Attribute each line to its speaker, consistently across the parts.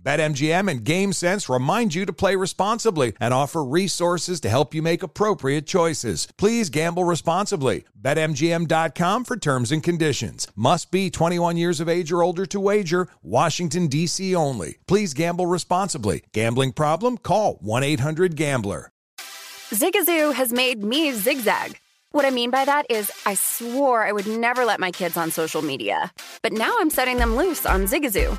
Speaker 1: BetMGM and GameSense remind you to play responsibly and offer resources to help you make appropriate choices. Please gamble responsibly. BetMGM.com for terms and conditions. Must be 21 years of age or older to wager. Washington, D.C. only. Please gamble responsibly. Gambling problem? Call 1 800 Gambler.
Speaker 2: Zigazoo has made me zigzag. What I mean by that is, I swore I would never let my kids on social media, but now I'm setting them loose on Zigazoo.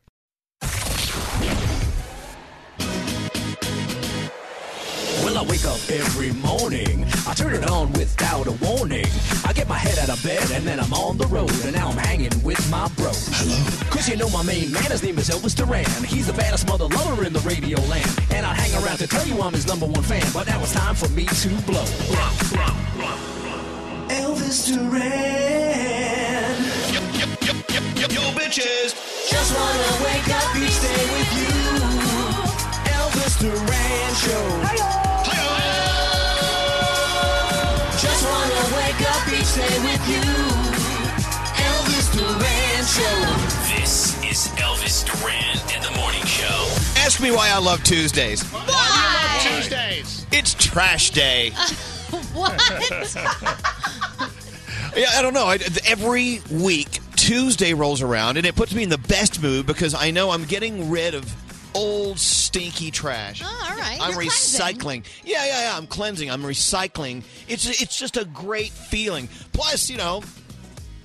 Speaker 3: Well, I wake up every morning. I turn it on without a warning. I get my head out of bed and then I'm on the road. And now I'm hanging with my bro. Hello. Chris, you know my main man. His name is Elvis Duran. He's the baddest mother lover in the radio land. And I hang around to tell you I'm his number one fan. But now it's time for me to blow. Elvis Duran. Yo bitches. Just wanna wake up each day with you. Elvis Duran Show. Just wanna wake up each day with you. Elvis Duran Show.
Speaker 4: This is Elvis Duran and the Morning Show.
Speaker 5: Ask me why I love Tuesdays.
Speaker 6: Why?
Speaker 5: Tuesdays. It's trash day.
Speaker 6: what?
Speaker 5: Yeah, I don't know. I, th- every week, Tuesday rolls around, and it puts me in the best mood because I know I'm getting rid of old stinky trash.
Speaker 6: Oh, all right.
Speaker 5: I'm
Speaker 6: You're
Speaker 5: recycling.
Speaker 6: cleansing.
Speaker 5: Yeah, yeah, yeah. I'm cleansing. I'm recycling. It's it's just a great feeling. Plus, you know,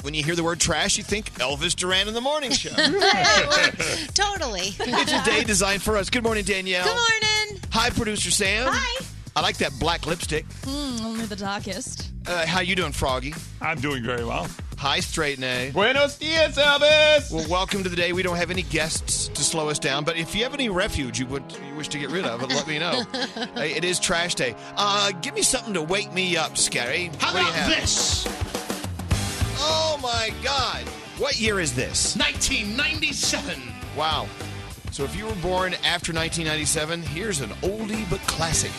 Speaker 5: when you hear the word trash, you think Elvis Duran in the morning show.
Speaker 6: totally.
Speaker 5: it's a day designed for us. Good morning, Danielle.
Speaker 6: Good morning.
Speaker 5: Hi, producer Sam.
Speaker 6: Hi.
Speaker 5: I like that black lipstick.
Speaker 7: Mm, only the darkest.
Speaker 5: Uh, how you doing, Froggy?
Speaker 8: I'm doing very well.
Speaker 5: Hi, Straight A.
Speaker 8: Buenos dias, Elvis.
Speaker 5: Well, welcome to the day. We don't have any guests to slow us down, but if you have any refuge you would you wish to get rid of, let me know. Uh, it is trash day. Uh, give me something to wake me up, Scary.
Speaker 4: How
Speaker 5: What do you
Speaker 4: about
Speaker 5: have?
Speaker 4: this?
Speaker 5: Oh my God! What year is this?
Speaker 4: 1997.
Speaker 5: Wow. So if you were born after 1997, here's an oldie but classic.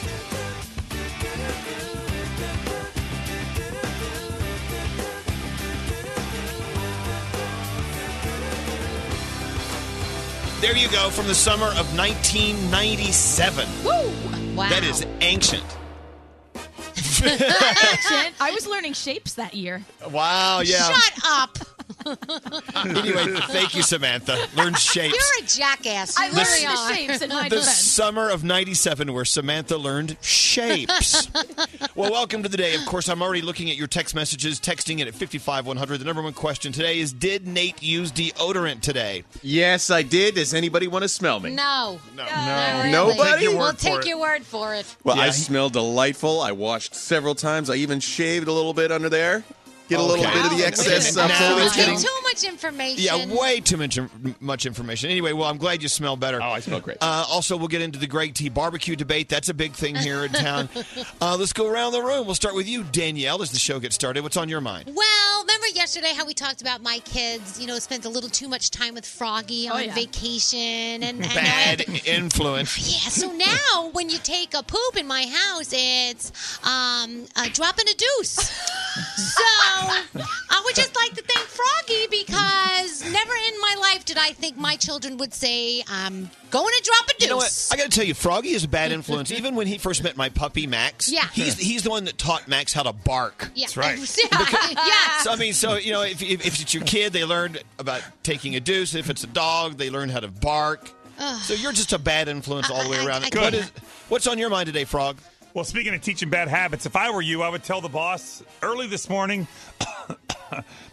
Speaker 5: There you go from the summer of 1997.
Speaker 7: Woo! Wow.
Speaker 5: That is ancient.
Speaker 7: Action. I was learning shapes that year.
Speaker 5: Wow, Oh, yeah.
Speaker 9: Shut up.
Speaker 5: anyway, thank you, Samantha. Learn shapes.
Speaker 9: You're a jackass.
Speaker 7: I
Speaker 9: You
Speaker 7: learned
Speaker 9: really
Speaker 7: the
Speaker 9: are.
Speaker 7: shapes in my
Speaker 5: the summer of 97 where Samantha learned shapes. well, welcome to the day. Of course, I'm already looking at your text messages, texting it at 55100. The number one question today is Did Nate use deodorant today?
Speaker 10: Yes, I did. Does anybody want to smell me?
Speaker 9: No. No.
Speaker 10: No.
Speaker 9: really.
Speaker 10: Nobody? Take your
Speaker 9: We'll
Speaker 10: word for
Speaker 9: take
Speaker 10: it.
Speaker 9: your word for it.
Speaker 10: Well, I smell delightful. I washed several times. I even shaved a little bit under there. Get a little
Speaker 5: Okay.
Speaker 10: bit of the
Speaker 5: Wow,
Speaker 10: excess
Speaker 5: wait a
Speaker 10: up
Speaker 5: minute.
Speaker 10: so
Speaker 5: Now
Speaker 10: it's
Speaker 5: you
Speaker 10: getting.
Speaker 9: Too much information.
Speaker 5: Yeah, way too much, much information. Anyway, well, I'm glad you smell better. Oh, I smell great. Uh, also, we'll get into the Greg T barbecue debate. That's a big thing here in town. uh, let's go around the room. We'll start with you, Danielle, as the show gets started. What's on your mind?
Speaker 9: Well, remember yesterday how we talked about my kids, you know, spent a little too much time with
Speaker 7: Oh,
Speaker 9: Froggy on vacation and, and now I have
Speaker 5: Bad influence.
Speaker 9: Yeah, so now when you take a poop in my house, it's um, uh, dropping a deuce. so I would just like to thank Froggy because never in my life did I think my children would say, I'm going to drop a deuce.
Speaker 5: You know what? I got to tell you, Froggy is a bad influence. Even when he first met my puppy Max,
Speaker 9: Yeah.
Speaker 5: he's he's the one that taught Max how to bark.
Speaker 9: Yeah. yeah.
Speaker 5: So I mean, so you know, if, if if it's your kid, they learn about taking a deuce. If it's a dog, they learn how to bark.
Speaker 9: Ugh.
Speaker 5: So you're just a bad influence all the way around.
Speaker 11: I
Speaker 5: What
Speaker 11: can't.
Speaker 5: is what's on your mind today, Frog?
Speaker 11: Well, speaking of teaching bad habits, if I were you, I would tell the boss early this morning.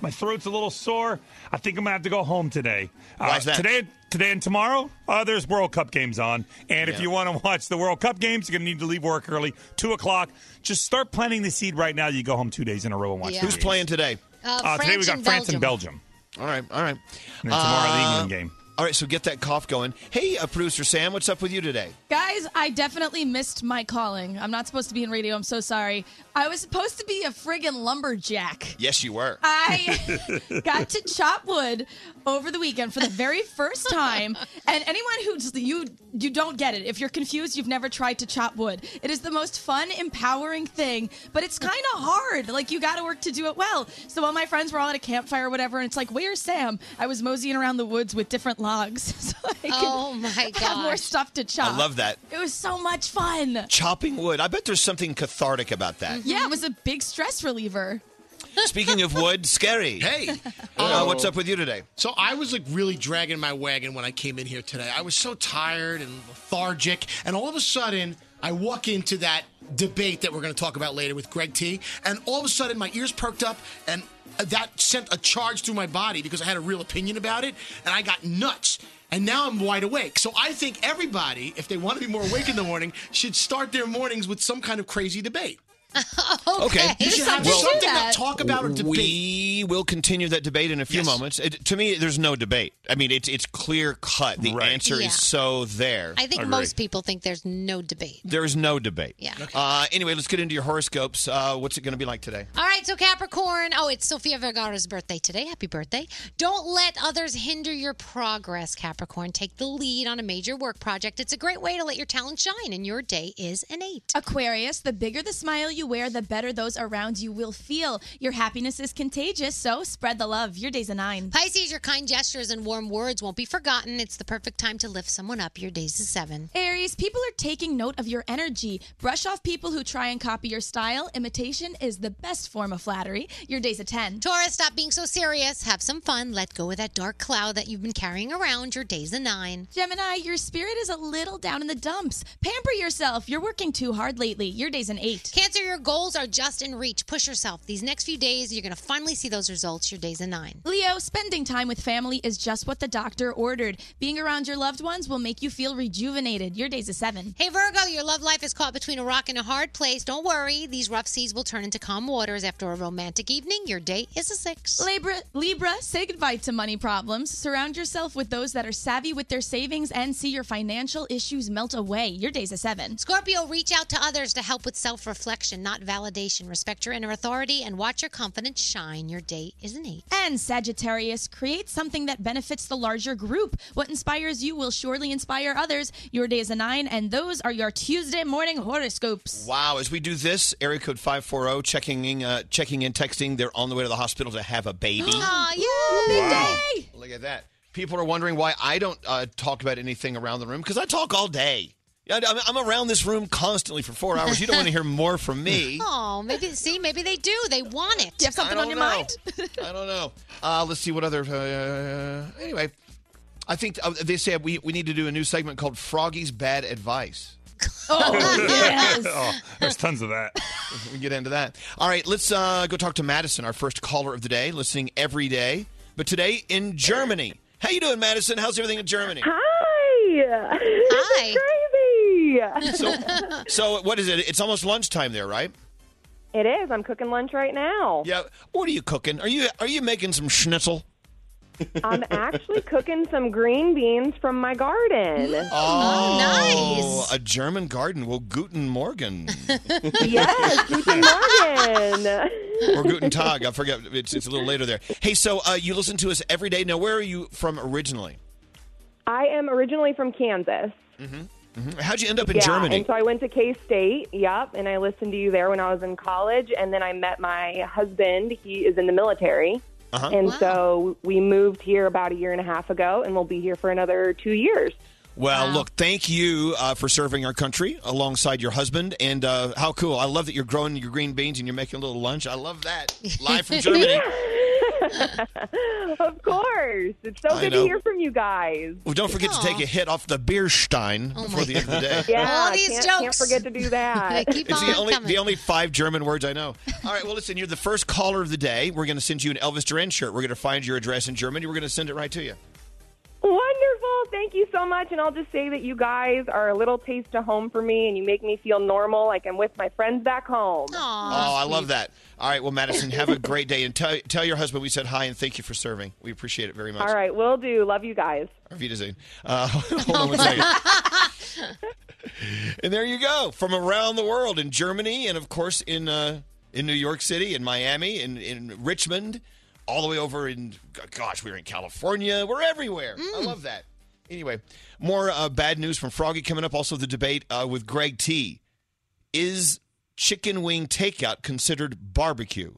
Speaker 11: my throat's a little sore. I think I'm gonna have to go home today. Uh,
Speaker 5: Why's that?
Speaker 11: Today, today, and tomorrow, uh, there's World Cup games on, and if
Speaker 5: Yeah.
Speaker 11: you want to watch the World Cup games, you're gonna need to leave work early, two o'clock. Just start planting the seed right now. You go home two days in a row and watch.
Speaker 9: Yeah.
Speaker 11: the
Speaker 9: Who's
Speaker 11: games.
Speaker 5: playing today?
Speaker 9: Uh,
Speaker 11: today we
Speaker 9: France
Speaker 11: got
Speaker 9: and
Speaker 11: France and
Speaker 9: Belgium.
Speaker 11: Belgium.
Speaker 5: All right, all right.
Speaker 11: And then tomorrow the England
Speaker 5: game. Uh, All right, so get that cough going. Hey, uh, producer Sam, what's up with you today?
Speaker 7: Guys, I definitely missed my calling. I'm not supposed to be in radio. I'm so sorry. I was supposed to be a friggin' lumberjack.
Speaker 5: Yes, you were.
Speaker 7: I Got to chop wood over the weekend for the very first time. And anyone who just- you you don't get it. If you're confused, you've never tried to chop wood. It is the most fun, empowering thing, but it's kind of hard. Like you got to work to do it well. So while my friends were all at a campfire or whatever, and it's like, where's Sam? I was moseying around the woods with different logs. So I
Speaker 9: Oh, my
Speaker 7: god, have more
Speaker 9: gosh.
Speaker 7: stuff to chop.
Speaker 5: I love that.
Speaker 7: It was so much fun.
Speaker 5: Chopping wood. I bet there's something cathartic about that.
Speaker 7: Yeah, it was a big stress reliever.
Speaker 5: Speaking of wood, scary. Hey, uh,
Speaker 12: Oh.
Speaker 5: what's up with you today?
Speaker 12: So I was like really dragging my wagon when I came in here today. I was so tired and lethargic, and all of a sudden I walk into that debate that we're going to talk about later with Greg T, and all of a sudden my ears perked up and that sent a charge through my body because I had a real opinion about it, and I got nuts. And now I'm wide awake. So I think everybody, if they want to be more awake in the morning, should start their mornings with some kind of crazy debate.
Speaker 5: Okay.
Speaker 12: You should have something to talk about or debate.
Speaker 5: We will continue that debate in a few moments. It- to me, there's no debate. I mean, it's it's clear cut. The answer
Speaker 9: Yeah.
Speaker 5: is so there.
Speaker 9: I think most people think there's no debate.
Speaker 5: There is no debate.
Speaker 9: Yeah.
Speaker 5: Uh, anyway, let's get into your horoscopes. Uh, what's it going to be like today?
Speaker 9: All right, so Capricorn. Oh, it's Sofia Vergara's birthday today. Happy birthday. Don't let others hinder your progress, Capricorn. Take the lead on a major work project. It's a great way to let your talent shine, and your day is an eight.
Speaker 7: Aquarius, the bigger the smile you wear, the better those around you will feel. Your happiness is contagious, so spread the love. Your day's a nine.
Speaker 9: Pisces, your kind gestures and warm words won't be forgotten. It's the perfect time to lift someone up. Your day's a seven.
Speaker 7: Aries, people are taking note of your energy. Brush off people who try and copy your style. Imitation is the best form of flattery. Your day's a 10.
Speaker 9: Taurus, stop being so serious. Have some fun. Let go of that dark cloud that you've been carrying around. Your day's a nine.
Speaker 7: Gemini, your spirit is a little down in the dumps. Pamper yourself. You're working too hard lately. Your day's an 8.
Speaker 9: Cancer, your goals are just in reach. Push yourself. These next few days, you're going to finally see those results. Your day's a nine.
Speaker 7: Leo, spending time with family is just what the doctor ordered. Being around your loved ones will make you feel rejuvenated. Your day's a 7.
Speaker 9: Hey Virgo, your love life is caught between a rock and a hard place. Don't worry, these rough seas will turn into calm waters after a romantic evening. Your day is a six.
Speaker 7: Libra, Libra, say goodbye to money problems. Surround yourself with those that are savvy with their savings and see your financial issues melt away. Your day's a seven.
Speaker 9: Scorpio, reach out to others to help with self reflection, not validation. Respect your inner authority and watch your confidence shine. Your day is an eight.
Speaker 7: And Sagittarius, create something that benefits the larger group. What inspires you will surely inspire others. Your day is a nine, and those are your Tuesday morning horoscopes.
Speaker 5: Wow, as we do this, area code 540, checking in, uh, checking in, texting, they're on the way to the hospital to have a baby.
Speaker 9: Aw, yeah, big
Speaker 5: Wow.
Speaker 9: day.
Speaker 5: Look at that. people are wondering why I don't uh, talk about anything around the room because I talk all day. Yeah, I'm, I'm around this room constantly for four hours. You don't want to hear more from me.
Speaker 9: Oh, maybe see, maybe they do. They want it. Do you have
Speaker 5: something I on don't your know. mind? I don't know. Uh, let's see what other. Uh, anyway, I think uh, they said we, we need to do a new segment called Froggy's Bad Advice.
Speaker 11: Oh, yes. Oh, there's tons of that.
Speaker 5: we get into that. All right, let's uh, go talk to Madison, our first caller of the day, listening every day, but today in Germany. How you doing, Madison? How's everything in Germany?
Speaker 13: Hi. Hi. Crazy.
Speaker 5: So, so what is it? It's almost lunchtime there, right?
Speaker 13: it is. I'm cooking lunch right now.
Speaker 5: Yeah. What are you cooking? Are you are you making some schnitzel?
Speaker 13: I'm actually cooking some green beans from my garden.
Speaker 5: Oh, nice! A German garden. Well, Guten Morgen
Speaker 13: yes, Guten Morgen.
Speaker 5: or Guten Tag. I forget. It's it's a little later there. Hey, so uh, you listen to us every day. Now, where are you from originally?
Speaker 13: I am originally from Kansas.
Speaker 5: Mhm. How'd you end up in
Speaker 13: yeah,
Speaker 5: Germany?
Speaker 13: And so I went to K State. Yep. And I listened to you there when I was in college. And then I met my husband. He is in the military.
Speaker 5: Uh-huh.
Speaker 13: And
Speaker 5: Wow.
Speaker 13: so we moved here about a year and a half ago, and we'll be here for another two years.
Speaker 5: Well, look, thank you uh, for serving our country alongside your husband. And uh, how cool. I love that you're growing your green beans and you're making a little lunch. I love that. Live from Germany.
Speaker 13: of course. It's so
Speaker 5: I
Speaker 13: good
Speaker 5: know.
Speaker 13: to hear from you guys.
Speaker 5: Well, don't forget to take a hit off the beer stein before the end of the day.
Speaker 13: Oh Yeah, Ah, can't, Can't forget to do that.
Speaker 5: it's the only, the only five German words I know. All right, well, listen, you're the first caller of the day. We're going to send you an Elvis Duran shirt. We're going to find your address in Germany. We're going to send it right to you.
Speaker 13: Wonderful. Thank you so much. And I'll just say that you guys are a little taste of home for me, and you make me feel normal like I'm with my friends back home.
Speaker 5: oh, I love that. All right, well, Madison, have a great day. And tell, tell your husband we said hi and thank you for serving. We appreciate it very much.
Speaker 13: All right, will do. Love you guys.
Speaker 5: Auf Wiedersehen. Uh, hold
Speaker 13: Oh
Speaker 5: on one second. and there you go, from around the world in Germany, and of course in uh, in New York City, in Miami, in in Richmond, all the way over in gosh, we were in California. We're everywhere. I
Speaker 9: Mm.
Speaker 5: love that. Anyway, more uh, bad news from Froggy coming up. Also, the debate uh, with Greg T. Is chicken wing takeout considered barbecue?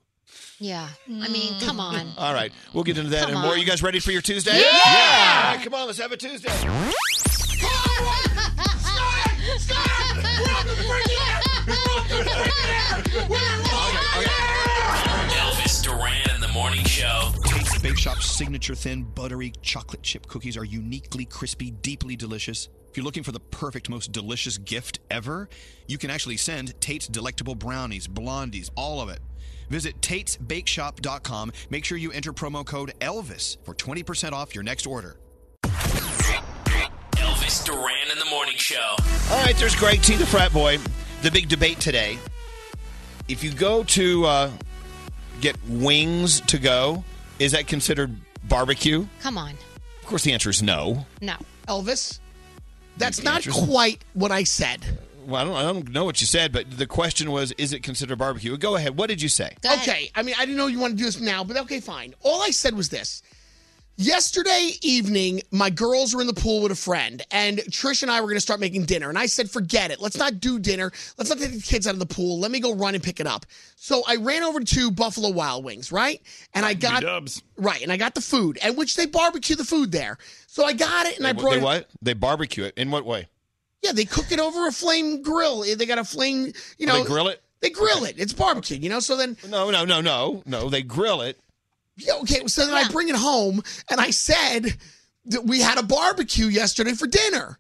Speaker 9: Yeah. I mean, come on.
Speaker 5: All right, we'll get into that
Speaker 9: Come
Speaker 5: and more.
Speaker 9: on.
Speaker 5: You guys ready for your Tuesday?
Speaker 9: Yeah!
Speaker 5: All right, come on, let's have a Tuesday.
Speaker 4: Elvis Duran in the morning show.
Speaker 5: Tate's Bake Shop's signature thin, buttery chocolate chip cookies are uniquely crispy, deeply delicious. If you're looking for the perfect, most delicious gift ever, you can actually send Tate's Delectable Brownies, Blondies, all of it. Visit Tate'sBakeShop.com. Make sure you enter promo code ELVIS for 20% off your next order.
Speaker 4: Elvis Duran in the morning show.
Speaker 5: All right, there's Greg T, the frat boy. The big debate today. If you go to uh, get wings to go, is that considered barbecue?
Speaker 9: Come on.
Speaker 5: Of course, the answer is no.
Speaker 9: No.
Speaker 12: Elvis, that's not
Speaker 5: Interesting.
Speaker 12: quite what I said.
Speaker 5: Well, I don't, I don't know what you said, but the question was, is it considered barbecue? Go ahead. What did you say?
Speaker 12: Okay, I mean, I didn't know you want to do this now, but okay, fine. All I said was this. Yesterday evening, my girls were in the pool with a friend, and Trish and I were going to start making dinner. And I said, forget it. Let's not do dinner. Let's not take the kids out of the pool. Let me go run and pick it up. So I ran over to Buffalo Wild Wings, right? And I got right, and I got the food, and which they barbecue the food there. So I got it, and I
Speaker 5: they,
Speaker 12: brought
Speaker 5: they
Speaker 12: it.
Speaker 5: what? They barbecue it. In what way?
Speaker 12: Yeah, they cook it over a flame grill. Eh, They got a flame, you know.
Speaker 5: Oh, they grill it.
Speaker 12: They grill it. It's barbecue, you know. So then
Speaker 5: No, no, no, no, no. They grill it.
Speaker 12: Yeah, okay. So then I bring it home and I said that we had a barbecue yesterday for dinner.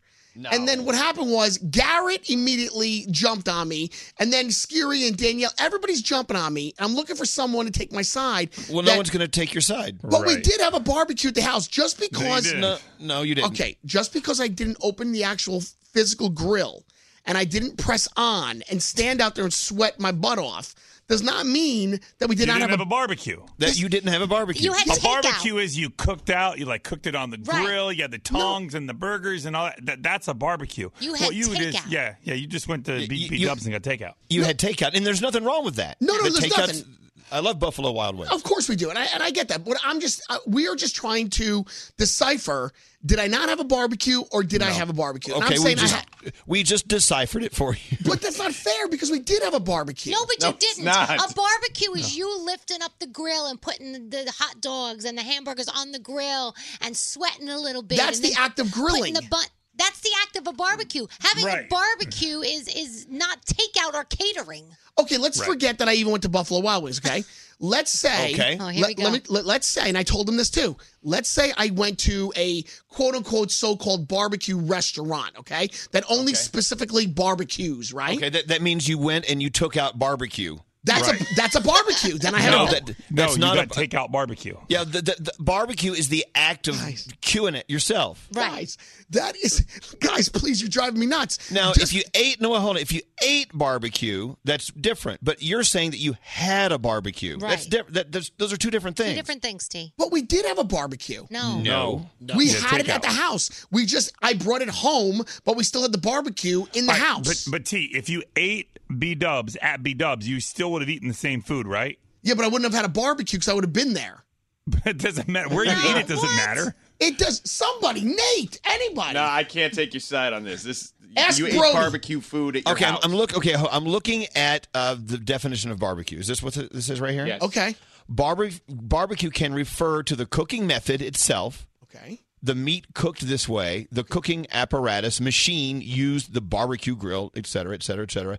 Speaker 12: And then what happened was Garrett immediately jumped on me, and then Skiri and Danielle, everybody's jumping on me. I'm looking for someone to take my side.
Speaker 5: Well, no
Speaker 12: that-
Speaker 5: one's going to take your side.
Speaker 12: But we did have a barbecue at the house just because.
Speaker 5: No, no, Oh, you didn't.
Speaker 12: Okay, just because I didn't open the actual physical grill and I didn't press on and stand out there and sweat my butt off does not mean that we did
Speaker 11: you
Speaker 12: not
Speaker 11: didn't
Speaker 12: have,
Speaker 11: have a barbecue.
Speaker 5: That you didn't have a barbecue.
Speaker 12: You had
Speaker 11: a
Speaker 12: takeout.
Speaker 11: barbecue is you cooked out. You like cooked it on the
Speaker 12: Right.
Speaker 11: grill. You had the tongs and the burgers and all that. that that's a barbecue.
Speaker 12: You had
Speaker 11: What you did-
Speaker 12: takeout.
Speaker 11: yeah, yeah. You just went to BB Dubs and got takeout.
Speaker 5: You had takeout, and there's nothing wrong with that.
Speaker 12: No, no,
Speaker 5: The
Speaker 12: there's
Speaker 5: takeout's-
Speaker 12: nothing.
Speaker 5: I love Buffalo Wild Wings.
Speaker 12: Of course we do, and I and I get that. But I'm just uh, we are just trying to decipher: did I not have a barbecue or did I have a barbecue? And
Speaker 5: Okay,
Speaker 12: I'm
Speaker 5: we
Speaker 12: saying I
Speaker 5: just
Speaker 12: ha-
Speaker 5: we just deciphered it for you.
Speaker 12: but that's not fair because we did have a barbecue.
Speaker 9: No, but you didn't. A barbecue is
Speaker 12: No.
Speaker 9: you lifting up the grill and putting the hot dogs and the hamburgers on the grill and sweating a little bit.
Speaker 12: That's
Speaker 9: and then
Speaker 12: the act of
Speaker 9: putting
Speaker 12: grilling.
Speaker 9: The bun- that's the act of a barbecue. Having a
Speaker 12: Right.
Speaker 9: barbecue is is not takeout or catering.
Speaker 12: Okay, let's
Speaker 9: Right.
Speaker 12: forget that I even went to Buffalo Wild Wings. Okay, let's say.
Speaker 9: Okay. Oh, here
Speaker 12: let,
Speaker 9: we
Speaker 12: let
Speaker 9: go.
Speaker 12: me let, let's say, and I told them this too. Let's say I went to a quote unquote so called barbecue restaurant. Okay, that only specifically barbecues. Right.
Speaker 5: Okay, that, that means you went and you took out barbecue.
Speaker 12: That's a that's a barbecue. Then I have
Speaker 5: no,
Speaker 12: a,
Speaker 5: that, that's
Speaker 11: no,
Speaker 5: not
Speaker 11: you
Speaker 5: a
Speaker 11: got to takeout barbecue.
Speaker 5: Yeah, the, the, the barbecue is the act of queuing it yourself.
Speaker 12: Guys, that is, guys, please, you're driving me nuts.
Speaker 5: Now, if you ate, no, hold on. If you ate barbecue, that's different. But you're saying that you had a barbecue. That's
Speaker 9: Right.
Speaker 5: different. That, that's, those are two different
Speaker 9: Two
Speaker 5: things.
Speaker 9: different things, T.
Speaker 12: But we did have a barbecue.
Speaker 9: No.
Speaker 5: No. No.
Speaker 12: We
Speaker 5: Yeah,
Speaker 12: had it
Speaker 11: takeout.
Speaker 12: at the house. We just I brought it home, but we still had the barbecue in the
Speaker 11: All right,
Speaker 12: house.
Speaker 11: But, but T, if you ate B Dubs at B Dubs, you still would have eaten the same food, right?
Speaker 12: yeah, but I wouldn't have had a barbecue because I would have been there.
Speaker 11: But it doesn't matter where you eat it. Doesn't matter.
Speaker 12: It does. Somebody, Nate, anybody.
Speaker 10: No, I can't take your side on this. This
Speaker 12: Ask
Speaker 10: you
Speaker 12: Brody.
Speaker 10: ate barbecue food at your
Speaker 5: Okay, I'm,
Speaker 10: house.
Speaker 5: I'm look. Okay, ho- I'm looking at uh, the definition of barbecue. Is this what th- this is right here?
Speaker 10: Yes.
Speaker 12: Okay.
Speaker 5: Barbe- barbecue can refer to the cooking method itself.
Speaker 12: Okay.
Speaker 5: The meat cooked this way, the cooking apparatus, machine used, the barbecue grill, et cetera, et cetera, et cetera,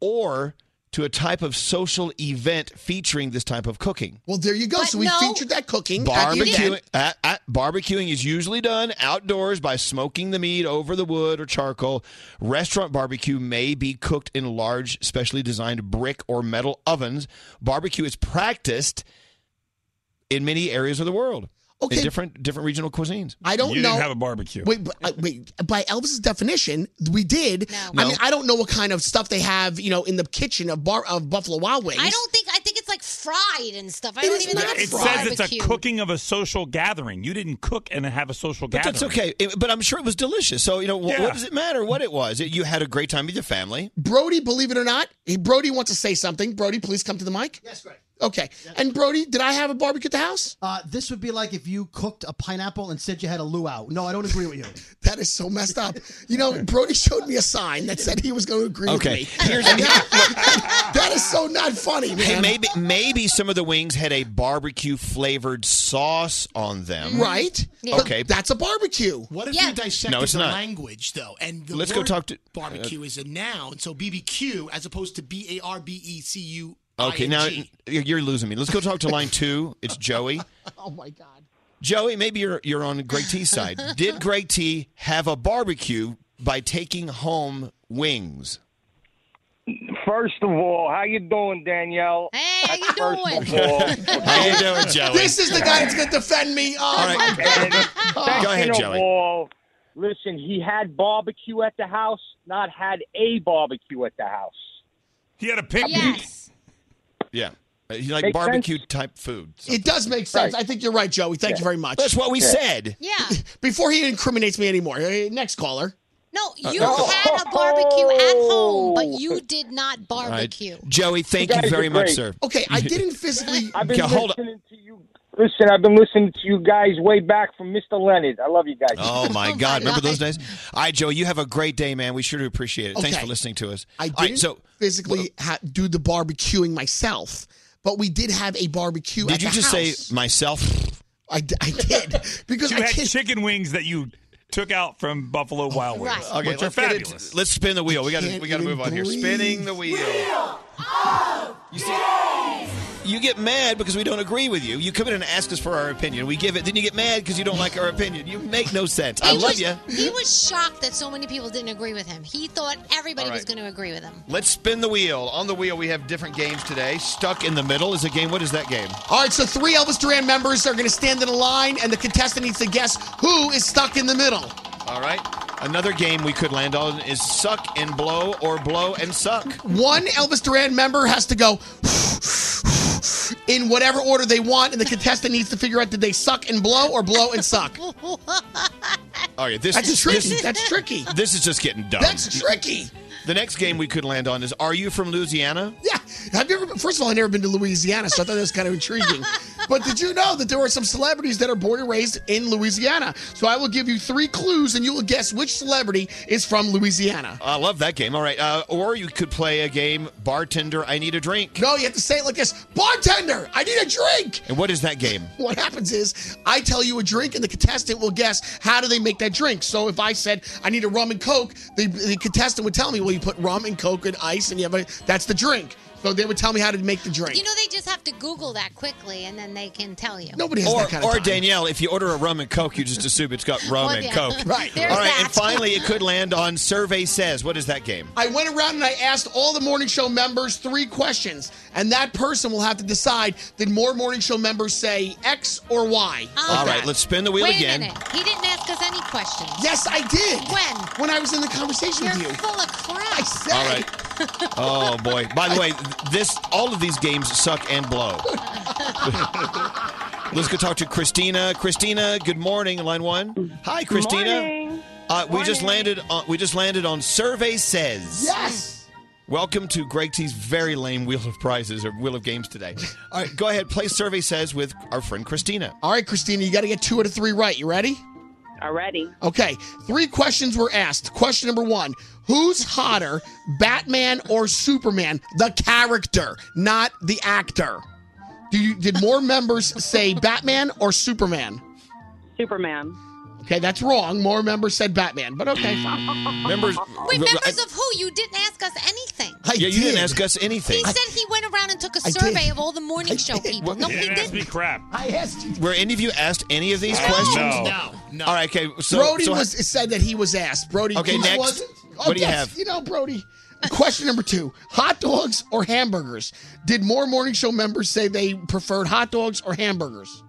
Speaker 5: or to a type of social event featuring this type of cooking.
Speaker 12: Well, there you go. so we
Speaker 9: no-
Speaker 12: featured that cooking. at the
Speaker 5: Barbecue,
Speaker 12: event.
Speaker 5: at, at- barbecuing is usually done outdoors by smoking the meat over the wood or charcoal. Restaurant barbecue may be cooked in large, specially designed brick or metal ovens. Barbecue is practiced in many areas of the world.
Speaker 12: Okay.
Speaker 5: In different different regional cuisines.
Speaker 12: I don't know.
Speaker 11: barbecue.
Speaker 12: Wait, but, uh, wait. By Elvis's definition, we did. I
Speaker 5: No.
Speaker 12: mean, I don't know what kind of stuff they have, you know, in the kitchen of bar of Buffalo Wild Wings.
Speaker 9: I don't think. I think it's like fried and stuff. I don't even think
Speaker 11: it
Speaker 9: it's
Speaker 11: says
Speaker 9: barbecue.
Speaker 11: it's a cooking of a social gathering. You didn't cook and have a social
Speaker 5: But
Speaker 11: gathering.
Speaker 5: that's okay. It- but I'm sure it was delicious. So, you know, wh-
Speaker 11: Yeah.
Speaker 5: what does it matter what it was? It- you had a great time with your family.
Speaker 12: Brody, believe it or not, he- Brody wants to say something. Brody, please come to the mic. Yes, Greg. Okay. And Brody, did I have a barbecue at the house?
Speaker 14: Uh, this would be like if you cooked a pineapple and said you had a luau. No, I don't agree with you.
Speaker 12: That is so messed up. You know, Brody showed me a sign that said he was going to agree
Speaker 5: Okay.
Speaker 12: with me. And that, that is so not funny, man.
Speaker 5: Hey, maybe maybe some of the wings had a barbecue flavored sauce on them.
Speaker 12: Mm-hmm. Right? Oh,
Speaker 15: Yeah.
Speaker 5: Okay.
Speaker 12: That's a barbecue.
Speaker 15: What if you dissected
Speaker 5: No, it's
Speaker 15: the
Speaker 5: not.
Speaker 15: language though? And the
Speaker 5: Let's go
Speaker 15: word
Speaker 5: talk to-
Speaker 15: barbecue is a noun, so BBQ as opposed to B A R B E C U.
Speaker 5: Okay, now
Speaker 15: ING.
Speaker 5: you're losing me. Let's go talk to line two. It's Joey.
Speaker 12: Oh my God.
Speaker 5: Joey, maybe you're you're on Greg T's side. Did Greg T have a barbecue by taking home wings?
Speaker 6: First of all, how you doing, Danielle?
Speaker 9: Hey, how you
Speaker 6: First
Speaker 9: doing?
Speaker 6: of all,
Speaker 5: How you doing, Joey?
Speaker 12: This is the guy that's going to defend me. Oh,
Speaker 5: All right.
Speaker 12: my God.
Speaker 6: second
Speaker 5: Go ahead,
Speaker 6: of
Speaker 5: Joey.
Speaker 6: all, listen, he had barbecue at the house, not had a barbecue at the house.
Speaker 11: He had a picnic.
Speaker 9: Oh,
Speaker 5: Yeah. Uh, You like
Speaker 12: Makes
Speaker 5: barbecue type food.
Speaker 12: It does make sense. I think you're right, Joey. Thank you very much.
Speaker 5: That's what we Yeah. said.
Speaker 9: Yeah.
Speaker 12: Before he incriminates me anymore. Hey, Next caller.
Speaker 9: No,
Speaker 5: Uh,
Speaker 9: you
Speaker 12: oh.
Speaker 5: no.
Speaker 9: had
Speaker 6: Oh.
Speaker 9: a barbecue at home, but you did not
Speaker 5: All right.
Speaker 9: barbecue.
Speaker 5: Joey, thank you
Speaker 6: guys
Speaker 5: very
Speaker 6: are
Speaker 5: much,
Speaker 6: great.
Speaker 5: sir.
Speaker 12: Okay, I didn't physically.
Speaker 6: I've been
Speaker 5: Okay, hold
Speaker 6: listening to you. Listen, I've been listening to you guys way back from Mr. Leonard. I love you guys.
Speaker 5: Oh my God! Remember those days? All right, Joey, you have a great day, man. We sure do appreciate it. Thanks
Speaker 12: Okay.
Speaker 5: for listening to us.
Speaker 12: I
Speaker 5: All
Speaker 12: didn't
Speaker 5: right, so
Speaker 12: physically ha- do the barbecuing myself, but we did have a barbecue.
Speaker 5: did
Speaker 12: at
Speaker 5: you
Speaker 12: the
Speaker 5: just
Speaker 12: house.
Speaker 5: say myself?
Speaker 12: I, d- I did because
Speaker 11: you
Speaker 12: I
Speaker 11: had
Speaker 12: can't.
Speaker 11: chicken wings that you took out from Buffalo Wild Wings,
Speaker 12: Right.
Speaker 5: Okay,
Speaker 11: which are
Speaker 5: let's get it-
Speaker 11: fabulous.
Speaker 5: let's spin the wheel. We got to
Speaker 11: can't
Speaker 5: we got to
Speaker 11: even
Speaker 5: move on here.
Speaker 11: breathe.
Speaker 5: Spinning the wheel. uh, you see, you get mad because we don't agree with you. You come in and ask us for our opinion. We give it. Then you get mad because you don't like our opinion. You make no sense. I
Speaker 9: He
Speaker 5: love
Speaker 9: was-
Speaker 5: you.
Speaker 9: He was shocked that so many people didn't agree with him. He thought everybody
Speaker 5: All
Speaker 9: was
Speaker 5: right.
Speaker 9: going to agree with him.
Speaker 5: Let's spin the wheel. On the wheel, we have different games today. Stuck in the middle is a game. What is that game?
Speaker 12: All right, so three Elvis Duran members are going to stand in a line, and the contestant needs to guess who is stuck in the middle.
Speaker 5: All right. Another game we could land on is suck and blow or blow and suck.
Speaker 12: One Elvis Duran member has to go in whatever order they want, and the contestant needs to figure out did they suck and blow or blow and suck.
Speaker 5: All right, this
Speaker 12: That's
Speaker 5: is
Speaker 12: tricky.
Speaker 5: This,
Speaker 12: That's tricky.
Speaker 5: This is just getting dumb.
Speaker 12: That's tricky.
Speaker 5: The next game we could land on is Are you from Louisiana?
Speaker 12: Yeah. Have you ever? Been, first of all, I've never been to Louisiana, so I thought that was kind of intriguing. but did you know that there are some celebrities that are born and raised in Louisiana? So I will give you three clues, and you will guess which celebrity is from Louisiana.
Speaker 5: I love that game. All right. Uh, or you could play a game Bartender, I Need a Drink.
Speaker 12: No, you have to say it like this Bartender, I need a drink.
Speaker 5: And what is that game?
Speaker 12: What happens is I tell you a drink, and the contestant will guess how do they make that drink. So if I said I need a rum and coke, the, the contestant would tell me, well, you put rum and coke and ice, and you have a that's the drink. So they would tell me how to make the drink.
Speaker 9: You know, they just have to Google that quickly, and then they can tell you.
Speaker 12: Nobody
Speaker 5: or, or Danielle, if you order a rum and coke, you just assume it's got rum
Speaker 9: Well,
Speaker 5: and
Speaker 9: yeah.
Speaker 5: coke.
Speaker 9: Right. There's
Speaker 5: All right,
Speaker 9: that.
Speaker 5: and finally, it could land on Survey Says. What is that game?
Speaker 12: I went around and I asked all the morning show members three questions, and that person will have to decide did more morning show members say X or Y?
Speaker 5: All right, let's spin the wheel
Speaker 9: Wait
Speaker 5: again.
Speaker 9: a minute. He didn't ask us any questions.
Speaker 12: Yes, I did.
Speaker 9: When?
Speaker 12: When I was in the conversation
Speaker 9: You're
Speaker 12: with you.
Speaker 9: full of crap. I said.
Speaker 5: All right. Oh boy. By the way, this all of these games suck and blow. Let's go talk to Christina. Christina, good morning, line one. Hi, Christina.
Speaker 6: Morning.
Speaker 5: Uh, we just
Speaker 6: Morning.
Speaker 5: landed on we just landed on Survey Says.
Speaker 12: Yes.
Speaker 5: Welcome to Greg T's very lame wheel of prizes or wheel of games today. All right, go ahead, play Survey Says with our friend Christina.
Speaker 12: All right, Christina, you got to get two out of three right. You ready?
Speaker 6: All ready.
Speaker 12: Okay, three questions were asked. Question number one Who's hotter, Batman or Superman? The character, not the actor. Do you, did more members say Batman or Superman?
Speaker 6: Superman.
Speaker 12: Okay, that's wrong. More members said Batman, but okay.
Speaker 5: Members,
Speaker 9: Wait, members of who? You didn't ask us anything.
Speaker 5: I yeah, you didn't ask us anything.
Speaker 9: He said he went around and took a
Speaker 5: I did.
Speaker 9: survey of all the morning show people. No, he
Speaker 11: That's
Speaker 9: didn't.
Speaker 11: me crap.
Speaker 12: I asked you.
Speaker 5: Were any of you asked any of these
Speaker 11: No.
Speaker 5: questions?
Speaker 11: No.
Speaker 5: no. All right, okay. So,
Speaker 12: Brody
Speaker 5: so-
Speaker 12: was it said that he was asked. Brody,
Speaker 5: Okay,
Speaker 12: you
Speaker 5: next.
Speaker 12: wasn't? Oh,
Speaker 5: What do you
Speaker 12: yes,
Speaker 5: have?
Speaker 12: You know, Brody. Question number two: Hot dogs or hamburgers? Did more morning show members say they preferred hot dogs or hamburgers?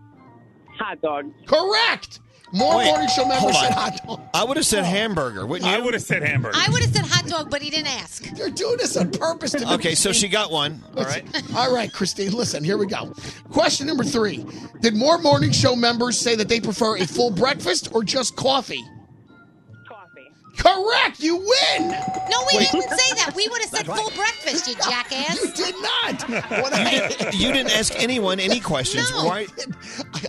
Speaker 6: Hot dogs.
Speaker 12: Correct. More
Speaker 5: Wait,
Speaker 12: morning show members
Speaker 5: hold on.
Speaker 12: said hot dogs.
Speaker 5: I would have said hamburger, wouldn't you? I would have said hamburger.
Speaker 9: I would have said hot dog, but he didn't ask.
Speaker 12: You're doing this on purpose. To
Speaker 5: Okay, so she got one. All right.
Speaker 12: All right, Christine. Listen, here we go. Question number three: Did more morning show members say that they prefer a full breakfast or just coffee? Coffee. Correct. You win.
Speaker 9: No, we didn't say that. We would have said full breakfast, you jackass. You
Speaker 12: did not.
Speaker 5: You didn't, you didn't ask anyone any questions.
Speaker 9: No.
Speaker 5: Why?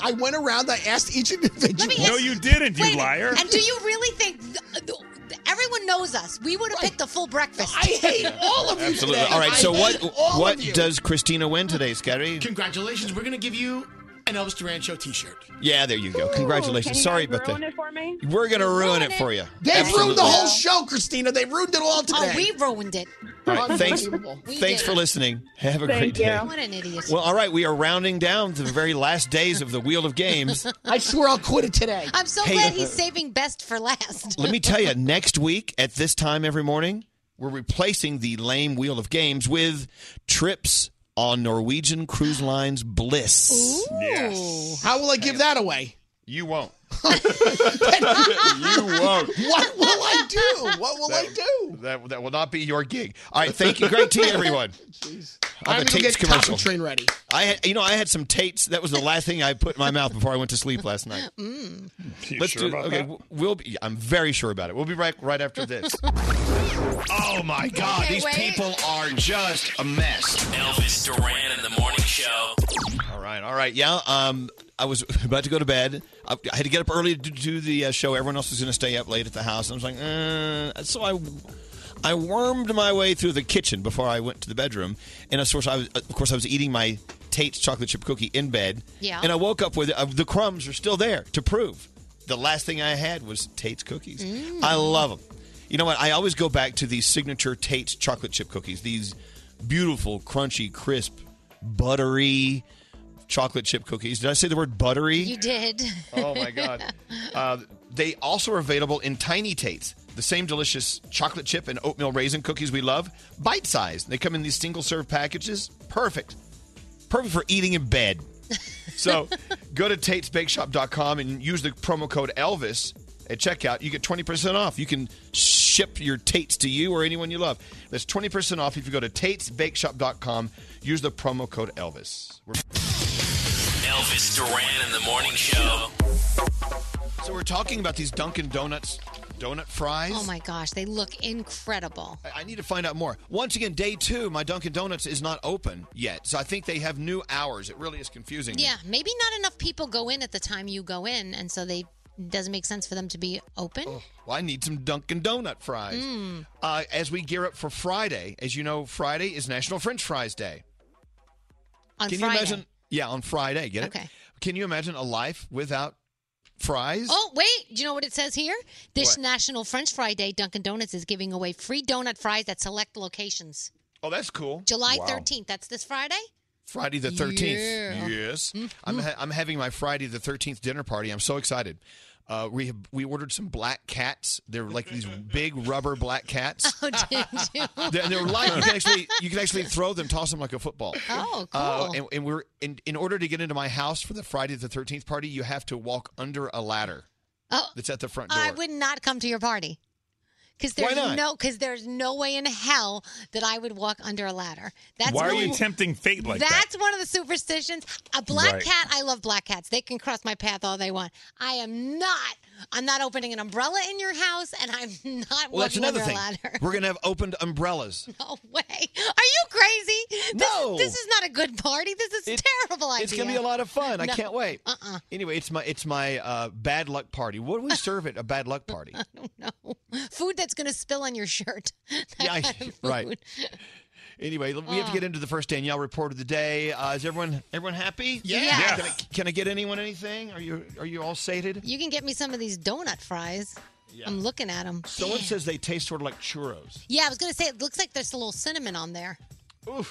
Speaker 12: I- I went around. I asked each individual.
Speaker 9: Let me ask- Wait a minute. And do you really think th- th- everyone knows us? We would have picked a full breakfast. I
Speaker 12: hate all of
Speaker 5: Absolutely. All right. So what? What does Christina win today, Scary?
Speaker 16: Congratulations. We're going to give you an Elvis Duran Show t shirt.
Speaker 5: Yeah, there Oh, you go. Congratulations. Sorry about that.
Speaker 6: for me?
Speaker 5: We're gonna ruin it for you.
Speaker 12: They ruined
Speaker 5: Absolutely.
Speaker 12: the whole show, Christina. They ruined it all
Speaker 9: Oh,
Speaker 12: today.
Speaker 9: we ruined it.
Speaker 5: All right, thanks.
Speaker 9: We
Speaker 5: Thanks
Speaker 9: did.
Speaker 5: for listening. Have a great day.
Speaker 9: What an idiot.
Speaker 5: Well, all right. We are rounding down to the very last days of the Wheel of Games.
Speaker 12: I swear I'll quit it today.
Speaker 9: I'm so
Speaker 5: Hey. uh,
Speaker 9: glad he's saving best for last.
Speaker 5: Let me tell you, next week at this time every morning, we're replacing the lame Wheel of Games with trips on Norwegian Cruise Line's Bliss.
Speaker 12: Yes. How will I give that away?
Speaker 5: You won't.
Speaker 12: you
Speaker 5: won't.
Speaker 12: What will I do? What will I do?
Speaker 5: That, that will not be your gig. All right, thank you. Great tea, everyone. I
Speaker 12: I'm
Speaker 5: have a
Speaker 12: gonna go
Speaker 5: Tate's
Speaker 12: get
Speaker 5: commercial.
Speaker 12: commercial. Train ready.
Speaker 5: I had, you know, I had some Tate's. That was the last thing I put in my mouth before I went to sleep last night.
Speaker 9: Mm,
Speaker 5: Let's
Speaker 11: sure
Speaker 5: do.
Speaker 11: about
Speaker 5: okay,
Speaker 11: that?
Speaker 5: w- we'll be. I'm very sure about it. We'll be right right after this.
Speaker 4: Oh my
Speaker 5: God, these people are just a mess.
Speaker 4: Elvis Duran in the morning show.
Speaker 5: All right, all right, yeah. Um, I was about to go to bed. I, I had to get up early to do the uh, show. Everyone else was going to stay up late at the house. I was like, uh, so I, I wormed my way through the kitchen before I went to the bedroom. And of course, I was, uh, of course, I was eating my Tate's chocolate chip cookie in bed.
Speaker 17: Yeah.
Speaker 5: And I woke up with uh, the crumbs are still there to prove the last thing I had was Tate's cookies.
Speaker 17: Mm.
Speaker 5: I love them. You know what? I always go back to these signature Tate's chocolate chip cookies. These beautiful, crunchy, crisp, buttery chocolate chip cookies. Did I say the word buttery?
Speaker 9: You did.
Speaker 5: Oh, my God. Uh, they also are available in tiny tates. The same delicious chocolate chip and oatmeal raisin cookies we love, bite sized. They come in these single serve packages. Perfect. Perfect for eating in bed. so go to tatesbakeshop.com and use the promo code Elvis at checkout. You get 20% off. You can ship your Tates to you or anyone you love. That's 20% off if you go to tatesbakeshop.com. Use the promo code Elvis. We're-
Speaker 4: Elvis Duran in the morning show.
Speaker 5: So we're talking about these Dunkin' Donuts donut fries.
Speaker 9: Oh my gosh, they look incredible.
Speaker 5: I need to find out more. Once again, day two, my Dunkin' Donuts is not open yet, so I think they have new hours. It really is confusing. me.
Speaker 9: Yeah, maybe not enough people go in at the time you go in, and so they doesn't make sense for them to be open.
Speaker 5: Well, I need some Dunkin' Donut fries.
Speaker 9: Mm.
Speaker 5: Uh, as we gear up for Friday, as you know, Friday is National French Fries Day.
Speaker 9: On
Speaker 5: Can
Speaker 9: Friday.
Speaker 5: you imagine? Yeah, on Friday. Get it?
Speaker 9: Okay.
Speaker 5: Can you imagine a life without fries?
Speaker 9: Oh wait, do you know what it says here? This
Speaker 5: What?
Speaker 9: National French Fry Day, Dunkin' Donuts is giving away free donut fries at select locations.
Speaker 5: Oh, that's cool.
Speaker 9: July
Speaker 5: Wow.
Speaker 9: 13th. That's this Friday.
Speaker 5: Friday the 13th.
Speaker 9: Yeah. Mm-hmm.
Speaker 5: Yes. I'm, ha- I'm having my Friday the 13th dinner party. I'm so excited. Uh, we have, we ordered some black cats. They're like these big rubber black cats.
Speaker 9: Oh, did you?
Speaker 5: They're, they're light. You can actually you can actually throw them, toss them like a football.
Speaker 9: Oh,
Speaker 5: Uh,
Speaker 9: cool.
Speaker 5: and, and we're in, in order to get into my house for the Friday the 13th party, you have to walk under a ladder.
Speaker 9: Oh.
Speaker 5: that's at the front door.
Speaker 9: I would not come to your party. Because
Speaker 5: Why
Speaker 9: there's
Speaker 5: not?
Speaker 9: no, because there's no way in hell that I would walk under a ladder. That's
Speaker 11: Why are
Speaker 9: one-
Speaker 11: you tempting fate like that?
Speaker 9: that's one of the superstitions. A black
Speaker 11: Right.
Speaker 9: cat. I love black cats. They can cross my path all they want. I am not. I'm not opening an umbrella in your house, and I'm not
Speaker 5: well, that's
Speaker 9: walking
Speaker 5: another
Speaker 9: under
Speaker 5: thing.
Speaker 9: a ladder.
Speaker 5: We're gonna have opened umbrellas.
Speaker 9: No way. Are you crazy? This-
Speaker 5: No.
Speaker 9: This, is not a good party. This is a terrible idea.
Speaker 5: It's gonna be a lot of fun. I
Speaker 9: No. Uh,
Speaker 5: can't wait. Uh-uh. Anyway, it's my it's my uh, bad luck party. What do we serve at a bad luck party?
Speaker 9: Food that's gonna spill on your shirt.
Speaker 5: Yeah, I- right.
Speaker 9: Food.
Speaker 5: Anyway, we have to
Speaker 9: Ah.
Speaker 5: get into the first Danielle report of the day. Uh, is everyone everyone happy?
Speaker 9: Yeah. Yes.
Speaker 5: Can, I, can I get anyone anything? Are you are you all sated?
Speaker 9: You can get me some of these donut fries.
Speaker 5: Yeah.
Speaker 9: I'm looking at them.
Speaker 5: Someone says they taste sort of like churros.
Speaker 9: Yeah, I was gonna say it looks like there's a little cinnamon on there.
Speaker 5: Ooh,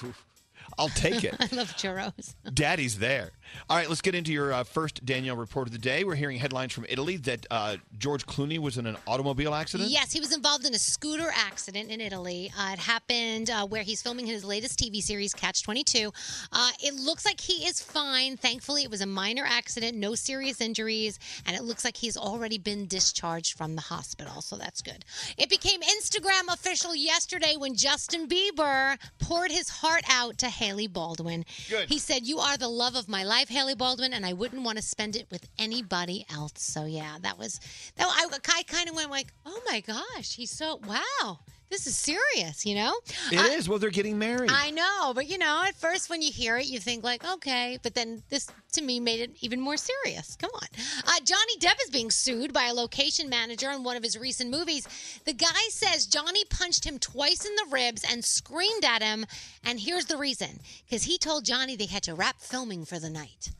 Speaker 5: I'll take it.
Speaker 9: I love churros.
Speaker 5: Daddy's there. All right, let's get into your uh, first Danielle report of the day. We're hearing headlines from Italy that uh, George Clooney was in an automobile accident.
Speaker 9: Yes, he was involved in a scooter accident in Italy. Uh, it happened uh, where he's filming his latest TV series, Catch 22. Uh, it looks like he is fine. Thankfully, it was a minor accident, no serious injuries, and it looks like he's already been discharged from the hospital, so that's good. It became Instagram official yesterday when Justin Bieber poured his heart out to Haley Baldwin.
Speaker 18: Good.
Speaker 9: He said, You are the love of my life, Haley Baldwin, and I wouldn't want to spend it with anybody else. So, yeah, that was, that, I, I kind of went like, Oh my gosh, he's so, wow, this is serious, you know?
Speaker 5: It is.
Speaker 9: I-
Speaker 5: Well, they're getting married.
Speaker 9: I know, but you know, at first when you hear it, you think like, okay, but then this to me made it even more serious. Come on, uh, Johnny Depp is being sued by a location manager in one of his recent movies. The guy says Johnny punched him twice in the ribs and screamed at him, and here's the reason: because he told Johnny they had to wrap filming for the night.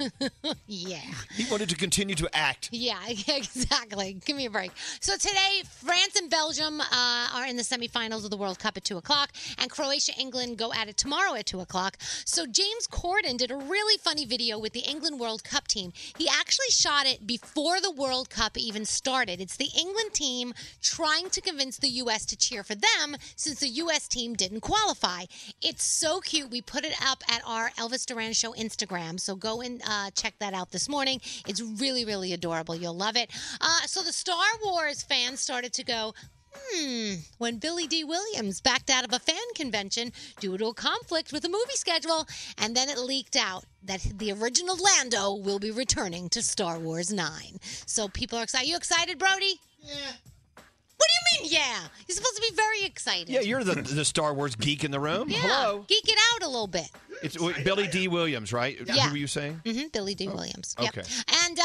Speaker 9: yeah.
Speaker 5: He wanted to continue to act.
Speaker 9: Yeah, exactly. Give me a break. So today, France and Belgium uh, are in the semifinals of the World Cup at two o'clock, and Croatia, England go at it tomorrow at two o'clock. So James Corden did a really funny video with the England World Cup team. He actually shot it before the World Cup even started. It's the England team trying to convince the U.S. to cheer for them since the U.S. team didn't qualify. It's so cute. We put it up at our Elvis Duran Show Instagram. So go and uh, check that out this morning. It's really, really adorable. You'll love it. Uh, so the Star Wars fans started to go. Hmm, when Billy D. Williams backed out of a fan convention due to a conflict with the movie schedule, and then it leaked out that the original Lando will be returning to Star Wars 9. So people are excited. You excited, Brody? Yeah. What do you mean, yeah? You're supposed to be very excited.
Speaker 5: Yeah, you're the the Star Wars geek in the room.
Speaker 9: Yeah,
Speaker 5: Hello.
Speaker 9: geek it out a little bit.
Speaker 5: It's Billy D. Williams, right?
Speaker 9: Yeah.
Speaker 5: Who were you saying? Oh,
Speaker 9: hmm Billy D. Williams. Yep.
Speaker 5: Okay.
Speaker 9: And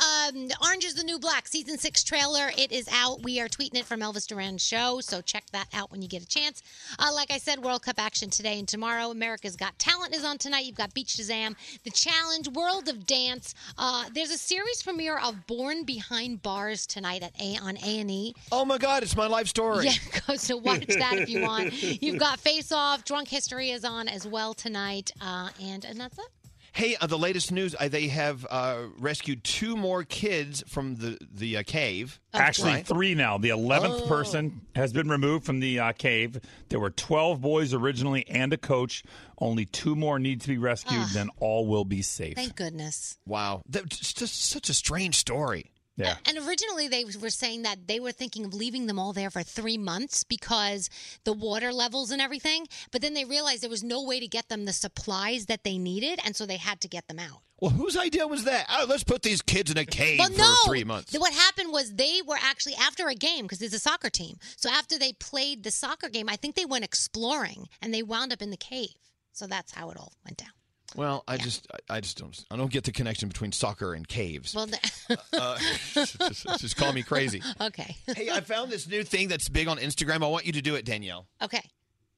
Speaker 9: uh, um, Orange is the New Black season six trailer. It is out. We are tweeting it from Elvis Duran Show, so check that out when you get a chance. Uh, like I said, World Cup action today and tomorrow. America's Got Talent is on tonight. You've got Beach Shazam, The Challenge, World of Dance. Uh, there's a series premiere of Born Behind Bars tonight at A on A and E.
Speaker 5: Oh my God, it's my life story.
Speaker 9: Yeah, go so watch that if you want. You've got Face Off. Drunk History is on as well tonight, uh, and and that's it.
Speaker 5: Hey, uh, the latest news: uh, they have uh, rescued two more kids from the the uh, cave.
Speaker 11: Actually,
Speaker 5: Right?
Speaker 11: three now. The 11th person has been removed from the uh, cave. There were 12 boys originally and a coach. Only two more need to be rescued,
Speaker 9: Ugh.
Speaker 11: then all will be safe.
Speaker 9: Thank goodness.
Speaker 5: Wow, that's just such a strange story.
Speaker 17: Yeah.
Speaker 9: And originally they were saying that they were thinking of leaving them all there for three months because the water levels and everything. But then they realized there was no way to get them the supplies that they needed, and so they had to get them out.
Speaker 5: Well, whose idea was that? Oh, let's put these kids in a cave
Speaker 9: Well,
Speaker 5: for
Speaker 9: no.
Speaker 5: three months.
Speaker 9: Th- What happened was they were actually after a game because there's a soccer team. So after they played the soccer game, I think they went exploring and they wound up in the cave. So that's how it all went down.
Speaker 5: Well, I just, I, I just don't, I don't get the connection between soccer and caves.
Speaker 9: Well, the-
Speaker 5: Uh, just, just call me crazy.
Speaker 9: okay,
Speaker 5: Hey, I found this new thing that's big on Instagram. I want you to do it, Danielle.
Speaker 9: okay.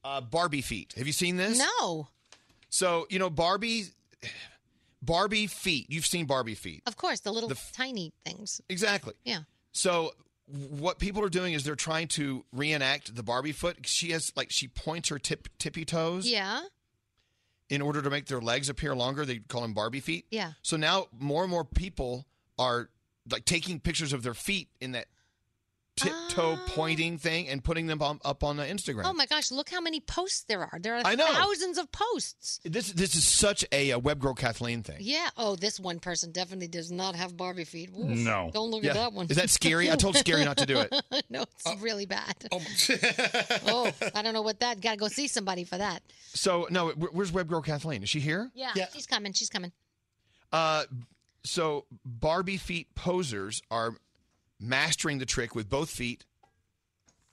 Speaker 5: Uh, Barbie feet. Have you seen this?
Speaker 9: No.
Speaker 5: So you know Barbie, Barbie feet. You've seen Barbie feet.
Speaker 9: Of course, the little
Speaker 5: The f-
Speaker 9: tiny things.
Speaker 5: Exactly.
Speaker 9: Yeah.
Speaker 5: So what people are doing is they're trying to reenact the Barbie foot. She has like she points her tip tippy toes
Speaker 9: Yeah. Oh
Speaker 5: in order to make their legs appear longer. They call them Barbie feet.
Speaker 9: Yeah.
Speaker 5: So now more and more people are like taking pictures of their feet in that tiptoe
Speaker 9: Ah.
Speaker 5: pointing thing and putting them on, up on the Instagram.
Speaker 9: Oh my gosh! Look how many posts there are. There are
Speaker 5: I know.
Speaker 9: thousands of posts.
Speaker 5: This this is such a, uh web girl Kathleen thing.
Speaker 9: Yeah. Oh, this one person definitely does not have Barbie feet. Oof.
Speaker 5: No.
Speaker 9: Don't look
Speaker 5: Yeah.
Speaker 9: at that one.
Speaker 5: Is that scary? I told Scary not to do it.
Speaker 9: no, it's really bad. Oh, I don't know what that. Got to go see somebody for that.
Speaker 5: So no, where- where's web girl Kathleen? Is she here?
Speaker 9: Yeah, She's coming. She's coming.
Speaker 5: Uh, so Barbie feet posers are mastering the trick with both feet.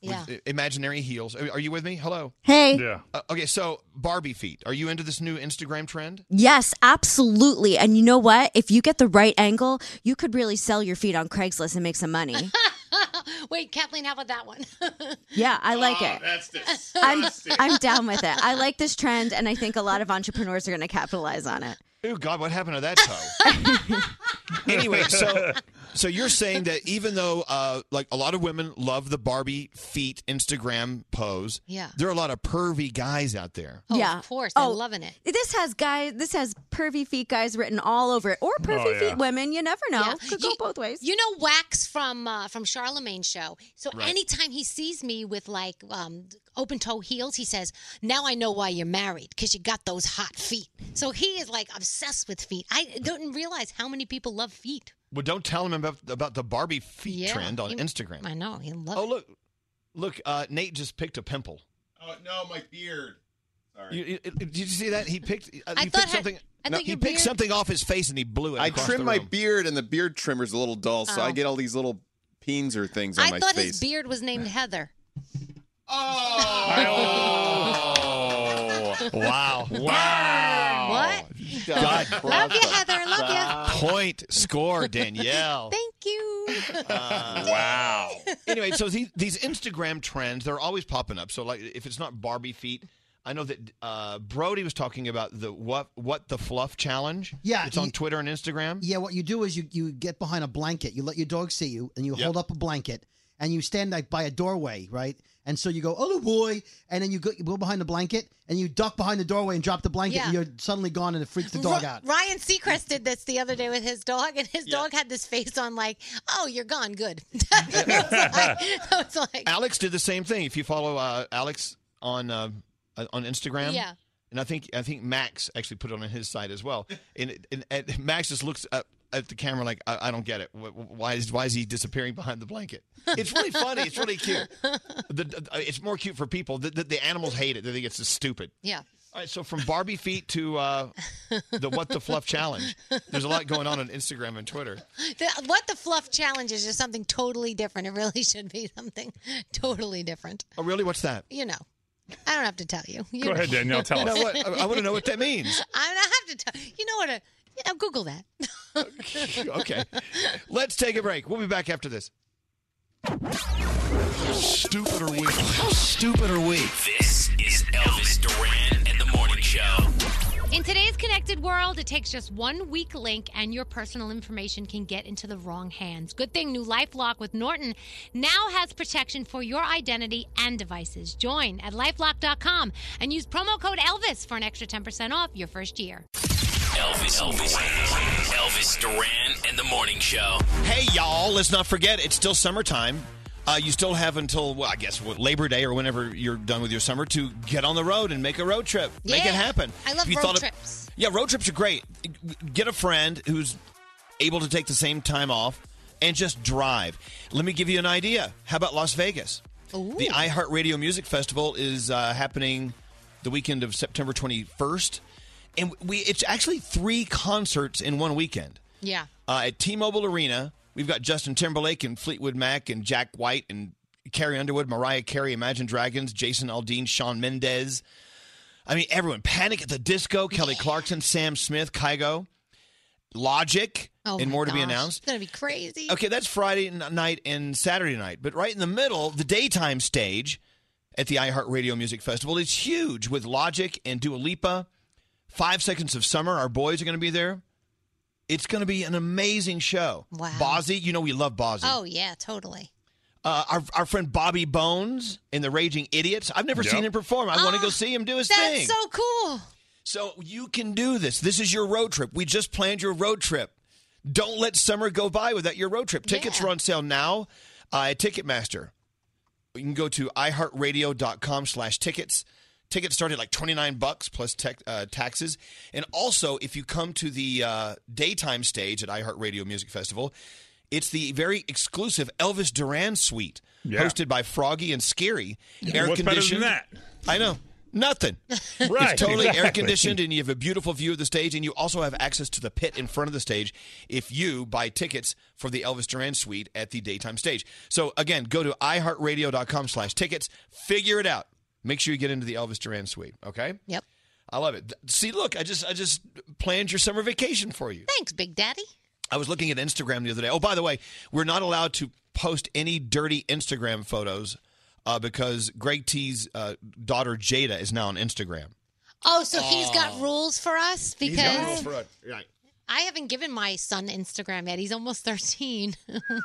Speaker 9: Yeah.
Speaker 5: With uh, imaginary heels. Are are you with me? Hello.
Speaker 18: Hey. Yeah.
Speaker 5: Uh, okay, so Barbie feet. Are you into this new Instagram trend?
Speaker 18: Yes, absolutely. And you know what? If you get the right angle, you could really sell your feet on Craigslist and make some money.
Speaker 9: Wait, Kathleen, how about that one?
Speaker 18: Yeah, I like
Speaker 5: Oh,
Speaker 18: it.
Speaker 19: That's this.
Speaker 18: I'm I'm down with it. I like this trend and I think a lot of entrepreneurs are going to capitalize on it.
Speaker 5: Oh God, what happened to that toe? anyway, so so you're saying that even though uh, like a lot of women love the Barbie feet Instagram pose,
Speaker 9: Yeah.
Speaker 5: there are a lot of pervy guys out there.
Speaker 18: yeah.
Speaker 9: Of course,
Speaker 18: Oh.
Speaker 9: I'm loving it.
Speaker 18: This has guy this has pervy feet guys written all over it or pervy
Speaker 5: yeah.
Speaker 18: feet women, you never know.
Speaker 9: Yeah.
Speaker 18: Could go both ways.
Speaker 9: You know Wax from uh, from Charlemagne show. So
Speaker 18: Right.
Speaker 9: anytime he sees me with like um, open toe heels, he says, "Now I know why you're married because you got those hot feet." So he is like obsessed with feet. I don't realize how many people love feet.
Speaker 5: Well, don't tell them about about the Barbie feet
Speaker 9: Yeah,
Speaker 5: trend on
Speaker 9: you-
Speaker 5: Instagram.
Speaker 9: I know. He loves.
Speaker 5: Oh look, look, uh, Nate just picked a pimple.
Speaker 10: Oh, no, my beard.
Speaker 5: You, you- did you see that? He picked. Uh,
Speaker 10: I
Speaker 5: he
Speaker 10: thought
Speaker 5: picked
Speaker 10: I-
Speaker 5: something.
Speaker 10: I
Speaker 5: no,
Speaker 10: thought
Speaker 5: he
Speaker 10: your
Speaker 5: picked
Speaker 10: beard-
Speaker 5: something off his face and he blew it.
Speaker 10: I
Speaker 5: across
Speaker 10: trim
Speaker 5: the
Speaker 10: my
Speaker 5: room.
Speaker 10: beard, and the beard trimmer's a little dull, so
Speaker 9: Oh.
Speaker 10: I get all these little pinzer things on
Speaker 9: I
Speaker 10: my
Speaker 9: thought
Speaker 10: face.
Speaker 9: his beard was named Heather.
Speaker 10: oh,
Speaker 5: wow!
Speaker 10: Wow!
Speaker 9: What?
Speaker 5: God,
Speaker 9: Love you, Heather. Love you.
Speaker 5: Point score, Danielle.
Speaker 9: Thank you.
Speaker 5: wow. Uh, anyway, so these, these Instagram trends, they're always popping up. So, like, if it's not Barbie feet, I know that uh, Brody was talking about the what what the fluff challenge.
Speaker 20: Yeah,
Speaker 5: it's on
Speaker 20: you-
Speaker 5: Twitter and Instagram.
Speaker 20: Yeah, what you do is you, you get behind a blanket. You let your dog see you, and you hold up a blanket, and you stand like by a doorway, right? And so you go, oh boy, and then you go, you go behind the blanket, and you duck behind the doorway and drop the blanket, and
Speaker 9: Yeah.
Speaker 20: you're suddenly gone, and it freaks the dog
Speaker 9: Ri-
Speaker 20: out.
Speaker 9: Ryan Seacrest did this the other day with his dog, and his
Speaker 20: Yeah.
Speaker 9: dog had this face on like, "Oh, you're gone, good." it's like,
Speaker 5: Alex did the same thing. If you follow uh, Alex on uh, on Instagram,
Speaker 9: Yeah.
Speaker 5: and I think I think Max actually put it on his site as well. And, it- and, and Max just looks up at the camera like, I, I don't get it. Wh- wh- Why is why is he disappearing behind the blanket? It's really funny. It's really cute. The, the- it's more cute for people. The, the, the animals hate it. They think it's just stupid.
Speaker 9: yeah.
Speaker 5: All right, so from Barbie feet to uh, the What the Fluff challenge, there's a lot going on on Instagram and Twitter.
Speaker 9: The, what the fluff challenge is just something totally different. It really should be something totally different.
Speaker 5: Oh, really? What's that?
Speaker 9: You know, I don't have to tell you. you know.
Speaker 5: No, what? I, I want to know what that means.
Speaker 9: I don't have to tell. You know what? A, you know, Google that.
Speaker 5: okay. Let's take a break. We'll be back after this. Stupid or weak? How stupid are we?
Speaker 4: This is Elvis Duran and the Morning Show.
Speaker 9: In today's connected world, it takes just one weak link and your personal information can get into the wrong hands. Good thing new LifeLock with Norton now has protection for your identity and devices. Join at lifelock.com and use promo code Elvis for an extra 10% off your first year.
Speaker 4: Elvis, Elvis, Elvis Duran and the Morning Show.
Speaker 5: Hey, y'all, let's not forget it's still summertime. Uh, you still have until, well, I guess, what, Labor Day or whenever you're done with your summer to get on the road and make a road trip. Make
Speaker 9: Yeah.
Speaker 5: it happen.
Speaker 9: I love
Speaker 5: If you
Speaker 9: road
Speaker 5: thought of-
Speaker 9: trips.
Speaker 5: yeah, road trips are great. Get a friend who's able to take the same time off and just drive. Let me give you an idea. How about Las Vegas? The iHeartRadio Music Festival is uh, happening the weekend of September 21st, and we it's actually three concerts in one weekend.
Speaker 9: Yeah.
Speaker 5: Uh, at T-Mobile Arena, we've got Justin Timberlake and Fleetwood Mac and Jack White and Carrie Underwood, Mariah Carey, Imagine Dragons, Jason Aldean, Sean Mendez. I mean, everyone. Panic at the Disco, Kelly Clarkson, Sam Smith, Kygo, Logic,
Speaker 9: Oh
Speaker 5: and
Speaker 9: my
Speaker 5: more to be
Speaker 9: gosh.
Speaker 5: announced.
Speaker 9: It's gonna be crazy.
Speaker 5: Okay, that's Friday n- night and Saturday night. But right in the middle, the daytime stage at the iHeartRadio Music Festival is huge with Logic and Dua Lipa. Five Seconds of Summer, our boys are going to be there. It's going to be an amazing show. Wow. Bozzy, you know we love Bozzy.
Speaker 9: Oh yeah, totally.
Speaker 5: Uh, our, our friend Bobby Bones in The Raging Idiots. I've never
Speaker 9: Yep.
Speaker 5: seen him perform. I want to go see him do his
Speaker 9: Ah, That's
Speaker 5: thing.
Speaker 9: so cool.
Speaker 5: So you can do this. This is your road trip. We just planned your road trip. Don't let summer go by without your road trip. Tickets are on sale now uh, at Ticketmaster. You can go to iHeartRadio.com slash tickets. Tickets start at like 29 bucks plus tech, uh, taxes. And also, if you come to the uh, daytime stage at iHeartRadio Music Festival, it's the very exclusive Elvis Duran suite hosted by Froggy and Scary.
Speaker 11: Yeah. What's better than that?
Speaker 5: I know. Nothing.
Speaker 11: Right,
Speaker 5: It's totally air
Speaker 11: exactly.
Speaker 5: conditioned and you have a beautiful view of the stage and you also have access to the pit in front of the stage if you buy tickets for the Elvis Duran suite at the daytime stage. So again, go to iHeartRadio.com slash tickets, figure it out. Make sure you get into the Elvis Duran suite, okay?
Speaker 9: Yep.
Speaker 5: I love it. Th- See, look, I just I just planned your summer vacation for you.
Speaker 9: Thanks, Big Daddy.
Speaker 5: I was looking at Instagram the other day. Oh, by the way, we're not allowed to post any dirty Instagram photos uh, because Greg T's uh, daughter Jada is now on Instagram.
Speaker 9: Oh, so he's got rules for us because
Speaker 5: right.
Speaker 9: I haven't given my son Instagram yet. He's almost thirteen.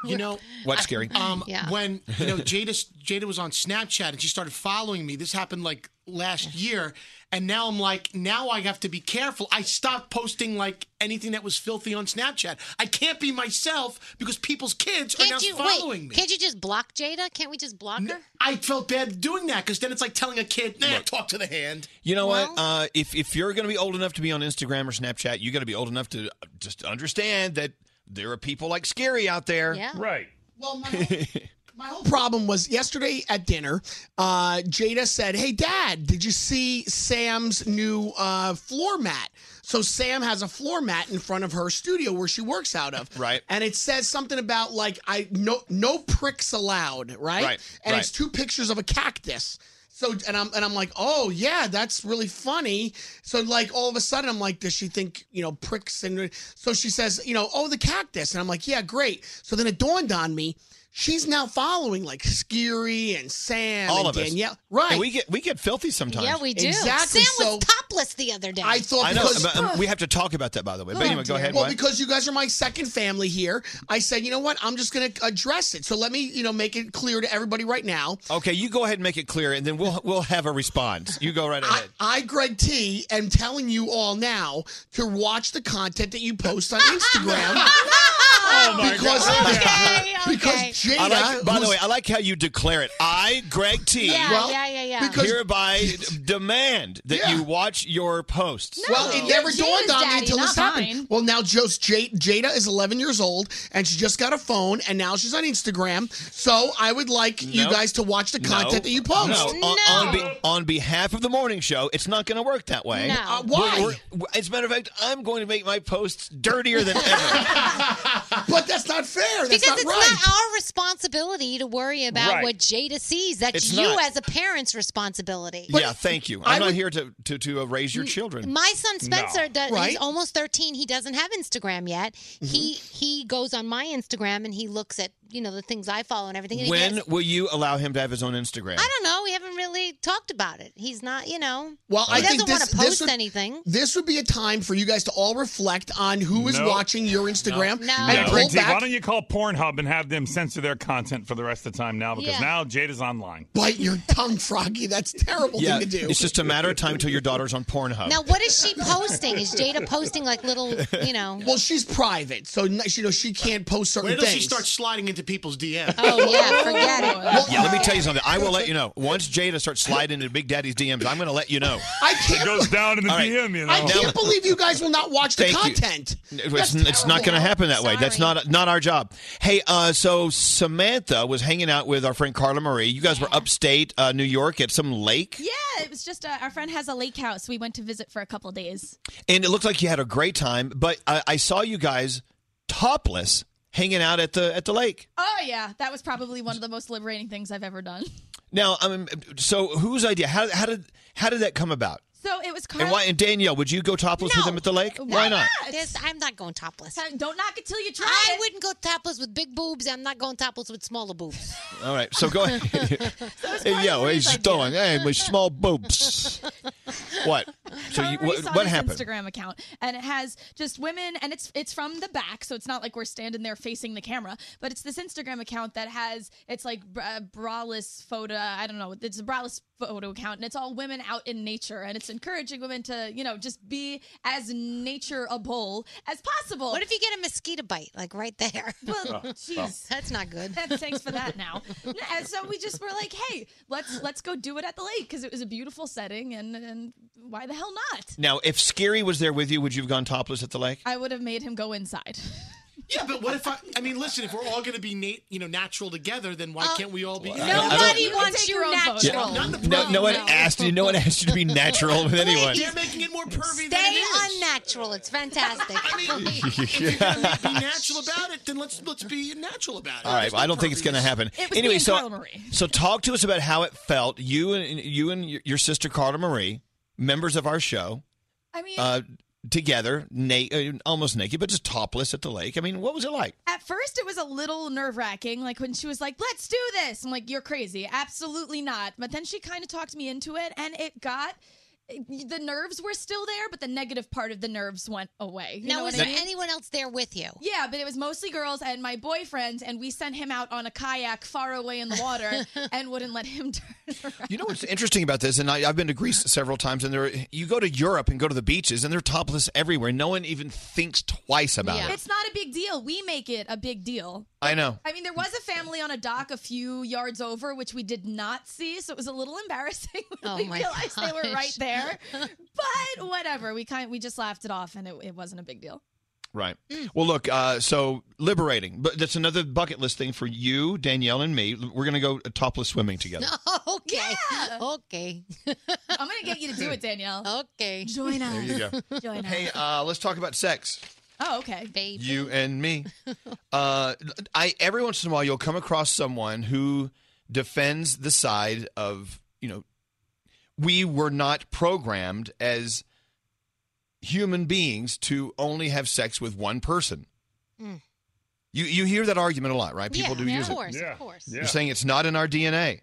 Speaker 10: You know
Speaker 5: What's scary?
Speaker 10: Um,
Speaker 9: Yeah.
Speaker 10: when you know Jada Jada was on Snapchat and she started following me. This happened like last year, and now I'm like, now I have to be careful. I stopped posting like anything that was filthy on Snapchat. I can't be myself because people's kids are now
Speaker 9: can't you
Speaker 10: following
Speaker 9: wait?
Speaker 10: me.
Speaker 9: Can't you just block Jada? Can't we just block her?
Speaker 10: I felt bad doing that because then it's like telling a kid, nah, talk to the hand.
Speaker 5: You know what? Uh, if if you're going to be old enough to be on Instagram or Snapchat, you got to be old enough to uh, just understand that there are people like Scary out there.
Speaker 9: Yeah.
Speaker 5: Right.
Speaker 12: Well, my my whole problem was yesterday at dinner. Uh, Jada said, "Hey, Dad, did you see Sam's new uh, floor mat?" So Sam has a floor mat in front of her studio where she works out of,
Speaker 5: Right.
Speaker 12: And it says something about like I no no pricks allowed, right?
Speaker 5: Right,
Speaker 12: And
Speaker 5: right.
Speaker 12: it's two pictures of a cactus. So and I'm and I'm like, oh yeah, that's really funny. So like all of a sudden I'm like, does she think you know pricks and so she says you know oh the cactus and I'm like yeah great. So then it dawned on me, she's now following like Skiri and Sam
Speaker 5: All
Speaker 12: and
Speaker 5: of us.
Speaker 12: Danielle right.
Speaker 5: And we get we get filthy sometimes.
Speaker 9: Yeah, we do.
Speaker 12: Exactly,
Speaker 9: Sam
Speaker 12: so-
Speaker 9: was topless the other day. I
Speaker 12: thought
Speaker 5: I know. but, um, we have to talk about that, by the way.
Speaker 9: Oh,
Speaker 5: But anyway, go ahead.
Speaker 12: Well,
Speaker 5: Wyatt.
Speaker 12: because you guys are my second family here, I said, you know what? I'm just going to address it. So let me, you know, make it clear to everybody right now.
Speaker 5: okay, you go ahead and make it clear, and then we'll we'll have a response. You go right ahead.
Speaker 12: I, Greg T, am telling you all now to watch the content that you post on Instagram.
Speaker 9: oh
Speaker 5: my
Speaker 12: because
Speaker 5: God.
Speaker 12: because Jada,
Speaker 5: I like, by the
Speaker 12: who's-
Speaker 5: way, I like how you declare it. I, Greg T,
Speaker 9: Yeah, Well, yeah, yeah, yeah. because-
Speaker 5: hereby d- demand that you watch your posts.
Speaker 12: Well, it never dawned on me until this happened. Well, now Joe's Jade, Jada is 11 years old, and she just got a phone, and now she's on Instagram. So I would like you
Speaker 5: Nope.
Speaker 12: guys to watch the
Speaker 5: No.
Speaker 12: content that you post.
Speaker 5: No, On, on, be, on behalf of the morning show, it's not going to work that way.
Speaker 12: No. Uh, why?
Speaker 5: We're- we're- as a matter of fact, I'm going to make my posts dirtier than ever.
Speaker 12: but that's not fair. That's
Speaker 9: because
Speaker 12: not
Speaker 9: it's
Speaker 12: right.
Speaker 9: not our responsibility to worry about
Speaker 5: Right.
Speaker 9: what Jada sees. That's
Speaker 5: It's
Speaker 9: you
Speaker 5: not.
Speaker 9: as a parent's responsibility.
Speaker 5: yeah, thank you. I'm
Speaker 9: I
Speaker 5: not
Speaker 9: would-
Speaker 5: here to to, to uh, raise your children.
Speaker 9: My son Spencer does.
Speaker 5: Right?
Speaker 9: He's almost thirteen. He doesn't have Instagram yet.
Speaker 12: Mm-hmm.
Speaker 9: He he goes on my Instagram and he looks at you know the things I follow and everything. And he
Speaker 5: When
Speaker 9: gets-
Speaker 5: will you allow him to have his own Instagram?
Speaker 9: I don't know. We haven't really talked about it. He's not. You know.
Speaker 12: Well,
Speaker 9: he
Speaker 12: I
Speaker 9: doesn't
Speaker 12: think
Speaker 9: want
Speaker 12: this-
Speaker 9: to
Speaker 12: this
Speaker 9: post
Speaker 12: would-
Speaker 9: anything.
Speaker 12: This would be a time for you guys to all reflect on who is
Speaker 11: Nope.
Speaker 12: watching your Instagram
Speaker 9: No.
Speaker 11: Yeah,
Speaker 12: and
Speaker 11: Greg
Speaker 12: pull
Speaker 11: T, why
Speaker 12: back.
Speaker 11: don't you call Pornhub and have them censor their content for the rest of the time now? Because
Speaker 12: Yeah.
Speaker 11: now Jada's online.
Speaker 12: Bite your tongue, Froggy. That's a terrible
Speaker 5: Yeah,
Speaker 12: thing to do.
Speaker 5: it's just uh, a matter of time until your daughter's on Pornhub.
Speaker 9: Now, what is she posting? Is Jada posting like little, you know?
Speaker 12: Well, she's private, so n- you know she can't post certain
Speaker 10: Where
Speaker 12: things.
Speaker 10: does she start sliding into
Speaker 12: into people's DMs.
Speaker 9: Oh yeah, forget it.
Speaker 5: Yeah, let me tell you something. I will let you know. Once Jada starts sliding into Big Daddy's DMs, I'm going to let you know.
Speaker 21: I can't.
Speaker 5: It goes down in the DM, you know.
Speaker 21: I can't believe you guys will not watch the
Speaker 5: Thank you.
Speaker 21: content.
Speaker 5: It's, it's not going to happen that way. That's not not our job. Hey, uh, so Samantha was hanging out with our friend Carla Marie. You guys were upstate uh, New York at some lake,
Speaker 7: Yeah, it was just uh, our friend has a lake house. We went to visit for a couple days.
Speaker 5: and it looked like you had a great time. But I, I saw you guys topless hanging out at the at the lake.
Speaker 7: Oh yeah, that was probably one of the most liberating things I've ever done.
Speaker 5: Now, I mean, so whose idea? How, how did how did that come about?
Speaker 7: So it was Carla.
Speaker 5: And why? And Danielle, would you go topless with them at the lake? Why not?
Speaker 9: This, I'm not going topless.
Speaker 7: Don't knock it till you try
Speaker 9: I wouldn't go topless with big boobs. I'm not going topless with smaller boobs.
Speaker 5: All right, so go ahead. hey, yo, hey, she's throwing. Hey, my small boobs. what? So you,
Speaker 7: Marie
Speaker 5: what,
Speaker 7: saw
Speaker 5: what
Speaker 7: this
Speaker 5: happened?
Speaker 7: Instagram account, and it has just women, and it's it's from the back, so it's not like we're standing there facing the camera. But it's this Instagram account that has it's like bra- braless photo. I don't know. It's a braless photo account, and it's all women out in nature, and it's encouraging women to you know just be as natureable as possible.
Speaker 9: What if you get a mosquito bite, like right there?
Speaker 7: Well, jeez.
Speaker 9: that's not good.
Speaker 7: Thanks for that. Now, and so we just were like, "Hey, let's let's go do it at the lake because it was a beautiful setting, and and why the hell not?"
Speaker 5: Now, if Scary was there with you, would you have gone topless at the lake?
Speaker 7: I would have made him go inside.
Speaker 12: Yeah, but what if I? I mean, listen, if we're all going to be na- you know natural together, then why can't we all be?
Speaker 5: I don't- I don't- Nobody
Speaker 9: Uh, wants you
Speaker 12: I'm not the
Speaker 5: No,
Speaker 12: problem.
Speaker 5: no one asked you. No one asked you to be natural with anyone.
Speaker 12: You're making it more pervy than it
Speaker 9: Stay
Speaker 12: is.
Speaker 9: unnatural. It's fantastic.
Speaker 12: if you're gonna be natural about it, then let's let's be natural about it.
Speaker 5: All right, well, I don't think it's going to happen.
Speaker 12: It was me
Speaker 5: anyway,
Speaker 12: and
Speaker 5: so
Speaker 12: Carla Marie.
Speaker 5: so talk to us about how it felt. You and you and your- your sister Carla Marie, members of our show.
Speaker 7: I mean-
Speaker 5: uh, together, na- uh, almost naked, but just topless at the lake. I mean, what was it like?
Speaker 7: At first, it was a little nerve wracking. Like when she was like, let's do this. I'm like, you're crazy. Absolutely not. But then she kind of talked me into it, and it got. The nerves were still there, but the negative part of the nerves went away. You
Speaker 9: now,
Speaker 7: know
Speaker 9: was
Speaker 7: what I
Speaker 9: there
Speaker 7: mean?
Speaker 9: anyone else there with you?
Speaker 7: Yeah, but it was mostly girls and my boyfriend, and we sent him out on a kayak far away in the water and wouldn't let him turn.
Speaker 5: You know what's interesting about this, and I, I've been to Greece several times, and there you go to Europe and go to the beaches, and they're topless everywhere. No one even thinks twice about it.
Speaker 7: It's not a big deal. We make it a big deal.
Speaker 5: I know.
Speaker 7: I mean, there was a family on a dock a few yards over, which we did not see, so it was a little embarrassing. when
Speaker 9: Oh,
Speaker 7: we
Speaker 9: my
Speaker 7: realized they were right
Speaker 9: gosh.
Speaker 7: there, but whatever. We kind we just laughed it off, and it, it wasn't a big deal.
Speaker 5: Right.
Speaker 7: Mm.
Speaker 5: Well, look. Uh, so liberating, but that's another bucket list thing for you, Danielle, and me. We're gonna go topless swimming together.
Speaker 9: Okay. Okay.
Speaker 7: I'm gonna get you to do it, Danielle.
Speaker 9: Okay.
Speaker 7: Join us.
Speaker 5: There you go.
Speaker 7: Join us.
Speaker 5: Hey, uh, let's talk about sex.
Speaker 7: Oh, okay.
Speaker 9: Baby.
Speaker 5: You and me. Uh, I every once in a while you'll come across someone who defends the side of you know we were not programmed as human beings to only have sex with one person.
Speaker 9: Mm.
Speaker 5: You you hear that argument a lot, right? People do
Speaker 9: yeah, of
Speaker 5: use
Speaker 9: course,
Speaker 5: it.
Speaker 9: Of course,
Speaker 5: You're saying it's not in our DNA.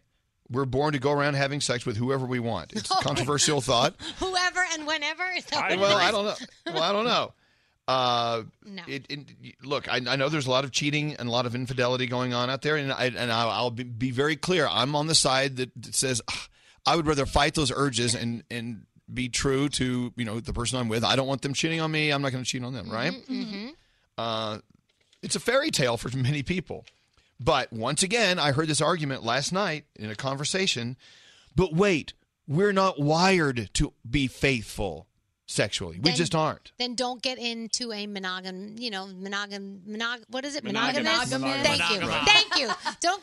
Speaker 5: We're born to go around having sex with whoever we want. It's a
Speaker 9: No.
Speaker 5: controversial thought.
Speaker 9: Whoever and whenever. Is that what it
Speaker 5: well,
Speaker 9: is?
Speaker 5: I don't know. Well, I don't know. Uh,
Speaker 9: No.
Speaker 5: it, it- look, I, I know there's a lot of cheating and a lot of infidelity going on out there, and I and I'll, I'll be, be very clear. I'm on the side that, that says "Ugh, I would rather fight those urges and and be true to you know the person I'm with. I don't want them cheating on me. I'm not going to cheat on them. Right?
Speaker 9: Mm-hmm.
Speaker 5: Uh, it's a fairy tale for many people. But once again, I heard this argument last night in a conversation. But wait, we're not wired to be faithful sexually. We
Speaker 9: Then-
Speaker 5: just aren't.
Speaker 9: Then don't get into a monogam, you know, monogam, monog, what is it?
Speaker 5: Monogamous.
Speaker 9: Monogamous.
Speaker 5: Monogamous.
Speaker 9: Thank you.
Speaker 5: Monogamous.
Speaker 9: Thank you. Don't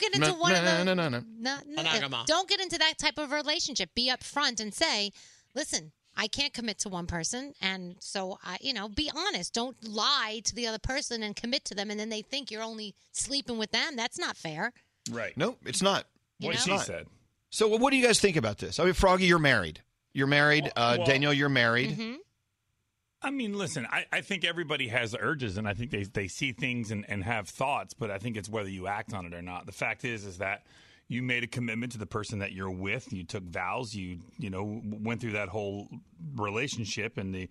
Speaker 9: get into
Speaker 5: No,
Speaker 9: one
Speaker 5: no,
Speaker 9: of the
Speaker 5: no, no, no, no.
Speaker 9: No, no, no.
Speaker 5: Monogama.
Speaker 9: Don't get into that type of relationship. Be upfront and say, listen, I can't commit to one person. And so, I, you know, be honest. Don't lie to the other person and commit to them. And then they think you're only sleeping with them. That's not fair.
Speaker 5: Right. No, it's not.
Speaker 9: You What
Speaker 5: It's
Speaker 9: she
Speaker 5: not.
Speaker 9: said.
Speaker 5: So, what do you guys think about this? I mean, Froggy, you're married. You're married. uh,
Speaker 11: well-
Speaker 5: Daniel, you're married.
Speaker 11: Mm-hmm. I mean, listen, I, I think everybody has urges and I think they, they see things and, and have thoughts, but I think it's whether you act on it or not. The fact is, is that you made a commitment to the person that you're with. You took vows. You, you know, w- went through that whole relationship and the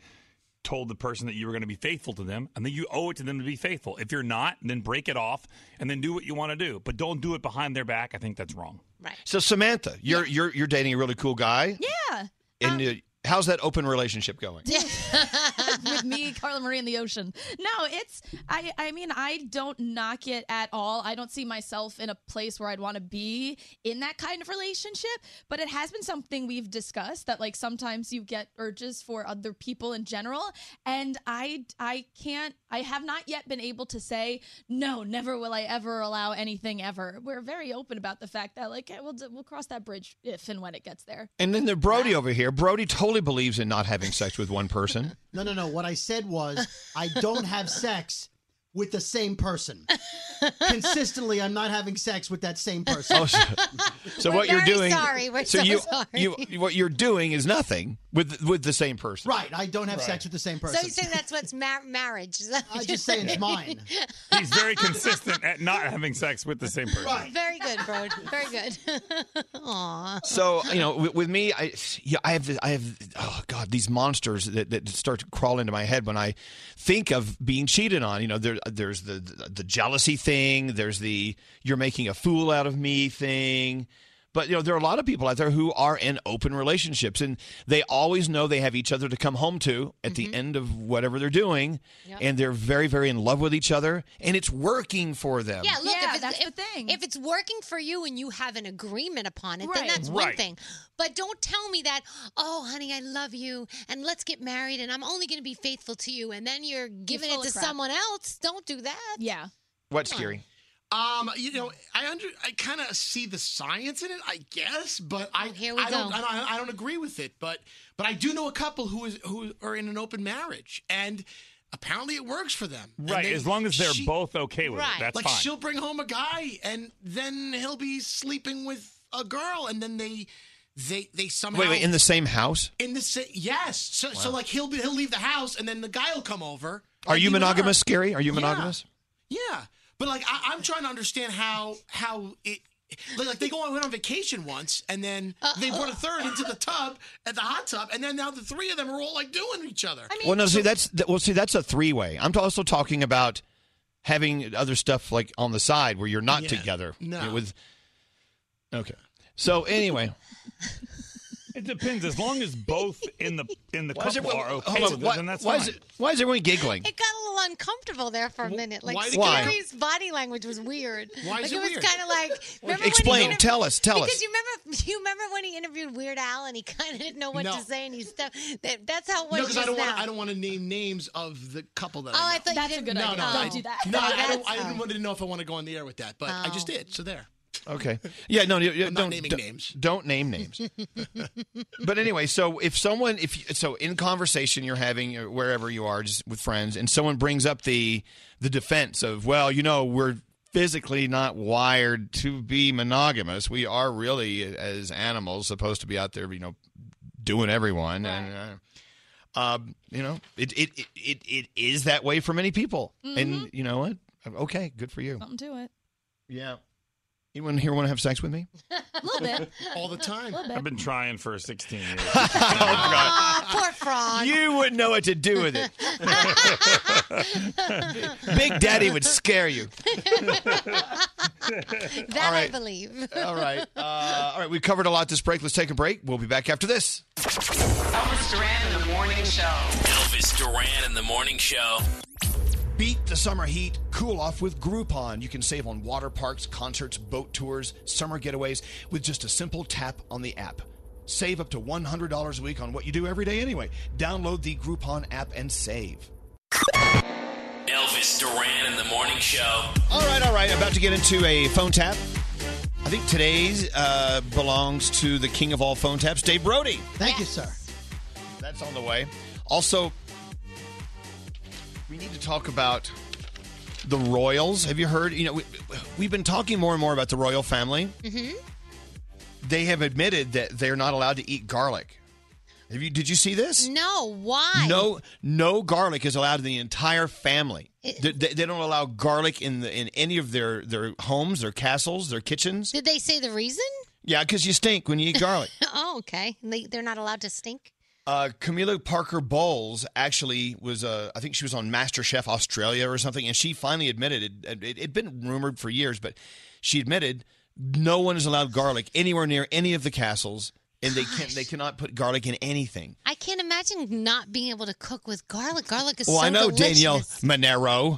Speaker 11: told the person that you were going to be faithful to them and then you owe it to them to be faithful. If you're not, then break it off and then do what you want to do, but don't do it behind their back. I think that's wrong.
Speaker 9: Right.
Speaker 5: So, Samantha, you're you're you're dating a really cool guy.
Speaker 7: Yeah.
Speaker 5: And uh, how's that open relationship going?
Speaker 9: Yeah.
Speaker 7: with me, Carla Marie, and the ocean. No, it's I. I mean, I don't knock it at all. I don't see myself in a place where I'd want to be in that kind of relationship. But it has been something we've discussed that like sometimes you get urges for other people in general, and I I can't. I have not yet been able to say no. Never will I ever allow anything ever. We're very open about the fact that like eh, we'll we'll cross that bridge if and when it gets there.
Speaker 5: And then there's Brody over here. Brody totally believes in not having sex with one person.
Speaker 20: No, no, no. What I said was I don't have sex with the same person. Consistently, I'm not having sex with that same person.
Speaker 5: Oh, so- So what you're doing? so, you, you what you're doing is nothing with with the same person.
Speaker 20: right. I don't have sex with the same person.
Speaker 9: So you say that's what's mar- marriage? Is that
Speaker 20: I just say it's mine.
Speaker 11: He's very consistent at not having sex with the same person.
Speaker 9: Very good, bro. Very good. Aw.
Speaker 5: So you know, with, with me, I yeah, I have I have oh god, these monsters that, that start to crawl into my head when I think of being cheated on. You know, there there's the the jealousy thing, there's the you're making a fool out of me thing. But you know, there are a lot of people out there who are in open relationships, and they always know they have each other to come home to at the end of whatever they're doing,
Speaker 9: Mm-hmm. Yep.
Speaker 5: and they're very very in love with each other, and it's working for them.
Speaker 9: Yeah, look, if, it's, if, if it's working for you and you have an agreement upon it, then
Speaker 5: Right.
Speaker 9: that's one
Speaker 5: Right.
Speaker 9: thing. But don't tell me that, oh, honey, I love you and let's get married and I'm only going to be faithful to you. And then you're giving
Speaker 7: full
Speaker 9: it
Speaker 7: of
Speaker 9: to
Speaker 7: crap.
Speaker 9: someone else. Don't do that.
Speaker 7: Yeah.
Speaker 5: What's scary?
Speaker 12: Um, you know, I under I kind of see the science in it, I guess, but I
Speaker 9: here we
Speaker 12: I don't
Speaker 9: go.
Speaker 12: I, don't- I don't agree with it, but but I do know a couple who is who are in an open marriage and apparently it works for them. And
Speaker 11: Right,
Speaker 12: they-
Speaker 11: as long as they're
Speaker 12: she-
Speaker 11: both okay with it, that's
Speaker 12: like
Speaker 11: fine.
Speaker 12: she'll bring home a guy and then he'll be sleeping with a girl and then they they they somehow
Speaker 5: Wait, wait, in the same house?
Speaker 12: in the sa- yes. So so
Speaker 5: Wow.
Speaker 12: like he'll be he'll leave the house and then the guy will come over.
Speaker 5: Are
Speaker 12: and
Speaker 5: you
Speaker 12: be with her.
Speaker 5: monogamous, Scary? Are you
Speaker 12: Yeah.
Speaker 5: monogamous?
Speaker 12: Yeah, but like I, I'm trying to understand how how it like, like they go on went on vacation once and then
Speaker 9: Uh,
Speaker 12: they brought a third into the tub at the hot tub and then now the three of them are all like doing each other. I
Speaker 5: well, no, see that's that, well, see that's a three way. I'm t- also talking about having other stuff like on the side where you're not
Speaker 12: Yeah.
Speaker 5: together. you know,
Speaker 12: No.
Speaker 5: with okay. So anyway,
Speaker 11: It depends. As long as both in the in the
Speaker 5: Why is
Speaker 11: couple
Speaker 5: it-
Speaker 11: are
Speaker 5: hold
Speaker 11: okay
Speaker 5: on,
Speaker 11: with
Speaker 5: why-
Speaker 11: it, then that's
Speaker 5: why
Speaker 11: fine.
Speaker 5: is it- why is everyone giggling?
Speaker 9: It got a little uncomfortable there for a minute. Like
Speaker 5: why did it get-
Speaker 9: Scary's body language was weird.
Speaker 5: Why is
Speaker 9: like
Speaker 5: it
Speaker 9: was
Speaker 5: weird?
Speaker 9: kind of like remember when he
Speaker 5: Explain.
Speaker 9: interv-
Speaker 5: Tell us, tell
Speaker 9: because
Speaker 5: us.
Speaker 9: you remember you remember when he interviewed Weird Al and he kind of didn't know what
Speaker 12: No.
Speaker 9: to say and he stuff. That, that's how it
Speaker 12: No,
Speaker 9: was.
Speaker 12: because I
Speaker 9: just
Speaker 12: don't
Speaker 9: now.
Speaker 12: want I don't want to name names of the couple that
Speaker 9: Oh, I
Speaker 12: I know.
Speaker 9: thought you That's a didn't- good
Speaker 12: no,
Speaker 9: idea.
Speaker 12: No,
Speaker 9: Don't
Speaker 12: I-
Speaker 9: do that.
Speaker 12: No, I,
Speaker 9: That's-
Speaker 12: don't, I
Speaker 9: oh.
Speaker 12: didn't want to know if I want to go on the air with that, but I just did. So there.
Speaker 5: okay, yeah, no, you- you
Speaker 12: I'm not
Speaker 5: don't
Speaker 12: naming
Speaker 5: don't-
Speaker 12: names.
Speaker 5: Don't name names. but anyway, so if someone, if you- so, in conversation you're having or wherever you are, just with friends, and someone brings up the the defense of, well, you know, we're physically not wired to be monogamous. We are really, uh, as animals, supposed to be out there, you know, doing everyone, and uh, um, you know, it it, it it it is that way for many people, and you know what? Okay, good for you.
Speaker 7: Something to it.
Speaker 5: Yeah. Anyone here want to have sex with me?
Speaker 7: A little bit.
Speaker 12: All the time.
Speaker 7: Little bit.
Speaker 11: I've been trying for 16 years.
Speaker 9: poor frog.
Speaker 5: You wouldn't know what to do with it. Big Daddy would scare you.
Speaker 9: that
Speaker 5: All right.
Speaker 9: I believe.
Speaker 5: All right. Uh, all right. We covered a lot this break. Let's take a break. We'll be back after this.
Speaker 3: Elvis Duran in the morning show.
Speaker 4: Elvis Duran in the morning show.
Speaker 5: Beat the summer heat. Cool off with Groupon. You can save on water parks, concerts, boat tours, summer getaways with just a simple tap on the app. Save up to $100 a week on what you do every day anyway. Download the Groupon app and save.
Speaker 4: Elvis Duran in the morning show.
Speaker 5: All right, all right. About to get into a phone tap. I think today's uh, belongs to the king of all phone taps, Dave Brody.
Speaker 20: Thank you, sir.
Speaker 5: That's on the way. Also, we need to talk about the Royals. Have you heard? You know, we, we've been talking more and more about the royal family.
Speaker 9: Mm-hmm.
Speaker 5: They have admitted that they're not allowed to eat garlic. Have you? Did you see this?
Speaker 9: No, why?
Speaker 5: No, no garlic is allowed in the entire family. They, they- they don't allow garlic in the, in any of their their homes, their castles, their kitchens.
Speaker 9: Did they say the reason?
Speaker 5: Yeah, because you stink when you eat garlic.
Speaker 9: Oh, okay. And They, they're not allowed to stink.
Speaker 5: Uh, Camila Parker Bowles actually was, uh, I think she was on MasterChef Australia or something, and she finally admitted it. It had been rumored for years, but she admitted no one is allowed garlic anywhere near any of the castles and they can they cannot put garlic in anything.
Speaker 9: I can't imagine not being able to cook with garlic. Garlic is
Speaker 5: well,
Speaker 9: so
Speaker 5: I know
Speaker 9: delicious.
Speaker 5: Danielle Monero.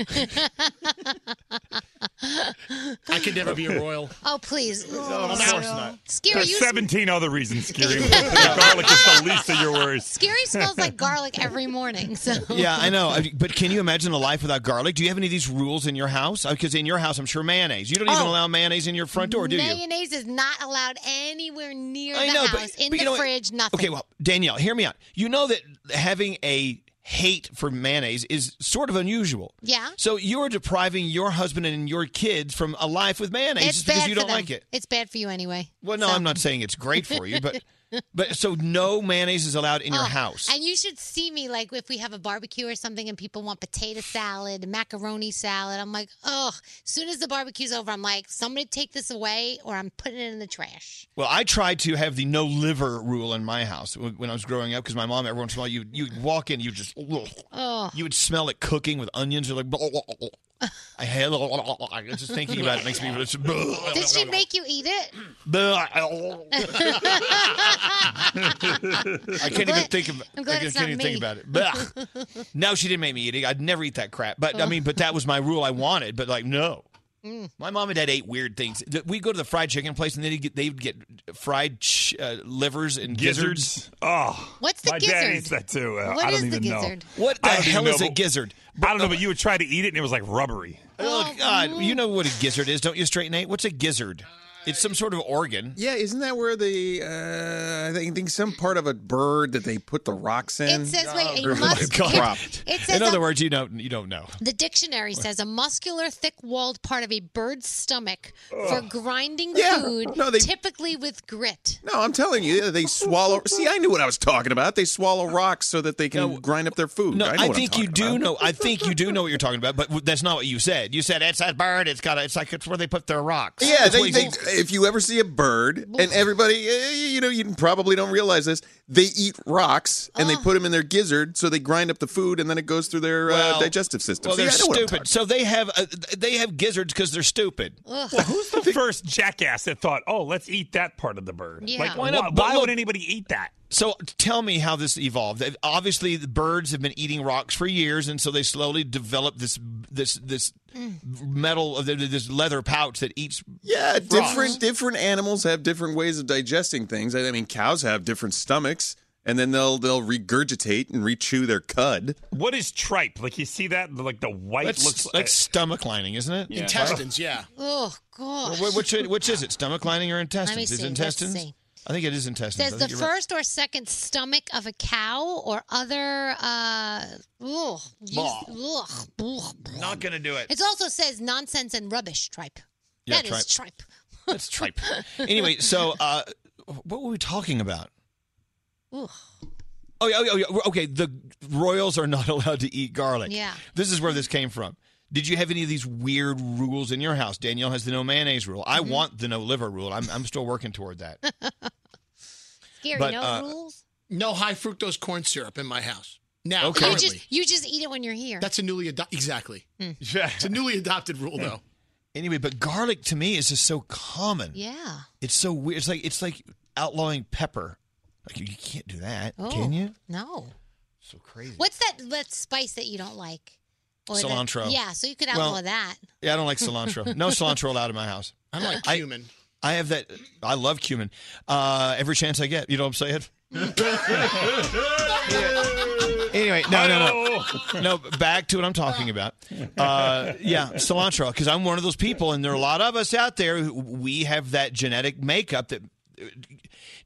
Speaker 12: I could never be a royal.
Speaker 9: Oh, please.
Speaker 12: of course not.
Speaker 9: Scary,
Speaker 11: There's
Speaker 9: you
Speaker 11: 17 other reasons, Scary. garlic is the least of your worries.
Speaker 9: Scary smells like garlic every morning. So
Speaker 5: Yeah, I know. I- But can you imagine a life without garlic? Do you have any of these rules in your house? Because in your house, I'm sure mayonnaise. You don't even
Speaker 9: Oh.
Speaker 5: allow mayonnaise in your front door, do you?
Speaker 9: Mayonnaise is not allowed anywhere near
Speaker 5: I
Speaker 9: the
Speaker 5: know, but-
Speaker 9: house, in
Speaker 5: but you know what?
Speaker 9: the fridge, nothing.
Speaker 5: Okay, well, Danielle, hear me out. You know that having a hate for mayonnaise is sort of unusual.
Speaker 9: Yeah.
Speaker 5: So you are depriving your husband and your kids from a life with mayonnaise
Speaker 9: it's
Speaker 5: just because
Speaker 9: bad
Speaker 5: you
Speaker 9: for
Speaker 5: don't
Speaker 9: them.
Speaker 5: like it.
Speaker 9: It's bad for you anyway.
Speaker 5: Well, no,
Speaker 9: So-
Speaker 5: I'm not saying it's great for you, but but so no mayonnaise is allowed in your
Speaker 9: Oh,
Speaker 5: house.
Speaker 9: And you should see me like if we have a barbecue or something and people want potato salad, macaroni salad. I'm like, oh, soon as the barbecue's over, I'm like, somebody take this away or I'm putting it in the trash.
Speaker 5: Well, I tried to have the no liver rule in my house when when I was growing up because my mom, every once in a while, you you walk in, you just ugh.
Speaker 9: Oh.
Speaker 5: you would smell it cooking with onions. You're like, blah, blah, blah, blah. I had just thinking about it makes me just. blah,
Speaker 9: Did she make you eat it?
Speaker 5: blah, blah. I can't even
Speaker 9: glad-
Speaker 5: think of.
Speaker 9: I'm glad
Speaker 5: I
Speaker 9: it's
Speaker 5: can't
Speaker 9: not
Speaker 5: even
Speaker 9: me.
Speaker 5: think about it. Blah. no, she didn't make me eat it. I'd never eat that crap. But I
Speaker 9: Oh.
Speaker 5: mean, but that was my rule. I wanted, but like no.
Speaker 9: Mm.
Speaker 5: My mom and dad ate weird things. Th- We'd go to the fried chicken place, and they'd get, they'd get fried ch- uh, livers and gizzards.
Speaker 11: Gizzards? Oh,
Speaker 9: What's the
Speaker 11: My
Speaker 9: gizzard?
Speaker 11: dad eats that too. Uh,
Speaker 9: What
Speaker 11: I don't
Speaker 9: is the
Speaker 11: even
Speaker 9: gizzard?
Speaker 11: know.
Speaker 5: What the hell is a gizzard?
Speaker 11: I don't know, but you would try to eat it and it was like rubbery.
Speaker 5: Oh,
Speaker 12: mm.
Speaker 5: God, you know what a gizzard is, don't you, Straight Nate? What's a gizzard? It's some sort of organ.
Speaker 10: Yeah, isn't that where the uh, I think, think some part of a bird that they put the rocks in?
Speaker 9: It says,
Speaker 5: Oh,
Speaker 9: wait, a
Speaker 10: Or, like,
Speaker 9: mus-
Speaker 10: cropped.
Speaker 9: it says a-
Speaker 5: words, you don't you don't know.
Speaker 9: the dictionary says a muscular, thick-walled part of a bird's stomach for
Speaker 10: Ugh.
Speaker 9: grinding
Speaker 10: Yeah.
Speaker 9: food,
Speaker 10: No, they-
Speaker 9: typically with grit.
Speaker 10: No, I'm telling you, they swallow. See, I knew what I was talking about. They swallow rocks so that they can grind up their food.
Speaker 5: No,
Speaker 10: I, know
Speaker 5: I,
Speaker 10: what I'm
Speaker 5: think you
Speaker 10: talking
Speaker 5: do
Speaker 10: about.
Speaker 5: know. I think you do know what you're talking about, but w- that's not what you said. You said it's that bird. It's got. A, it's like it's where they put their rocks.
Speaker 10: Yeah,
Speaker 5: That's what
Speaker 10: they,
Speaker 5: you
Speaker 10: they,
Speaker 5: think.
Speaker 10: if you ever see a bird, and everybody, eh, you know, you probably don't realize this, they eat rocks and
Speaker 9: Ah.
Speaker 10: they put them in their gizzard, so they grind up the food, and then it goes through their uh,
Speaker 5: Well-
Speaker 10: digestive system.
Speaker 5: Well,
Speaker 10: See,
Speaker 5: they're
Speaker 10: I know what I'm
Speaker 5: stupid. So they have uh, they have gizzards because they're stupid.
Speaker 11: Who's the first jackass that thought, "Oh, let's eat that part of the bird"?
Speaker 5: Yeah.
Speaker 11: Like, why,
Speaker 5: Why not?
Speaker 11: why,
Speaker 5: But look-
Speaker 11: would anybody eat that?
Speaker 5: So tell me how this evolved. They've- Obviously, the birds have been eating rocks for years, and so they slowly developed this this this metal this leather pouch that eats.
Speaker 10: Yeah,
Speaker 5: rocks.
Speaker 10: different different animals have different ways of digesting things. I I mean, cows have different stomachs, and then they'll they'll regurgitate and rechew their cud.
Speaker 11: What is tripe? Like you see that, like the white
Speaker 5: That's,
Speaker 11: looks
Speaker 5: that's stomach lining, isn't it?
Speaker 11: Yeah.
Speaker 12: Intestines, yeah.
Speaker 9: Oh gosh.
Speaker 5: Well, wh- which which is it? Stomach lining or intestines? Is
Speaker 9: see,
Speaker 5: it
Speaker 9: let's
Speaker 5: intestines?
Speaker 9: see.
Speaker 5: I think it is intestines. I
Speaker 9: Says
Speaker 5: think
Speaker 9: the
Speaker 5: you're right.
Speaker 9: first or second stomach of a cow or other. Uh, ugh, use- ugh, ugh.
Speaker 5: Not gonna do it.
Speaker 9: It also says nonsense and rubbish tripe.
Speaker 5: Yeah,
Speaker 9: that is
Speaker 5: tripe.
Speaker 9: tripe.
Speaker 5: That's tripe. anyway, so uh, what were we talking about?
Speaker 9: Ugh.
Speaker 5: Oh yeah, oh, yeah, oh, yeah. Okay, the royals are not allowed to eat garlic.
Speaker 9: Yeah.
Speaker 5: This is where this came from. Did you have any of these weird rules in your house? Danielle has the no mayonnaise rule.
Speaker 9: Mm-hmm.
Speaker 5: I want the no liver rule. I'm, I'm still working toward that.
Speaker 9: Scary,
Speaker 5: But,
Speaker 9: no
Speaker 5: uh,
Speaker 9: rules.
Speaker 12: No high fructose corn syrup in my house. Now,
Speaker 5: Okay.
Speaker 9: You
Speaker 12: currently.
Speaker 9: just you just eat it when you're here.
Speaker 12: That's a newly adopted. Exactly.
Speaker 9: Mm.
Speaker 5: Yeah.
Speaker 12: It's a newly adopted rule, though.
Speaker 5: Anyway, but garlic to me is just so common.
Speaker 9: yeah.
Speaker 5: It's so weird. It's like it's like outlawing pepper. Like you can't do that,
Speaker 9: Oh,
Speaker 5: can you?
Speaker 9: No.
Speaker 5: So crazy.
Speaker 9: What's that, that spice that you don't like? that-
Speaker 5: Cilantro.
Speaker 9: yeah, so you could
Speaker 5: Well,
Speaker 9: outlaw that.
Speaker 5: Yeah, I don't like cilantro. No cilantro allowed in my house.
Speaker 12: I like
Speaker 5: I-
Speaker 12: cumin.
Speaker 5: I, have that. I love cumin. Uh, every chance I get, you know what I'm saying? Anyway, no, no, no, no. Back to what I'm talking about. Uh, yeah, cilantro. Because I'm one of those people, and there are a lot of us out there. Who, we have that genetic makeup that uh,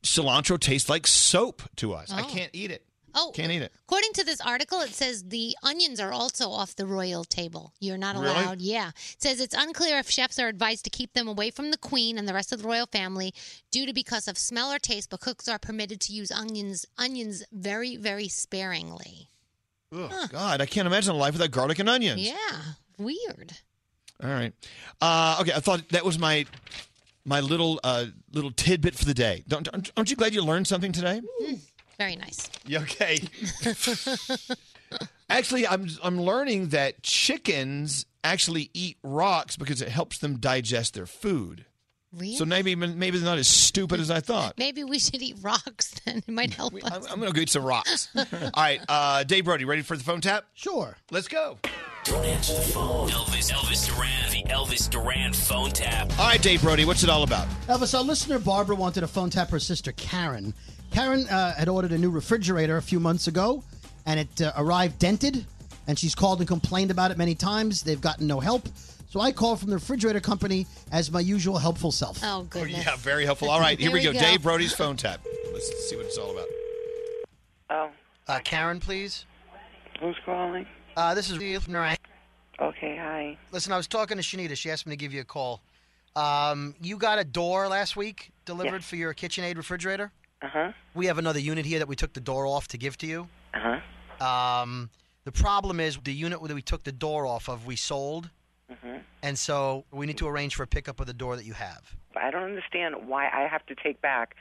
Speaker 5: cilantro tastes like soap to us. I
Speaker 9: Oh.
Speaker 5: can't eat it.
Speaker 9: Oh,
Speaker 5: Can't eat it.
Speaker 9: According to this article, it says the onions are also off the royal table. You're not
Speaker 5: Really?
Speaker 9: allowed. Yeah. It says it's unclear if chefs are advised to keep them away from the queen and the rest of the royal family due to because of smell or taste, but cooks are permitted to use onions onions very, very sparingly.
Speaker 5: Ugh, God, I can't imagine a life without garlic and onions.
Speaker 9: Yeah. Weird.
Speaker 5: All right. Uh, okay, I thought that was my my little uh, little tidbit for the day. Don't aren't- aren't you glad you learned something today?
Speaker 9: Hmm, Very nice.
Speaker 5: Yeah, okay. actually, I'm I'm learning that chickens actually eat rocks because it helps them digest their food.
Speaker 9: Really?
Speaker 5: So uh, maybe maybe it's not as stupid as I thought.
Speaker 9: Maybe we should eat rocks then. It might help us.
Speaker 5: I'm gonna go eat some rocks. All right, uh, Dave Brody, ready for the phone tap?
Speaker 20: Sure.
Speaker 5: Let's go.
Speaker 4: Don't answer the phone. Elvis, Elvis Duran, the Elvis Duran phone tap.
Speaker 5: All right, Dave Brody, what's it all about?
Speaker 20: Elvis, our uh, listener Barbara wanted to phone tap her sister Karen. Karen uh, had ordered a new refrigerator a few months ago, and it uh, arrived dented. And she's called and complained about it many times. They've gotten no help. So I called from the refrigerator company as my usual helpful self.
Speaker 9: Oh,
Speaker 5: goodness. yeah, very helpful. All right, here
Speaker 20: There
Speaker 5: we go.
Speaker 20: we go.
Speaker 5: Dave Brody's phone tap. Let's see what it's all about.
Speaker 20: Oh. Uh, Karen, please.
Speaker 22: Who's calling?
Speaker 20: Uh, this is Reeve from Narayan.
Speaker 22: Okay, hi.
Speaker 20: Listen, I was talking to Shanita. She asked me to give you a call. Um, you got a door last week delivered for your KitchenAid refrigerator.
Speaker 22: Uh huh.
Speaker 20: We have another unit here that we took the door off to give to you.
Speaker 22: Uh huh.
Speaker 20: Um, the problem is the unit that we took the door off of, we sold,
Speaker 22: Mhm.
Speaker 20: and so we need to arrange for a pickup of the door that you have.
Speaker 22: But I don't understand why I have to take back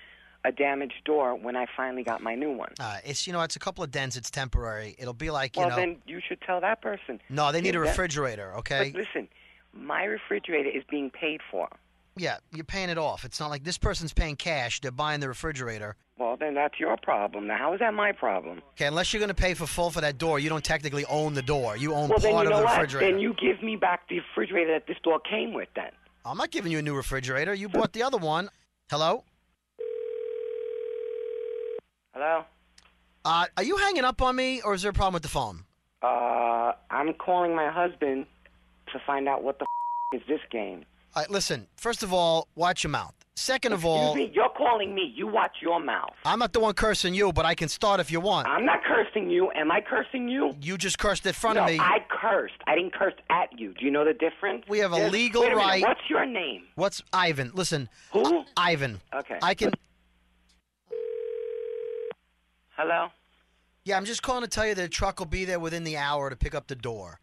Speaker 22: a damaged door when I finally got my new one.
Speaker 20: Uh, it's you know, it's a couple of dents. It's temporary. It'll be like you
Speaker 22: well,
Speaker 20: know.
Speaker 22: then you should tell that person.
Speaker 20: no, they need a
Speaker 22: Yeah, that-
Speaker 20: refrigerator. Okay.
Speaker 22: But listen, my refrigerator is being paid for.
Speaker 20: yeah, you're paying it off. It's not like this person's paying cash. They're buying the refrigerator.
Speaker 22: Well, then that's your problem. Now, how is that my problem?
Speaker 20: Okay, unless you're going to pay for full for that door, you don't technically own the door. You own
Speaker 22: well,
Speaker 20: part
Speaker 22: then you
Speaker 20: of
Speaker 22: know
Speaker 20: the
Speaker 22: what?
Speaker 20: refrigerator.
Speaker 22: Then you give me back the refrigerator that this door came with. Then.
Speaker 20: I'm not giving you a new refrigerator. You bought the other one. Hello?
Speaker 22: Hello.
Speaker 20: Uh, are you hanging up on me, or is there a problem with the phone?
Speaker 22: Uh, I'm calling my husband to find out what the f- is this game.
Speaker 20: All right, listen, first of all, watch your mouth. Second of all,
Speaker 22: Excuse me, you're calling me. You watch your mouth.
Speaker 20: I'm not the one cursing you, but I can start if you want.
Speaker 22: I'm not cursing you. Am I cursing you?
Speaker 20: You just cursed in front
Speaker 22: no,
Speaker 20: of me.
Speaker 22: I cursed. I didn't curse at you. Do you know the difference?
Speaker 20: We have a
Speaker 22: Yes.
Speaker 20: legal
Speaker 22: Wait a minute.
Speaker 20: right-
Speaker 22: What's your name?
Speaker 20: What's Ivan? Listen.
Speaker 22: Who?
Speaker 20: I- Ivan.
Speaker 22: Okay.
Speaker 20: I can.
Speaker 22: Hello.
Speaker 20: Yeah, I'm just calling to tell you that a truck will be there within the hour to pick up the door.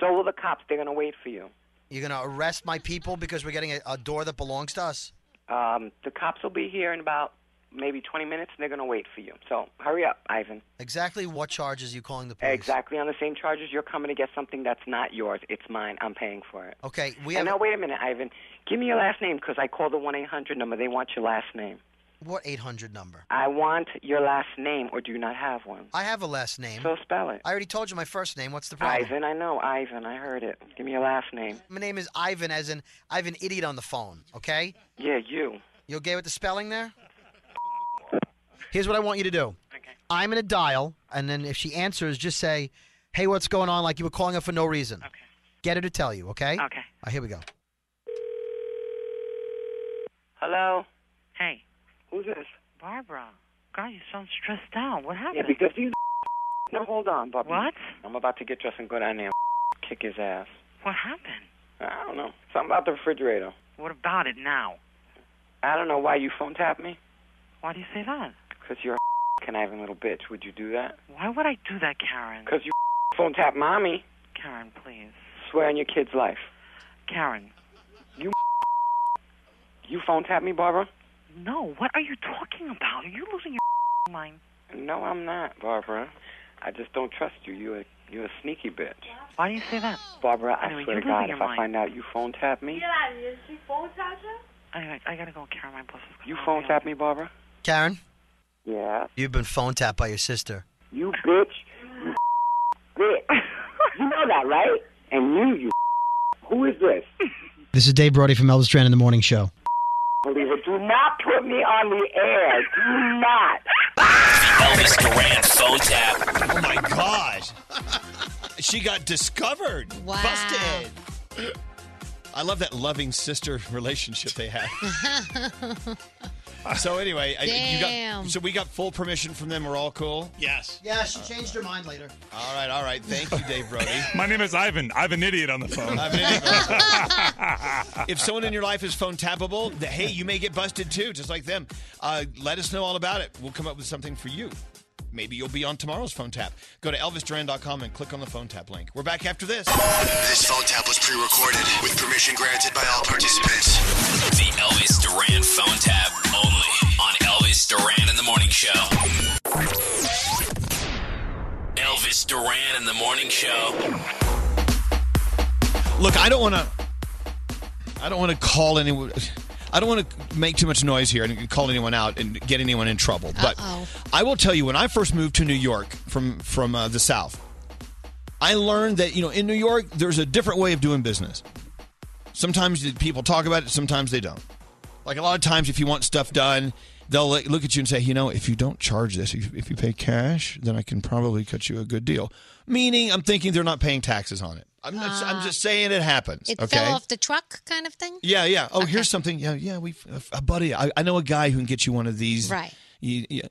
Speaker 22: So will the cops. They're gonna wait for you.
Speaker 20: You're going to arrest my people because we're getting a, a door that belongs to us?
Speaker 22: Um, the cops will be here in about maybe 20 minutes, and they're gonna wait for you. So hurry up, Ivan.
Speaker 20: Exactly what charges you calling the police?
Speaker 22: Exactly on the same charges. You're coming to get something that's not yours. It's mine. I'm paying for it.
Speaker 20: Okay, we
Speaker 22: and
Speaker 20: have.
Speaker 22: now wait a minute, Ivan. Give me your last name because I called the one eight hundred number. They want your last name.
Speaker 20: What 800 number?
Speaker 22: I want your last name, or do you not have one?
Speaker 20: I have a last name.
Speaker 22: So spell it.
Speaker 20: I already told you my first name. What's the problem?
Speaker 22: Ivan, I know Ivan. I heard it. Give me your last name.
Speaker 20: My name is Ivan, as in I have an idiot on the phone, okay?
Speaker 22: Yeah, you.
Speaker 20: You okay with the spelling there? Here's what I want you to do. Okay. I'm going to dial, and then if she answers, just say, hey, what's going on? Like you were calling her for no reason. Okay. Get her to tell you, okay? Okay. here we go.
Speaker 22: Hello.
Speaker 23: Hey.
Speaker 22: Who's this?
Speaker 23: Barbara. God, you sound stressed out. What happened?
Speaker 22: Yeah, because you. No, hold on, Bubba.
Speaker 23: What?
Speaker 22: I'm about to get dressed and go down there and kick his ass.
Speaker 23: What happened?
Speaker 22: I don't know. Something about the refrigerator.
Speaker 23: What about it now?
Speaker 22: I don't know why you phone tapped me.
Speaker 23: Why do you say that?
Speaker 22: Because you're a conniving little bitch. Would you do that?
Speaker 23: Why would I do that, Karen?
Speaker 22: Because you phone tap mommy.
Speaker 23: Karen, please.
Speaker 22: Swear on your kid's life.
Speaker 23: Karen.
Speaker 22: You. You phone tap me, Barbara?
Speaker 23: No, what are you talking about? Are you losing your mind?
Speaker 22: No, I'm not, Barbara. I just don't trust you. You're a, you're a sneaky bitch.
Speaker 23: Why do you say that?
Speaker 22: Barbara, I
Speaker 23: Anyway,
Speaker 22: swear
Speaker 23: you're
Speaker 22: to God,
Speaker 23: losing
Speaker 22: if
Speaker 23: your
Speaker 22: I
Speaker 23: mind.
Speaker 22: find out you phone tap me,
Speaker 23: Anyway, I gotta go, Karen. My boss is coming.
Speaker 22: you phone tap me, Barbara?
Speaker 20: Karen?
Speaker 22: Yeah.
Speaker 20: You've been phone tapped by your sister.
Speaker 22: You bitch. You bitch. You know that, right? And you, you. Who is this?
Speaker 20: This is Dave Brody from Elvis Duran in the Morning Show.
Speaker 22: Believe it. Do not put me on the air. Do not.
Speaker 4: Elvis Duran phone tap.
Speaker 5: Oh my gosh. she got discovered.
Speaker 9: Wow.
Speaker 5: Busted. I love that loving sister relationship they have. so anyway, I, you
Speaker 20: Damn.
Speaker 5: got so we got full permission from them. We're all cool. Yes.
Speaker 20: Yeah, she changed her mind later.
Speaker 5: All right, all right. Thank you, Dave Brody.
Speaker 11: My name is Ivan. I have an idiot on the phone.
Speaker 5: if someone in your life is phone tappable, th- hey, you may get busted too, just like them. Uh, let us know all about it. We'll come up with something for you. Maybe you'll be on tomorrow's phone tap. Go to elvisduran.com and click on the phone tap link. We're back after this.
Speaker 24: This phone tap was pre-recorded with permission granted by all participants.
Speaker 4: The Elvis Duran phone tap only on Elvis Duran in the Morning Show. Elvis Duran in the Morning Show.
Speaker 5: Look, I don't want to. I don't want to call anyone. I don't want to make too much noise here and call anyone out and get anyone in trouble. But
Speaker 25: Uh-oh.
Speaker 5: I will tell you, when I first moved to New York from from uh, the South, I learned that you know in New York there's a different way of doing business. Sometimes the people talk about it, sometimes they don't. Like a lot of times, if you want stuff done, they'll like, look at you and say, you know, if you don't charge this, if if you pay cash, then I can probably cut you a good deal. Meaning, I'm thinking they're not paying taxes on it. I'm not. I'm just saying it happens.
Speaker 9: Ah. It
Speaker 5: okay?
Speaker 9: fell off the truck, kind of thing.
Speaker 5: Yeah, yeah. Oh, here's something. Yeah, yeah. We, a buddy. I, I know a guy who can get you one of these.
Speaker 9: Right.
Speaker 5: You- Yeah.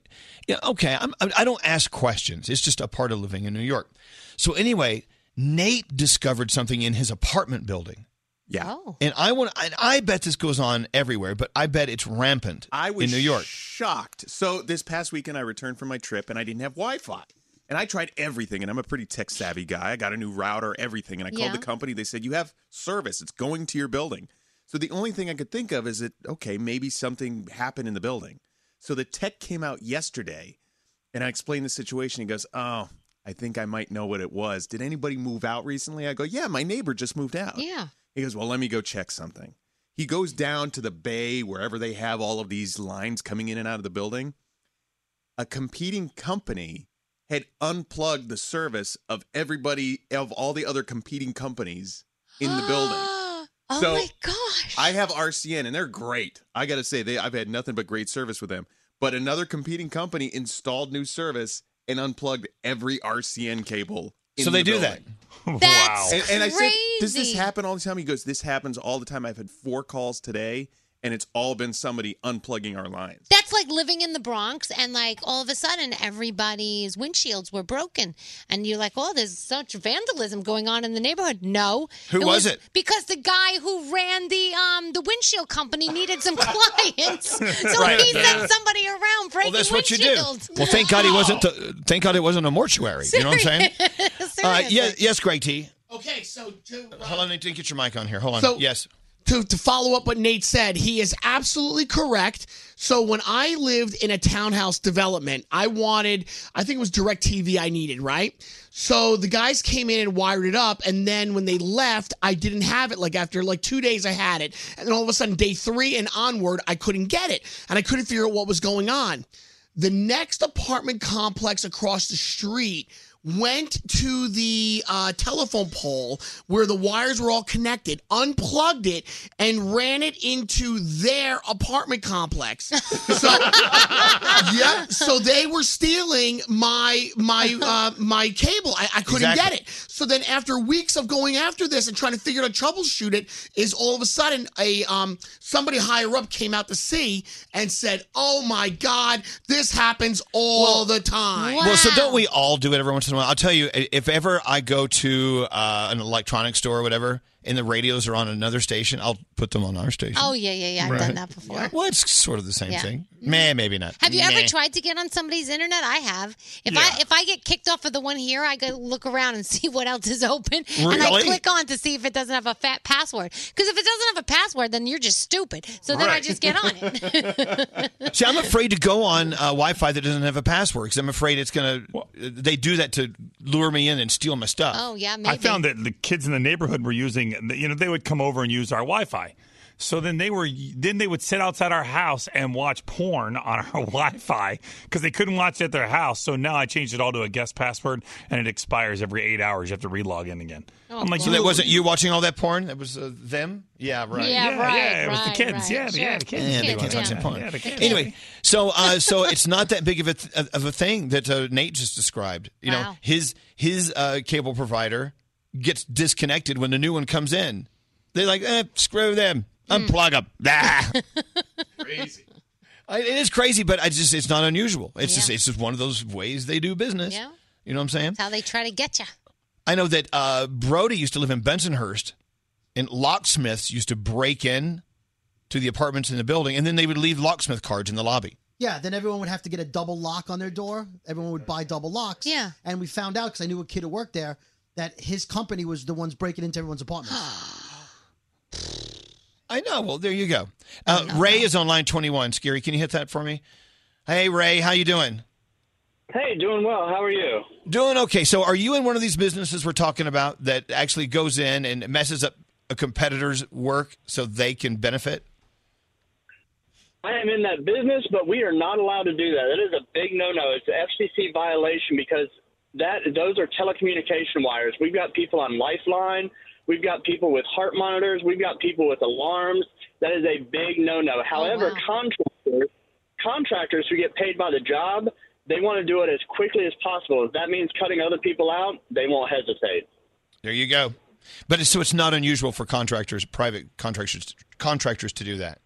Speaker 5: yeah okay. I'm, I I don't ask questions. It's just a part of living in New York. So anyway, Nate discovered something in his apartment building.
Speaker 10: Yeah.
Speaker 5: And I want. And I bet this goes on everywhere, but I bet it's rampant
Speaker 10: I was
Speaker 5: in New York.
Speaker 10: shocked. So this past weekend, I returned from my trip and I didn't have Wi-Fi. And I tried everything, and I'm a pretty tech savvy guy. I got a new router, everything, and I
Speaker 1: Yeah.
Speaker 10: called the company. They said you have service; it's going to your building. So the only thing I could think of is that okay, maybe something happened in the building. So the tech came out yesterday, and I explained the situation. He goes, "Oh, I think I might know what it was. Did anybody move out recently?" I go, "Yeah, my neighbor just moved out."
Speaker 9: Yeah.
Speaker 10: He goes, Well, let me go check something. He goes down to the bay, wherever they have all of these lines coming in and out of the building. A competing company had unplugged the service of everybody, of all the other competing companies in the building.
Speaker 25: Oh
Speaker 10: so
Speaker 25: my
Speaker 10: I have RCN and they're great. I got to say, they I've had nothing but great service with them. But another competing company installed new service and unplugged every RCN cable. in
Speaker 5: So they
Speaker 10: the
Speaker 5: do
Speaker 10: building.
Speaker 5: that. That's
Speaker 10: And, and I said, does this
Speaker 5: crazy.
Speaker 10: happen all the time? He goes, this happens all the time. I've had four calls today, and it's all been somebody unplugging our lines.
Speaker 9: That's like living in the Bronx, and like all of a sudden, everybody's windshields were broken, and you're like, "Oh, there's such vandalism going on in the neighborhood." No,
Speaker 5: Who was it?
Speaker 9: Because the guy who ran the um the windshield company needed some clients, so
Speaker 5: Right.
Speaker 9: he sent somebody around breaking
Speaker 5: Well, that's what you do.
Speaker 9: windshields.
Speaker 5: Well, thank God he wasn't. The, thank God it wasn't a mortuary. You know what I'm saying? Uh, yes, yes, Greg T.
Speaker 20: Okay, so to,
Speaker 5: Hold on, Nate, get your mic on here. Hold on.
Speaker 20: So-
Speaker 5: yes.
Speaker 20: to, to follow up what Nate said, he is absolutely correct. So when I lived in a townhouse development, I wanted, I think it was direct TV I needed, right? So the guys came in and wired it up. And then when they left, I didn't have it. Like after like two days, I had it. And then all of a sudden, day three and onward, I couldn't get it. And I couldn't figure out what was going on. The next apartment complex across the street went to the uh, telephone pole where the wires were all connected, unplugged it, and ran it into their apartment complex. So, yeah, so they were stealing my my uh, my cable. I, I couldn't
Speaker 25: Exactly.
Speaker 20: get it. So then, after weeks of going after this and trying to figure out how to troubleshoot it, is all of a sudden a um somebody higher up came out to see and said, "Oh my God, this happens all the time."
Speaker 5: Well, so don't we all do it every once in a while? I'll tell you, i- if ever I go to uh, an electronics store or whatever, and the radios are on another station, I'll put them on our station.
Speaker 9: Oh yeah, yeah, yeah. I've
Speaker 5: Right.
Speaker 9: done that before.
Speaker 5: Well, it's sort of the same
Speaker 9: Yeah. Mm-hmm.
Speaker 5: thing. Meh, maybe not.
Speaker 9: Have you
Speaker 5: Meh.
Speaker 9: ever tried to get on somebody's internet? I have. If
Speaker 5: Yeah.
Speaker 9: I if I get kicked off of the one here, I go look around and see what else is open, and I
Speaker 5: Really?
Speaker 9: click on to see if it doesn't have a fat password. Because if it doesn't have a password, then you're just stupid. So then I
Speaker 5: Right.
Speaker 9: just get on it.
Speaker 5: See, I'm afraid to go on uh, Wi-Fi that doesn't have a password because I'm afraid it's gonna. uh, They do that to lure me in and steal my stuff.
Speaker 9: Oh yeah, maybe.
Speaker 11: I found that the kids in the neighborhood were using, you know, they would come over and use our Wi-Fi. So then they were, then they would sit outside our house and watch porn on our Wi-Fi because they couldn't watch it at their house. So now I changed it all to a guest password, and it expires every eight hours. You have to relog in again.
Speaker 9: Oh,
Speaker 11: I'm like,
Speaker 5: so that wasn't you watching all that porn? That was uh, them. Yeah, right.
Speaker 11: Yeah, Yeah, right, yeah, it was the right, kids. right. Yeah, yeah, the kids.
Speaker 5: Yeah, they
Speaker 11: Kids,
Speaker 5: watch
Speaker 11: yeah.
Speaker 5: that porn.
Speaker 11: Yeah, the kids.
Speaker 5: Anyway, so uh, so it's not that big of a th- of a thing that uh, Nate just described. You know,
Speaker 25: Wow.
Speaker 5: his his uh, cable provider gets disconnected when the new one comes in. They're like, eh, screw them, unplug them. Ah.
Speaker 25: Crazy.
Speaker 5: I- It is crazy, but I just it's not unusual. It's just it's just one of those ways they do business.
Speaker 9: Yeah.
Speaker 5: You know what I'm saying?
Speaker 9: That's how they try to get you.
Speaker 5: I know that uh, Brody used to live in Bensonhurst, and locksmiths used to break in to the apartments in the building, and then they would leave locksmith cards in the lobby.
Speaker 20: Yeah, then everyone would have to get a double lock on their door. Everyone would buy double locks. Yeah. And we found out because I knew a kid who worked there that his company was the ones breaking into everyone's apartment.
Speaker 5: I know. Well, there you go. Uh, Ray is on line 21. Scary, can you hit that for me? Hey, Ray, how you doing?
Speaker 26: Hey, doing well. How are you?
Speaker 5: Doing okay. So, are you in one of these businesses we're talking about that actually goes in and messes up a competitor's work so they can benefit?
Speaker 26: I am in that business, but we are not allowed to do that. That is a big no-no. It's an FCC violation because that those are telecommunication wires. We've got people on Lifeline. We've got people with heart monitors. We've got people with alarms. That is a big no-no. However, contractors contractors who get paid by the job, they want to do it as quickly as possible. If that means cutting other people out, they won't hesitate.
Speaker 5: There you go. But it's, so it's not unusual for contractors, private contractors, contractors to do that.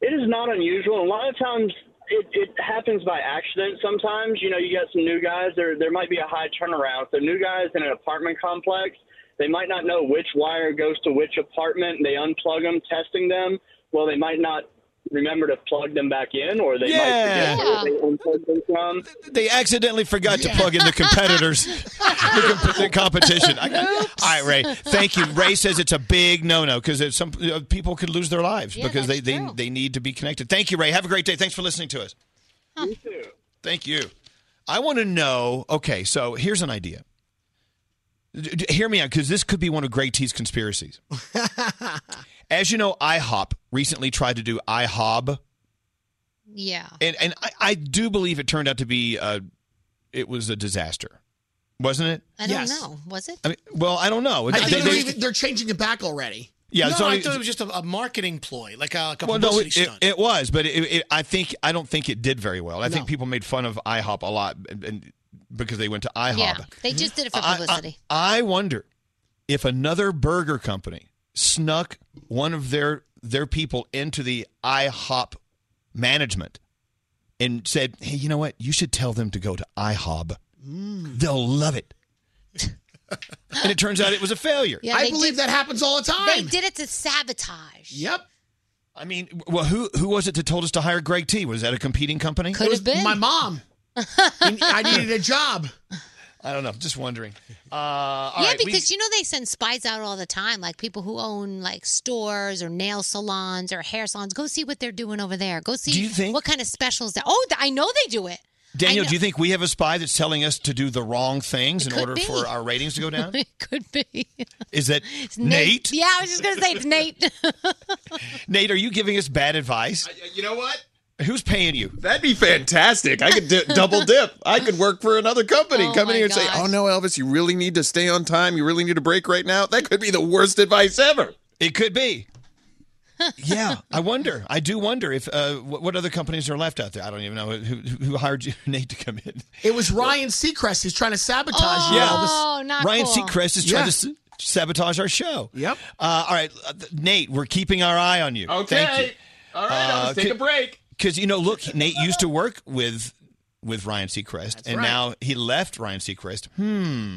Speaker 26: It is not unusual. A lot of times it, it happens by accident. Sometimes, you know, you got some new guys, there, there might be a high turnaround. So, new guys in an apartment complex, they might not know which wire goes to which apartment. They unplug them, testing them. Well, they might not remember to plug them back in, or they
Speaker 5: Yeah.
Speaker 26: might forget where they unplug them from.
Speaker 5: They accidentally forgot to plug in the competitors, the, comp- the competition. I- all right, Ray. Thank you. Ray says it's a big no-no because some uh, people could lose their lives
Speaker 1: Yeah,
Speaker 5: because they,
Speaker 1: that's
Speaker 5: they
Speaker 1: true.
Speaker 5: they need to be connected. Thank you, Ray. Have a great day. Thanks for listening to us.
Speaker 1: You
Speaker 26: too.
Speaker 5: Thank you. I want to know. Okay, so here's an idea. D- d- hear me out because this could be one of Greg T's conspiracies. As you know, IHOP recently tried to do IHOB.
Speaker 9: Yeah.
Speaker 5: And and I, I do believe it turned out to be uh it was a disaster, wasn't it?
Speaker 9: I don't know. Was it?
Speaker 5: I mean, well, I don't know.
Speaker 21: I
Speaker 5: They-
Speaker 21: think
Speaker 5: they-
Speaker 21: they're, even- they're changing it back already.
Speaker 5: Yeah,
Speaker 21: no,
Speaker 5: it's only-
Speaker 21: I thought it was just a, a marketing ploy, like a, like a
Speaker 5: well, no,
Speaker 21: publicity
Speaker 5: it, it,
Speaker 21: stunt.
Speaker 5: it was, but it, it, I think I don't think it did very well. I think people made fun of IHOP a lot, and, and because they went to IHOP.
Speaker 9: Yeah. They just did it for
Speaker 5: I- I-
Speaker 9: publicity.
Speaker 5: I, wonder if another burger company snuck one of their their people into the IHOP management and said, "Hey, you know what? You should tell them to go to IHOB.
Speaker 9: Mm.
Speaker 5: They'll love it." and it turns out it was a failure.
Speaker 9: Yeah, they did- They did it to sabotage.
Speaker 5: Yep. I mean, well, who who was it that told us to hire Greg T? Was that a competing company?
Speaker 21: It was My mom. I needed a job.
Speaker 5: I don't know. Just wondering. Uh, all
Speaker 9: yeah,
Speaker 5: right, we-
Speaker 9: because you know they send spies out all the time, like people who own like stores or nail salons or hair salons. Go see what they're doing over there. Go see
Speaker 5: Do you think-
Speaker 9: what kind of specials. That, oh, I know they do it.
Speaker 5: Daniel,
Speaker 9: I know-
Speaker 5: do you think we have a spy that's telling us to do the wrong things in
Speaker 9: could
Speaker 5: order
Speaker 9: be.
Speaker 5: for our ratings to go down?
Speaker 9: it could be
Speaker 5: Is that Nate?
Speaker 9: Nate. Yeah, I was just gonna say it's Nate.
Speaker 5: Nate, are you giving us bad advice?
Speaker 19: You know what?
Speaker 5: Who's paying you?
Speaker 19: That'd be fantastic. I could d- double dip. I could work for another company.
Speaker 9: Oh
Speaker 19: Come in
Speaker 9: my
Speaker 19: here and say,
Speaker 9: gosh.
Speaker 19: "Oh no, Elvis, you really need to stay on time. You really need a break right now." That could be the worst advice ever.
Speaker 5: It could be. yeah, I wonder. I do wonder if uh, what, what other companies are left out there. I don't even know who, who hired you, Nate, to come in.
Speaker 21: It was Ryan Seacrest who's trying to sabotage
Speaker 9: Oh,
Speaker 21: you.
Speaker 5: Yeah.
Speaker 21: Elvis.
Speaker 5: Ryan Seacrest is trying to s- sabotage our show. Yep. Uh, all right, uh, th- Nate, we're keeping our eye on you. Thank you.
Speaker 19: All right,
Speaker 5: Uh,
Speaker 19: Elvis, take
Speaker 5: could-
Speaker 19: a break.
Speaker 5: Because you know, look, Nate used to work with with Ryan Seacrest, and
Speaker 19: right.
Speaker 5: now he left Ryan Seacrest. Hmm.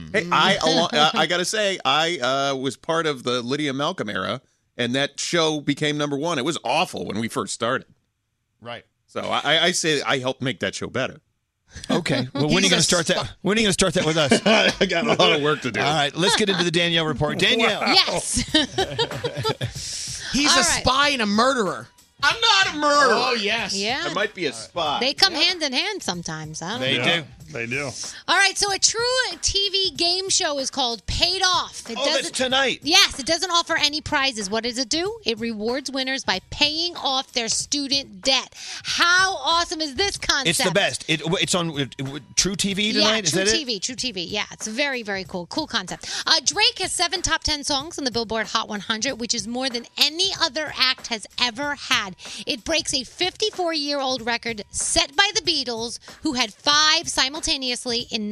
Speaker 9: Mm-hmm.
Speaker 19: Hey, I alo- uh, I gotta say, I uh, was part of the Lydia Malcolm era, and that show became number one. It was awful when we first started.
Speaker 5: Right.
Speaker 19: So I, I- I say I helped make that show better.
Speaker 5: Okay. Well, when are you going to start that? When are you going to start that with us?
Speaker 19: I got a lot of work to do.
Speaker 5: All right, let's get into the Danielle report. Danielle.
Speaker 9: Yes.
Speaker 21: He's a spy and a murderer.
Speaker 19: I'm not a murderer.
Speaker 21: Oh, yes.
Speaker 9: Yeah.
Speaker 19: I might be a spy.
Speaker 9: They come hand in hand sometimes. I don't know.
Speaker 11: do. They do.
Speaker 9: All right, so a true TV game show is called Paid Off. It
Speaker 11: Oh, that's tonight.
Speaker 9: Yes, it doesn't offer any prizes. What does it do? It rewards winners by paying off their student debt. How awesome is this concept?
Speaker 5: It's the best. It, it's on it, it- True TV
Speaker 9: yeah,
Speaker 5: tonight. Is
Speaker 9: True
Speaker 5: that it?
Speaker 9: TV, True TV. Yeah, it's very, very cool. Cool concept. Uh, Drake has seven top 10 songs on the Billboard Hot 100, which is more than any other act has ever had. It breaks a 54 year old record set by the Beatles, who had five simultaneously in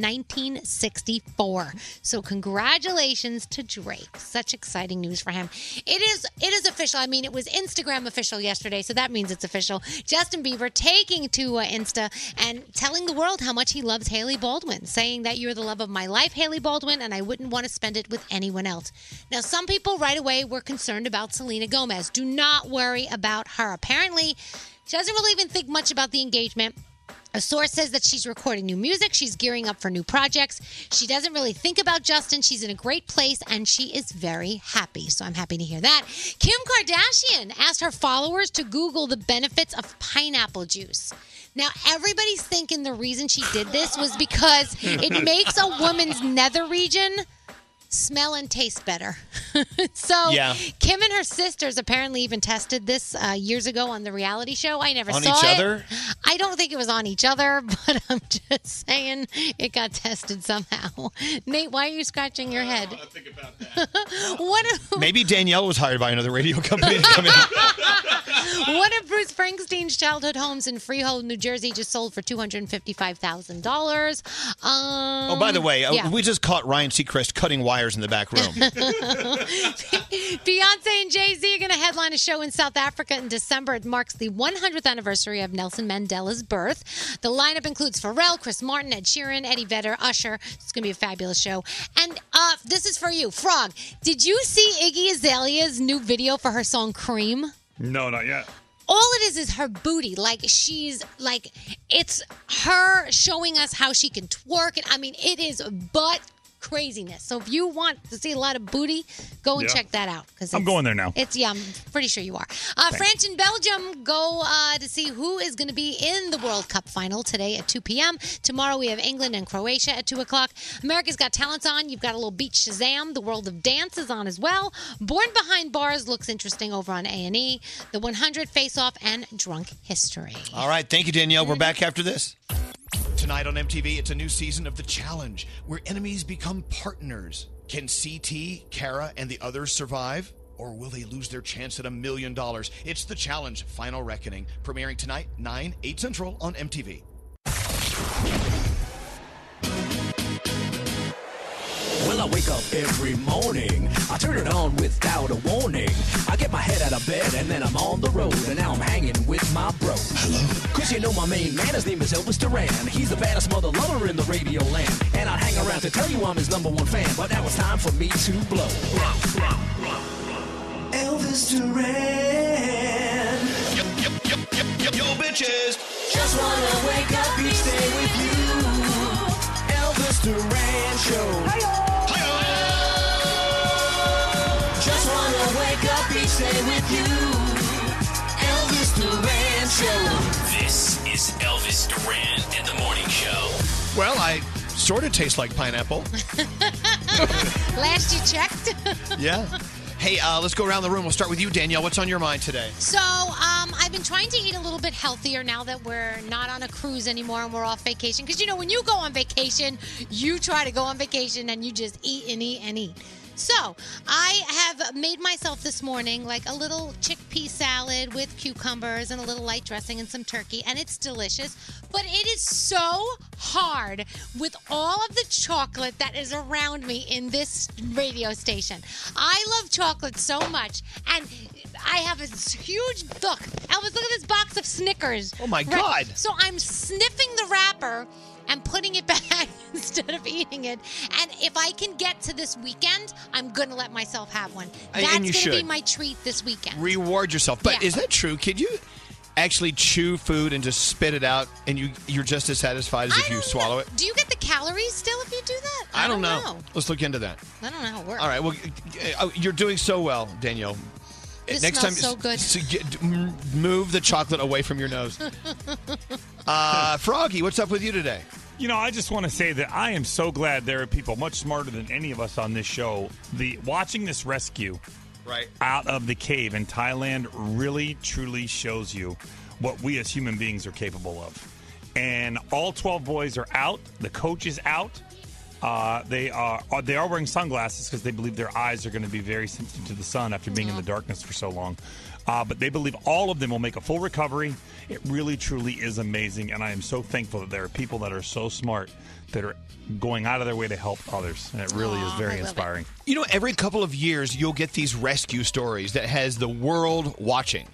Speaker 9: 1964. So, congratulations to Drake. Such exciting news for him. It is, it is official. I mean, it was Instagram official yesterday, so that means it's official. Justin Bieber taking to uh, Insta and telling the world how much he loves Haley Baldwin, saying that you're the love of my life, Haley Baldwin, and I wouldn't want to spend it with anyone else. Now, some people right away were concerned about Selena Gomez. Do not worry about her. Apparently, she doesn't really even think much about the engagement. A source says that she's recording new music. She's gearing up for new projects. She doesn't really think about Justin. She's in a great place and she is very happy. So I'm happy to hear that. Kim Kardashian asked her followers to Google the benefits of pineapple juice. Now, everybody's thinking the reason she did this was because it makes a woman's nether region smell and taste better. so
Speaker 5: Yeah.
Speaker 9: Kim and her sisters apparently even tested this uh, years ago on the reality show. I never
Speaker 5: On
Speaker 9: saw
Speaker 5: each
Speaker 9: it.
Speaker 5: other?
Speaker 9: I don't think it was on each other, but I'm just saying it got tested somehow. Nate, why are you scratching your head? think about that. what if
Speaker 5: Maybe Danielle was hired by another radio company to come in.
Speaker 9: One of Bruce Springsteen's childhood homes in Freehold, New Jersey, just sold for two hundred fifty-five thousand dollars. Um,
Speaker 5: Oh, by the way, uh,
Speaker 9: yeah.
Speaker 5: we just caught Ryan Seacrest cutting wires in the back room.
Speaker 9: Beyonce and Jay Z are going to headline a show in South Africa in December. It marks the 100th anniversary of Nelson Mandela's birth. The lineup includes Pharrell, Chris Martin, Ed Sheeran, Eddie Vedder, Usher. It's going to be a fabulous show. And uh, this is for you, Frog. Did you see Iggy Azalea's new video for her song "Cream"?
Speaker 11: No, not yet.
Speaker 9: all it is is her booty. Like she's like it's her showing us how she can twerk. And I mean, it is butt craziness. So if you want to see a lot of booty, go and
Speaker 11: Yeah.
Speaker 9: check that out. Because
Speaker 11: I'm going there now.
Speaker 9: It's yeah, I'm pretty sure you are. Uh,
Speaker 11: Thanks.
Speaker 9: France and Belgium go uh, to see who is going to be in the World Cup final today at 2 p.m. Tomorrow we have England and Croatia at 2 o'clock. America's Got Talents on. You've got a little Beach Shazam. The World of Dance is on as well. Born Behind Bars looks interesting over on A&E. The 100 Face Off and Drunk History.
Speaker 5: All right. Thank you, Danielle. We're back after this. Tonight on MTV, it's a new season of The Challenge where enemies become partners. Can CT, Kara, and the others survive? Or will they lose their chance at a million dollars? It's The Challenge Final Reckoning, premiering tonight, 9, 8 Central on MTV.
Speaker 3: Well, I wake up every morning. I turn it on without a warning. I get my head out of bed and then I'm on the road. And now I'm hanging with my bro. Hello. Cause you know my main man, his name is Elvis Duran. He's the baddest mother lover in the radio land. And I'd hang around to tell you I'm his number one fan. But now it's time for me to blow.
Speaker 1: Elvis Duran. Yo, yo, yo, yo, yo, yo, bitches. Just wanna wake up each day with you. Elvis Duran Show. Hiya. Just wanna wake up each day with you. Elvis Duran Show.
Speaker 4: This is Elvis Duran and the Morning Show.
Speaker 5: Well, I sort of taste like pineapple.
Speaker 9: Last you checked.
Speaker 5: yeah. Hey, uh, let's go around the room. We'll start with you, Danielle. What's on your mind today?
Speaker 9: So um, I've been trying to eat a little bit healthier now that we're not on a cruise anymore and we're off vacation. Because you know, when you go on vacation, you try to go on vacation and you just eat and eat and eat. So I have made myself this morning like a little chickpea salad with cucumbers and a little light dressing and some turkey, and it's delicious. But it is so hard with all of the chocolate that is around me in this radio station. I love chocolate so much, and I have a huge look. Elvis, look at this box of Snickers. Oh
Speaker 5: my God.
Speaker 9: So I'm sniffing the wrapper and putting it back instead of eating it. And if I can get to this weekend, I'm gonna let myself have one.
Speaker 5: And-
Speaker 9: That's
Speaker 5: and you
Speaker 9: gonna be
Speaker 5: should.
Speaker 9: my treat this weekend.
Speaker 5: Reward yourself. But
Speaker 9: Yeah.
Speaker 5: is that true? Could you actually chew food and just spit it out and you, you're just as satisfied as if you swallow it?
Speaker 9: Do you get the calories still if you do that?
Speaker 5: I don't know. Let's look into that.
Speaker 9: I don't know how it works.
Speaker 5: All right. Well, uh, you're doing so well, Danielle.
Speaker 9: This
Speaker 5: Next time,
Speaker 9: smells so good.
Speaker 5: s- get- m- move the chocolate away from your nose. Uh, Froggy, what's up with you today?
Speaker 11: You know, I just want to say that I am so glad there are people much smarter than any of us on this show. The watching this rescue
Speaker 5: right
Speaker 11: out of the cave in Thailand really truly shows you what we as human beings are capable of. And all 12 boys are out, the coach is out. Uh, they are are- they are wearing sunglasses because they believe their eyes are going to be very sensitive to the sun after being in
Speaker 12: Mm-hmm.
Speaker 11: the darkness for so long. Uh, but they believe all of them will make a full recovery. It really, truly is amazing, and I am so thankful that there are people that are so smart that are going out of their way to help others. And it really is very inspiring.
Speaker 5: You know, every couple of years, you'll get these rescue stories that has the world watching.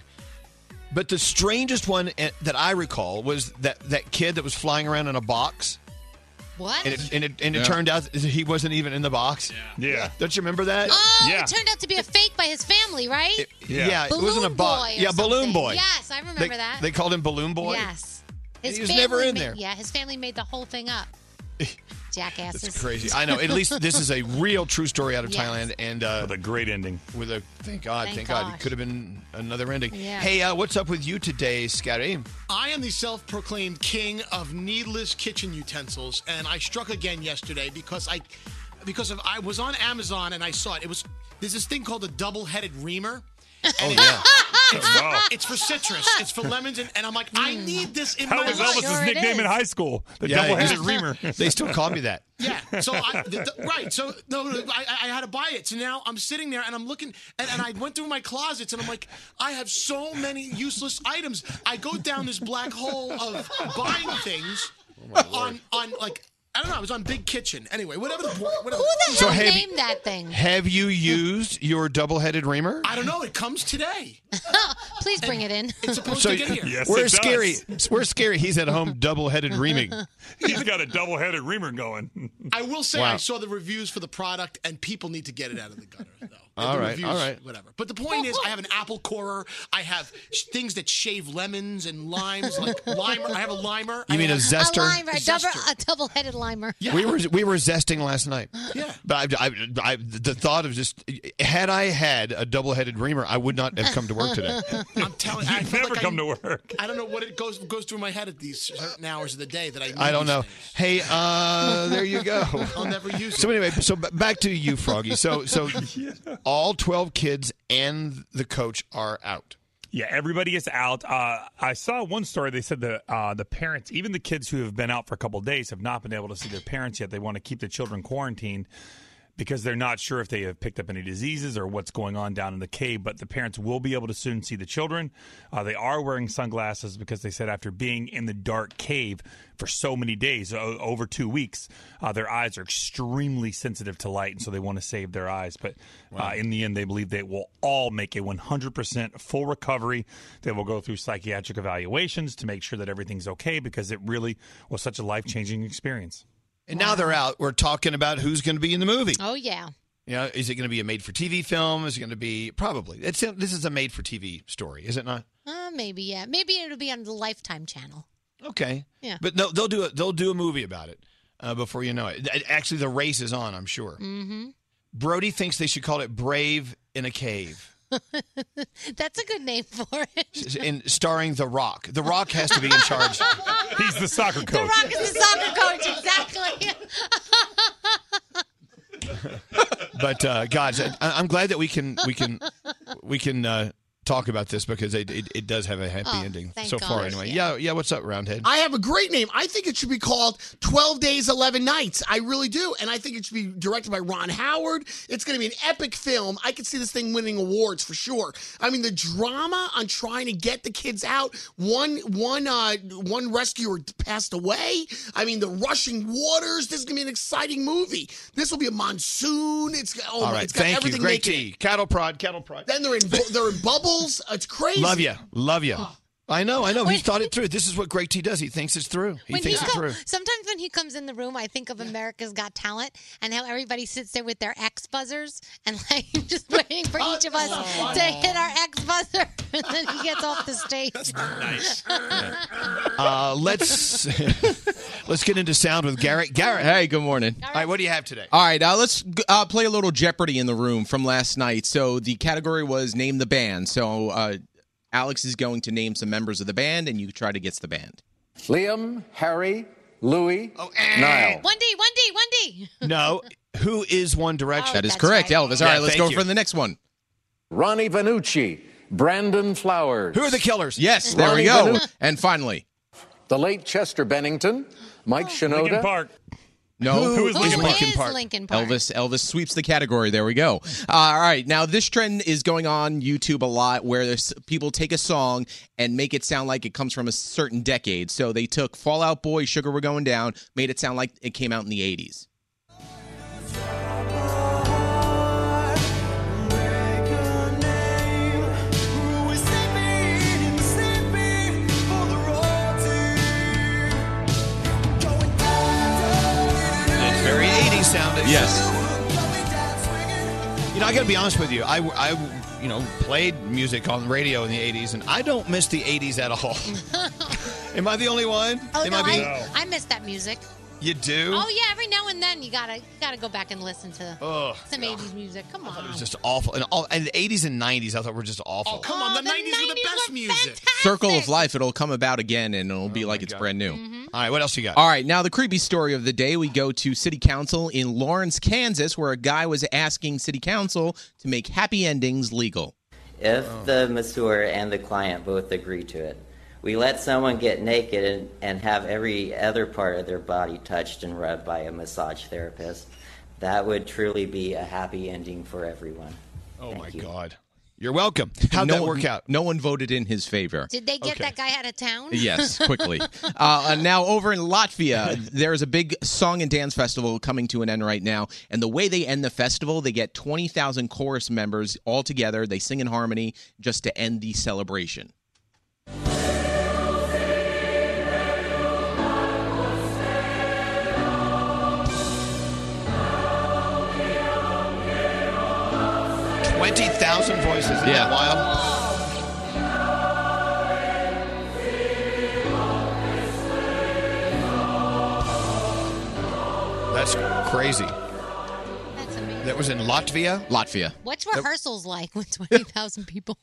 Speaker 5: But the strangest one eh, that I recall was that, that kid that was flying around in a box.
Speaker 9: What?
Speaker 5: And it, and it, and it
Speaker 9: Yeah.
Speaker 5: turned out that he wasn't even in the box.
Speaker 11: Yeah.
Speaker 5: Don't you remember that?
Speaker 9: Oh, it turned out to be a fake by his family, right?
Speaker 5: yeah. it
Speaker 9: Balloon
Speaker 5: wasn't a box.
Speaker 9: Boy or
Speaker 5: yeah, Balloon
Speaker 9: something.
Speaker 5: Boy.
Speaker 9: Yes, I remember
Speaker 5: They-
Speaker 9: that.
Speaker 5: They called him Balloon Boy.
Speaker 9: Yes.
Speaker 5: He was never
Speaker 9: family
Speaker 5: in
Speaker 9: ma-
Speaker 5: there.
Speaker 9: yeah, his family made the whole thing up. Jackasses.
Speaker 5: It's crazy. I know. At least this is a real true story out of
Speaker 9: Yes.
Speaker 5: Thailand, and uh, with
Speaker 11: a great ending.
Speaker 5: With a thank God,
Speaker 12: Thank
Speaker 5: thank, God,
Speaker 12: gosh.
Speaker 5: it could have been another ending.
Speaker 12: Yeah.
Speaker 5: Hey, uh, what's up with you today, Scotty?
Speaker 12: I am the self proclaimed king of needless kitchen utensils, and I struck again yesterday because I. because of I was on Amazon and I saw it. It was there's this thing called a double-headed reamer.
Speaker 5: Oh
Speaker 12: yeah. It's,
Speaker 11: Wow.
Speaker 12: it's for citrus. It's for lemons, and, and I'm like, I need this in my
Speaker 11: That was
Speaker 12: life.
Speaker 11: Elvis's nickname in high school. The
Speaker 5: Yeah,
Speaker 11: double-headed
Speaker 5: yeah.
Speaker 11: reamer.
Speaker 5: They still call me that.
Speaker 12: Yeah. So I, the, the- right. So no, no, I, I- I had to buy it. So now I'm sitting there and I'm looking and, and I went through my closets and I'm like, I have so many useless items. I go down this black hole of buying things on on like I don't know. I was on Big Kitchen. Anyway, whatever the point. Whatever.
Speaker 9: Who the
Speaker 5: So
Speaker 9: hell
Speaker 5: have-
Speaker 9: named that thing?
Speaker 5: Have you used your double-headed reamer?
Speaker 12: I don't know. It comes today.
Speaker 9: Please bring it in.
Speaker 12: It's
Speaker 5: where's scary? Where's scary? He's at home double-headed reaming.
Speaker 11: He's got a double-headed reamer going.
Speaker 12: I will say
Speaker 5: Wow.
Speaker 12: I saw the reviews for the product and people need to get it out of the gutter.
Speaker 5: All
Speaker 12: the
Speaker 5: right,
Speaker 12: reviews,
Speaker 5: all right.
Speaker 12: Whatever. But the point is, I have an apple corer. I have sh- things that shave lemons and limes, like limer. I have a limer.
Speaker 5: You
Speaker 12: I
Speaker 5: mean a
Speaker 12: have-
Speaker 5: zester?
Speaker 9: A limer, a, double, a double-headed limer.
Speaker 5: We were we were zesting last night.
Speaker 12: Yeah.
Speaker 5: But I, I, I, the thought of just had I had a double-headed reamer, I would not have come to work today.
Speaker 12: I'm telling you, I feel
Speaker 5: never
Speaker 12: like I-
Speaker 5: come to work.
Speaker 12: I don't know what it goes goes through my head at these certain hours of the day that I. Need
Speaker 5: I don't
Speaker 12: these
Speaker 5: know. Hey, uh, there you go.
Speaker 12: I'll never use
Speaker 5: So anyway, so b- back to you, Froggy. So so all twelve kids and the coach are out.
Speaker 11: Yeah, everybody is out. Uh, I saw one story. They said that uh, the parents, even the kids who have been out for a couple of days, have not been able to see their parents yet. They want to keep the children quarantined because they're not sure if they have picked up any diseases or what's going on down in the cave. But the parents will be able to soon see the children. Uh, they are wearing sunglasses because they said after being in the dark cave for so many days, o- over two weeks, uh, their eyes are extremely sensitive to light, and so they want to save their eyes. But uh, in the end, they believe they will all make a 100% full recovery. They will go through psychiatric evaluations to make sure that everything's okay because it really was such a life changing experience.
Speaker 5: And now they're out. We're talking about who's going to be in the movie.
Speaker 9: Oh yeah.
Speaker 5: You know, is it going to be a made-for-TV film? Is it going to be probably? It's this is a made-for-TV story, is it not?
Speaker 9: Uh, maybe yeah. Maybe it'll be on the Lifetime channel.
Speaker 5: Okay.
Speaker 9: Yeah.
Speaker 5: But no, they'll do it. They'll do a movie about it uh, before you know it. Th- Actually, the race is on. I'm sure.
Speaker 9: hmm
Speaker 5: Brody thinks they should call it Brave in a Cave,
Speaker 9: That's a good name for it.
Speaker 5: and starring The Rock. The Rock has to be in charge.
Speaker 11: He's the soccer
Speaker 9: The Rock is the soccer coach, exactly.
Speaker 5: But uh, God, I, I'm glad that we can we can we can uh, talk about this because it, it, it does have a happy
Speaker 21: Oh,
Speaker 5: ending
Speaker 21: thank
Speaker 5: so far.
Speaker 21: God.
Speaker 5: Anyway, yeah. yeah, What's up, Roundhead?
Speaker 21: I have a great name. I think it should be called 12 Days, 11 Nights. I really do. And I think it should be directed by Ron Howard. It's going to be an epic film. I could see this thing winning awards for sure. I mean, the drama on trying to get the kids out. One one uh one rescuer passed away. I mean, the rushing waters. This is going to be an exciting movie. This will be a monsoon. It's oh,
Speaker 5: All
Speaker 21: my-
Speaker 5: right,
Speaker 21: it's got
Speaker 5: thank you.
Speaker 21: everything
Speaker 5: Great
Speaker 21: making
Speaker 5: tea, cattle prod, cattle prod.
Speaker 21: Then they're in bu- they're in bubbles. It's crazy.
Speaker 5: Love you, love you. I know, I know. He's thought it through. This is what Greg T does. He thinks it's through. He
Speaker 9: when he
Speaker 5: thinks it
Speaker 9: co-
Speaker 5: through.
Speaker 9: sometimes when he comes in the room, I think of America's Got Talent and how everybody sits there with their X buzzers and like just waiting for each of us to hit our X buzzer, and then he gets off the stage.
Speaker 5: nice. Uh, let's let's get into sound with Garrett. Garrett,
Speaker 27: Hey, good morning.
Speaker 5: all right, what do you have today?
Speaker 27: All right, uh, let's uh, play a little Jeopardy in the room from last night. So the category was name the band. So uh, Alex is going to name some members of the band, and you try to guess the band. Oh, eh.
Speaker 13: Liam, Harry, Louis,
Speaker 9: One D, one D, one D.
Speaker 5: No, who is One Direction?
Speaker 27: that is correct, Elvis. All right, let's go for the next one.
Speaker 13: Ronnie Vanucci, Brandon Flowers.
Speaker 5: Who are the killers?
Speaker 27: Yes, there we
Speaker 13: Ronnie
Speaker 27: go.
Speaker 13: Vanucci.
Speaker 27: and finally,
Speaker 13: the late Chester Bennington, Mike Shinoda.
Speaker 27: Linkin
Speaker 11: Park.
Speaker 27: No,
Speaker 13: Who- Who is who Linkin Park? is Linkin Park?
Speaker 27: Elvis, Elvis sweeps the category. There we go. Uh, all right, now this trend is going on YouTube a lot, where there's, people take a song and make it sound like it comes from a certain decade. So they took Fallout Boy, "Sugar We're Going Down," made it sound like it came out in the '80s.
Speaker 5: It's very 80s sounding.
Speaker 27: Yes.
Speaker 5: You know, I got to be honest with you. I, I, you know, played music on the radio in the 80s, and I don't miss the 80s at all. Am I the only one?
Speaker 9: Oh
Speaker 5: Am
Speaker 9: no,
Speaker 5: I
Speaker 9: I,
Speaker 5: being-
Speaker 9: I miss that music.
Speaker 5: You do?
Speaker 9: Oh yeah, every now and then you gotta gotta go back and listen to
Speaker 5: Ugh.
Speaker 9: some '80s music. Come on,
Speaker 5: It was just awful. And, all, and the 80s and 90s, I thought were just awful.
Speaker 12: Oh, come on, the, 90s, were the best music.
Speaker 27: Circle of Life, it'll come about again and it'll be like it's brand new.
Speaker 5: Oh
Speaker 9: Mm-hmm.
Speaker 5: All right, what else you got?
Speaker 27: All right, now the creepy story of the day. We go to City Council in Lawrence, Kansas, where a guy was asking City Council to make happy endings legal.
Speaker 17: if
Speaker 5: Oh.
Speaker 17: the masseur and the client both agree to it. We let someone get naked and, and have every other part of their body touched and rubbed by a massage therapist. That would truly be a happy ending for everyone.
Speaker 5: Oh my God. You're welcome. How'd that work out?
Speaker 27: No one voted in his favor.
Speaker 9: Did they get that guy out of town?
Speaker 27: Yes, quickly. uh, and now, over in Latvia, there is a big song and dance festival coming to an end right now. And the way they end the festival, they get 20,000 chorus members all together. They sing in harmony just to end the celebration.
Speaker 5: Twenty thousand voices. Isn't
Speaker 27: Yeah.
Speaker 5: that wild? That's crazy.
Speaker 9: That's amazing.
Speaker 5: That was in Latvia.
Speaker 27: Latvia.
Speaker 9: What's rehearsals like with twenty thousand people?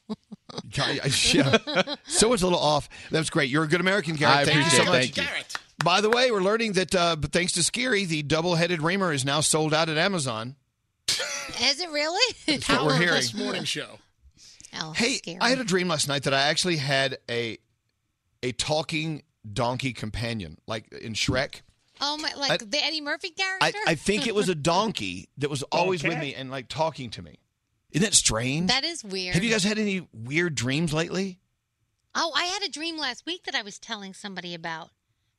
Speaker 5: yeah. So it's a little off. That was great. You're a good American, Garrett.
Speaker 27: I
Speaker 5: thank you so
Speaker 27: appreciate it.
Speaker 5: much.
Speaker 27: Thank you.
Speaker 5: By the way, we're learning that uh, thanks to Scary, the double-headed reamer is now sold out at Amazon.
Speaker 9: Is it really? That's
Speaker 5: what we're hearing.
Speaker 12: show.
Speaker 5: Hey,
Speaker 9: scary.
Speaker 5: I had a dream last night that I actually had a a talking donkey companion, like in Shrek.
Speaker 9: oh my! Like
Speaker 5: I-
Speaker 9: the Eddie Murphy
Speaker 5: I,
Speaker 9: character.
Speaker 5: I think it was a donkey that was always with
Speaker 9: Okay.
Speaker 5: me and like talking to me. Isn't that strange?
Speaker 9: That is weird.
Speaker 5: Have you guys had any weird dreams lately?
Speaker 9: Oh, I had a dream last week that I was telling somebody about,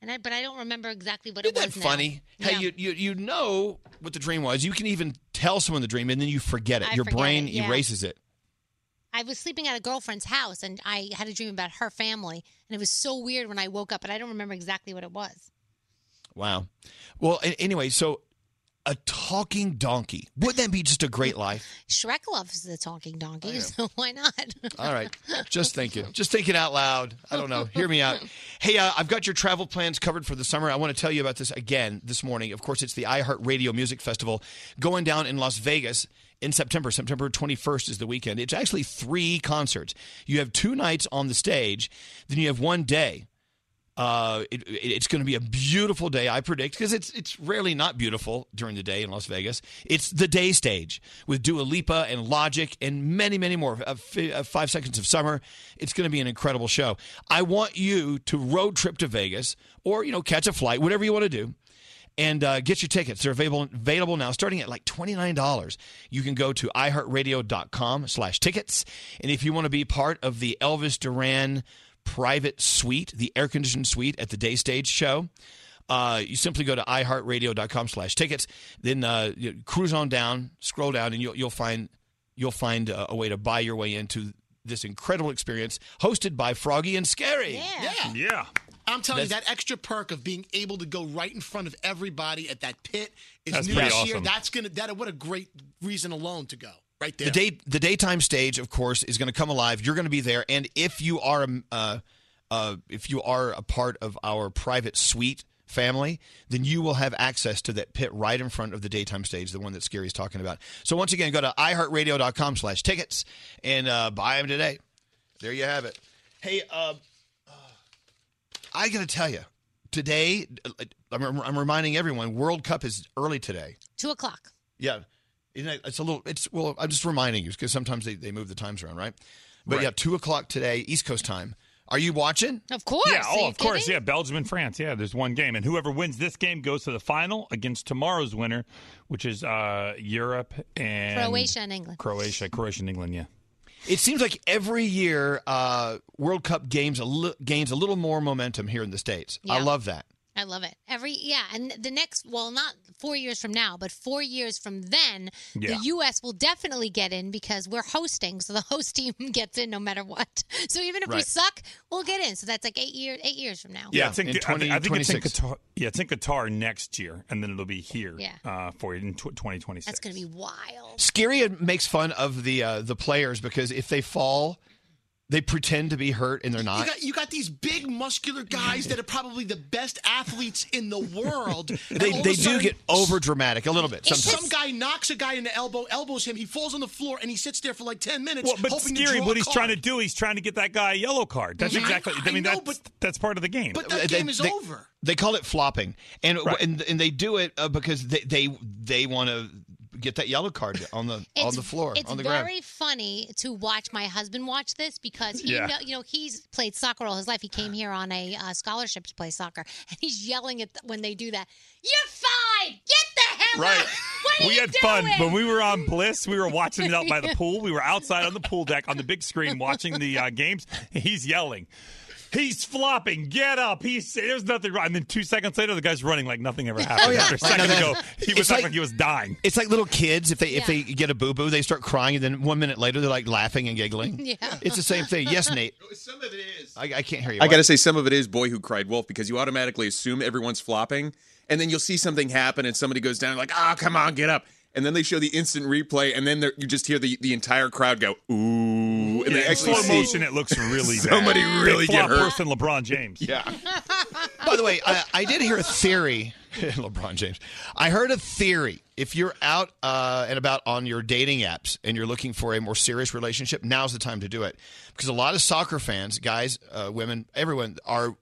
Speaker 9: and I but I don't remember exactly what it
Speaker 5: Isn't
Speaker 9: was.
Speaker 5: that funny?
Speaker 9: Now.
Speaker 5: Hey, you, you you know what the dream was. You can even tell someone the dream and then you forget it.
Speaker 9: I
Speaker 5: Your
Speaker 9: forget
Speaker 5: brain
Speaker 9: it, yeah.
Speaker 5: erases it.
Speaker 9: I was sleeping at a girlfriend's house, and I had a dream about her family, and it was so weird when I woke up, and I don't remember exactly what it was.
Speaker 5: Wow. Well, a- anyway, so a talking donkey. Wouldn't that be just a great life?
Speaker 9: Shrek loves the talking
Speaker 5: Oh,
Speaker 9: donkey, so why not?
Speaker 5: All right. Just thinking. Just thinking out loud. I don't know. Hear me out. Hey, uh, I've got your travel plans covered for the summer. I want to tell you about this again this morning. Of course, it's the iHeartRadio Music Festival going down in Las Vegas in September. September 21st is the weekend. It's actually three concerts. You have two nights on the stage, then you have one day. Uh, it, it- it's going to be a beautiful day, I predict, because it's it's rarely not beautiful during the day in Las Vegas. It's the day stage with Dua Lipa and Logic and many, many more. Uh, fi- uh, five Seconds of Summer. It's going to be an incredible show. I want you to road trip to Vegas or you know catch a flight, whatever you want to do and uh, get your tickets. They're available available now, starting at like twenty nine dollars. You can go to iHeartRadio.com/tickets, and if you want to be part of the Elvis Duran private suite, the air conditioned suite at the Day Stage show. Uh, you simply go to iheartradio.com slash tickets then uh, you cruise on down scroll down and you'll, you'll find you'll find uh, a way to buy your way into this incredible experience hosted by froggy and scary
Speaker 12: Yeah.
Speaker 11: Yeah.
Speaker 12: I'm telling
Speaker 5: That's-
Speaker 12: you, that extra perk of being able to go right in front of everybody at that pit is
Speaker 5: That's
Speaker 12: new
Speaker 5: pretty
Speaker 12: this year.
Speaker 5: awesome.
Speaker 12: That's gonna that what a great reason alone to go right there.
Speaker 5: The day the daytime stage, of course, is going to come alive. You're going to be there, and if you are um, uh, uh, if you are a part of our private suite family, then you will have access to that pit right in front of the daytime stage, the one that Scary's talking about. So once again, go to iHeartRadio.com/tickets and uh, buy them today. There you have it. Hey, uh, I got to tell you, today uh, I'm, I'm reminding everyone, World Cup is early today.
Speaker 9: Two o'clock.
Speaker 5: Yeah. Isn't it, it's a little, it's, well, I'm just reminding you because sometimes they, they move the times around, right? But yeah, two o'clock today, East Coast time. Are you watching?
Speaker 9: Of course.
Speaker 11: Yeah,
Speaker 9: Are
Speaker 11: oh,
Speaker 9: you
Speaker 11: of course.
Speaker 9: kidding?
Speaker 11: Yeah, Belgium and France. Yeah, there's one game. And whoever wins this game goes to the final against tomorrow's winner, which is uh, Europe and
Speaker 9: Croatia and England.
Speaker 11: Croatia, Croatia and England, yeah.
Speaker 5: It seems like every year, uh, World Cup games a li- gains a little more momentum here in the States. I
Speaker 9: Yeah.
Speaker 5: love that.
Speaker 9: I love it. Every yeah, and the next well, not four years from now, but four years from then,
Speaker 5: Yeah.
Speaker 9: the U.S. will definitely get in because we're hosting, so the host team gets in no matter what. So even if we
Speaker 11: Right.
Speaker 9: suck, we'll get in. So that's like eight years, eight years from now.
Speaker 11: Yeah, it's in, I think- I think it's in Qatar. Yeah, it's in Qatar next year, and then it'll be here
Speaker 9: Yeah.
Speaker 11: uh, for you in tw- 2026.
Speaker 9: That's gonna be wild.
Speaker 5: Scary makes fun of the uh, the players because if they fall, They pretend to be hurt and they're
Speaker 12: You
Speaker 5: not.
Speaker 12: got, you got these big muscular guys that are probably the best athletes in the world. and
Speaker 5: They
Speaker 12: all of a
Speaker 5: they do
Speaker 12: sudden,
Speaker 5: get over dramatic a little bit.
Speaker 12: Some,
Speaker 5: Sometimes.
Speaker 12: guy knocks a guy in the elbow, elbows him. He falls on the floor and he sits there for like ten minutes.
Speaker 11: Well, but
Speaker 12: hoping
Speaker 11: scary.
Speaker 12: To draw
Speaker 11: What
Speaker 12: a
Speaker 11: he's
Speaker 12: card.
Speaker 11: trying to do, he's trying to get that guy a yellow card. That's
Speaker 12: Yeah, I-
Speaker 11: exactly. I,
Speaker 12: I
Speaker 11: mean,
Speaker 12: know,
Speaker 11: that's that's part of the game.
Speaker 12: But that
Speaker 5: They-
Speaker 12: game is
Speaker 5: they-
Speaker 12: over.
Speaker 5: They call it flopping, and
Speaker 11: Right.
Speaker 5: and and they do it uh, because they they, they want to get that yellow card on the on
Speaker 9: It's-
Speaker 5: the floor
Speaker 9: It's
Speaker 5: on the ground.
Speaker 9: very funny to watch my husband watch this because he,
Speaker 5: Yeah.
Speaker 9: know, you know, he's played soccer all his life. He came here on a uh, scholarship to play soccer, and he's yelling at th- when they do that. You're fine. Get the hell
Speaker 11: Right.
Speaker 9: out. What are
Speaker 11: we
Speaker 9: you
Speaker 11: had fun
Speaker 9: doing?"
Speaker 11: when we were on Bliss. We were watching it out by the pool. We were outside on the pool deck on the big screen watching the uh, games. He's yelling. He's flopping. Get up. He's there's nothing wrong. And then two seconds later, the guy's running like nothing
Speaker 9: Oh,
Speaker 11: ever happened. After a second ago, he was
Speaker 5: It's
Speaker 11: acting like he was dying.
Speaker 5: It's like little kids if they
Speaker 11: Yeah.
Speaker 5: if they get a boo boo, they start crying, and then one minute later they're like laughing and giggling.
Speaker 9: Yeah.
Speaker 5: it's the same thing. Yes, Nate. Some of it is. I, I can't hear you.
Speaker 19: I got to
Speaker 5: What?
Speaker 19: say, some of it is Boy Who Cried Wolf because you automatically assume everyone's flopping, and then you'll see something happen, and somebody goes down, like, ah, come on, get up. And then they show the instant replay, and then there- you just hear the, the entire crowd go, ooh. And
Speaker 11: Yeah,
Speaker 19: they
Speaker 11: in
Speaker 19: actually
Speaker 11: slow
Speaker 19: see
Speaker 11: motion, it looks really bad.
Speaker 19: somebody
Speaker 11: They
Speaker 19: really get
Speaker 11: flop
Speaker 19: hurt.
Speaker 11: Worse than LeBron James.
Speaker 19: Yeah.
Speaker 5: By the way, I, I did hear a theory. LeBron James. I heard a theory. If you're out uh, and about on your dating apps and you're looking for a more serious relationship, now's the time to do it because a lot of soccer fans, guys, uh, women, everyone, are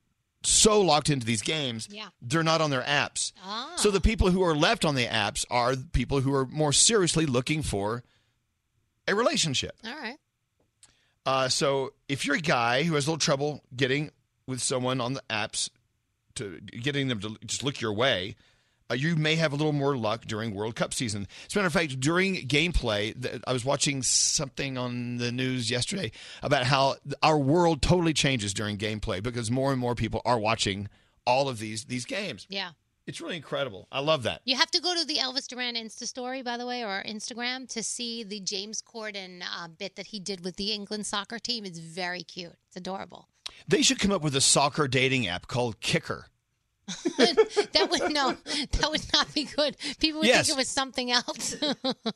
Speaker 5: so locked into these games.
Speaker 1: Yeah.
Speaker 5: They're not on their apps. So the people who are left on the apps are the people who are more seriously looking for a relationship.
Speaker 9: All right.
Speaker 5: Uh, so if you're a guy who has a little trouble getting with someone on the apps to getting them to just look your way, uh, you may have a little more luck during World Cup season. As a matter of fact, during gameplay, th- I was watching something on the news yesterday about how our world totally changes during gameplay because more and more people are watching all of these these games.
Speaker 9: Yeah.
Speaker 5: It's really incredible. I love that.
Speaker 9: You have to go to the Elvis Duran Insta story, by the way, or Instagram to see the James Corden uh, bit that he did with the England soccer team. It's very cute. It's adorable.
Speaker 5: They should come up with a soccer dating app called Kicker.
Speaker 9: That would no, that would not be good. People would
Speaker 5: Yes.
Speaker 9: think it was something else.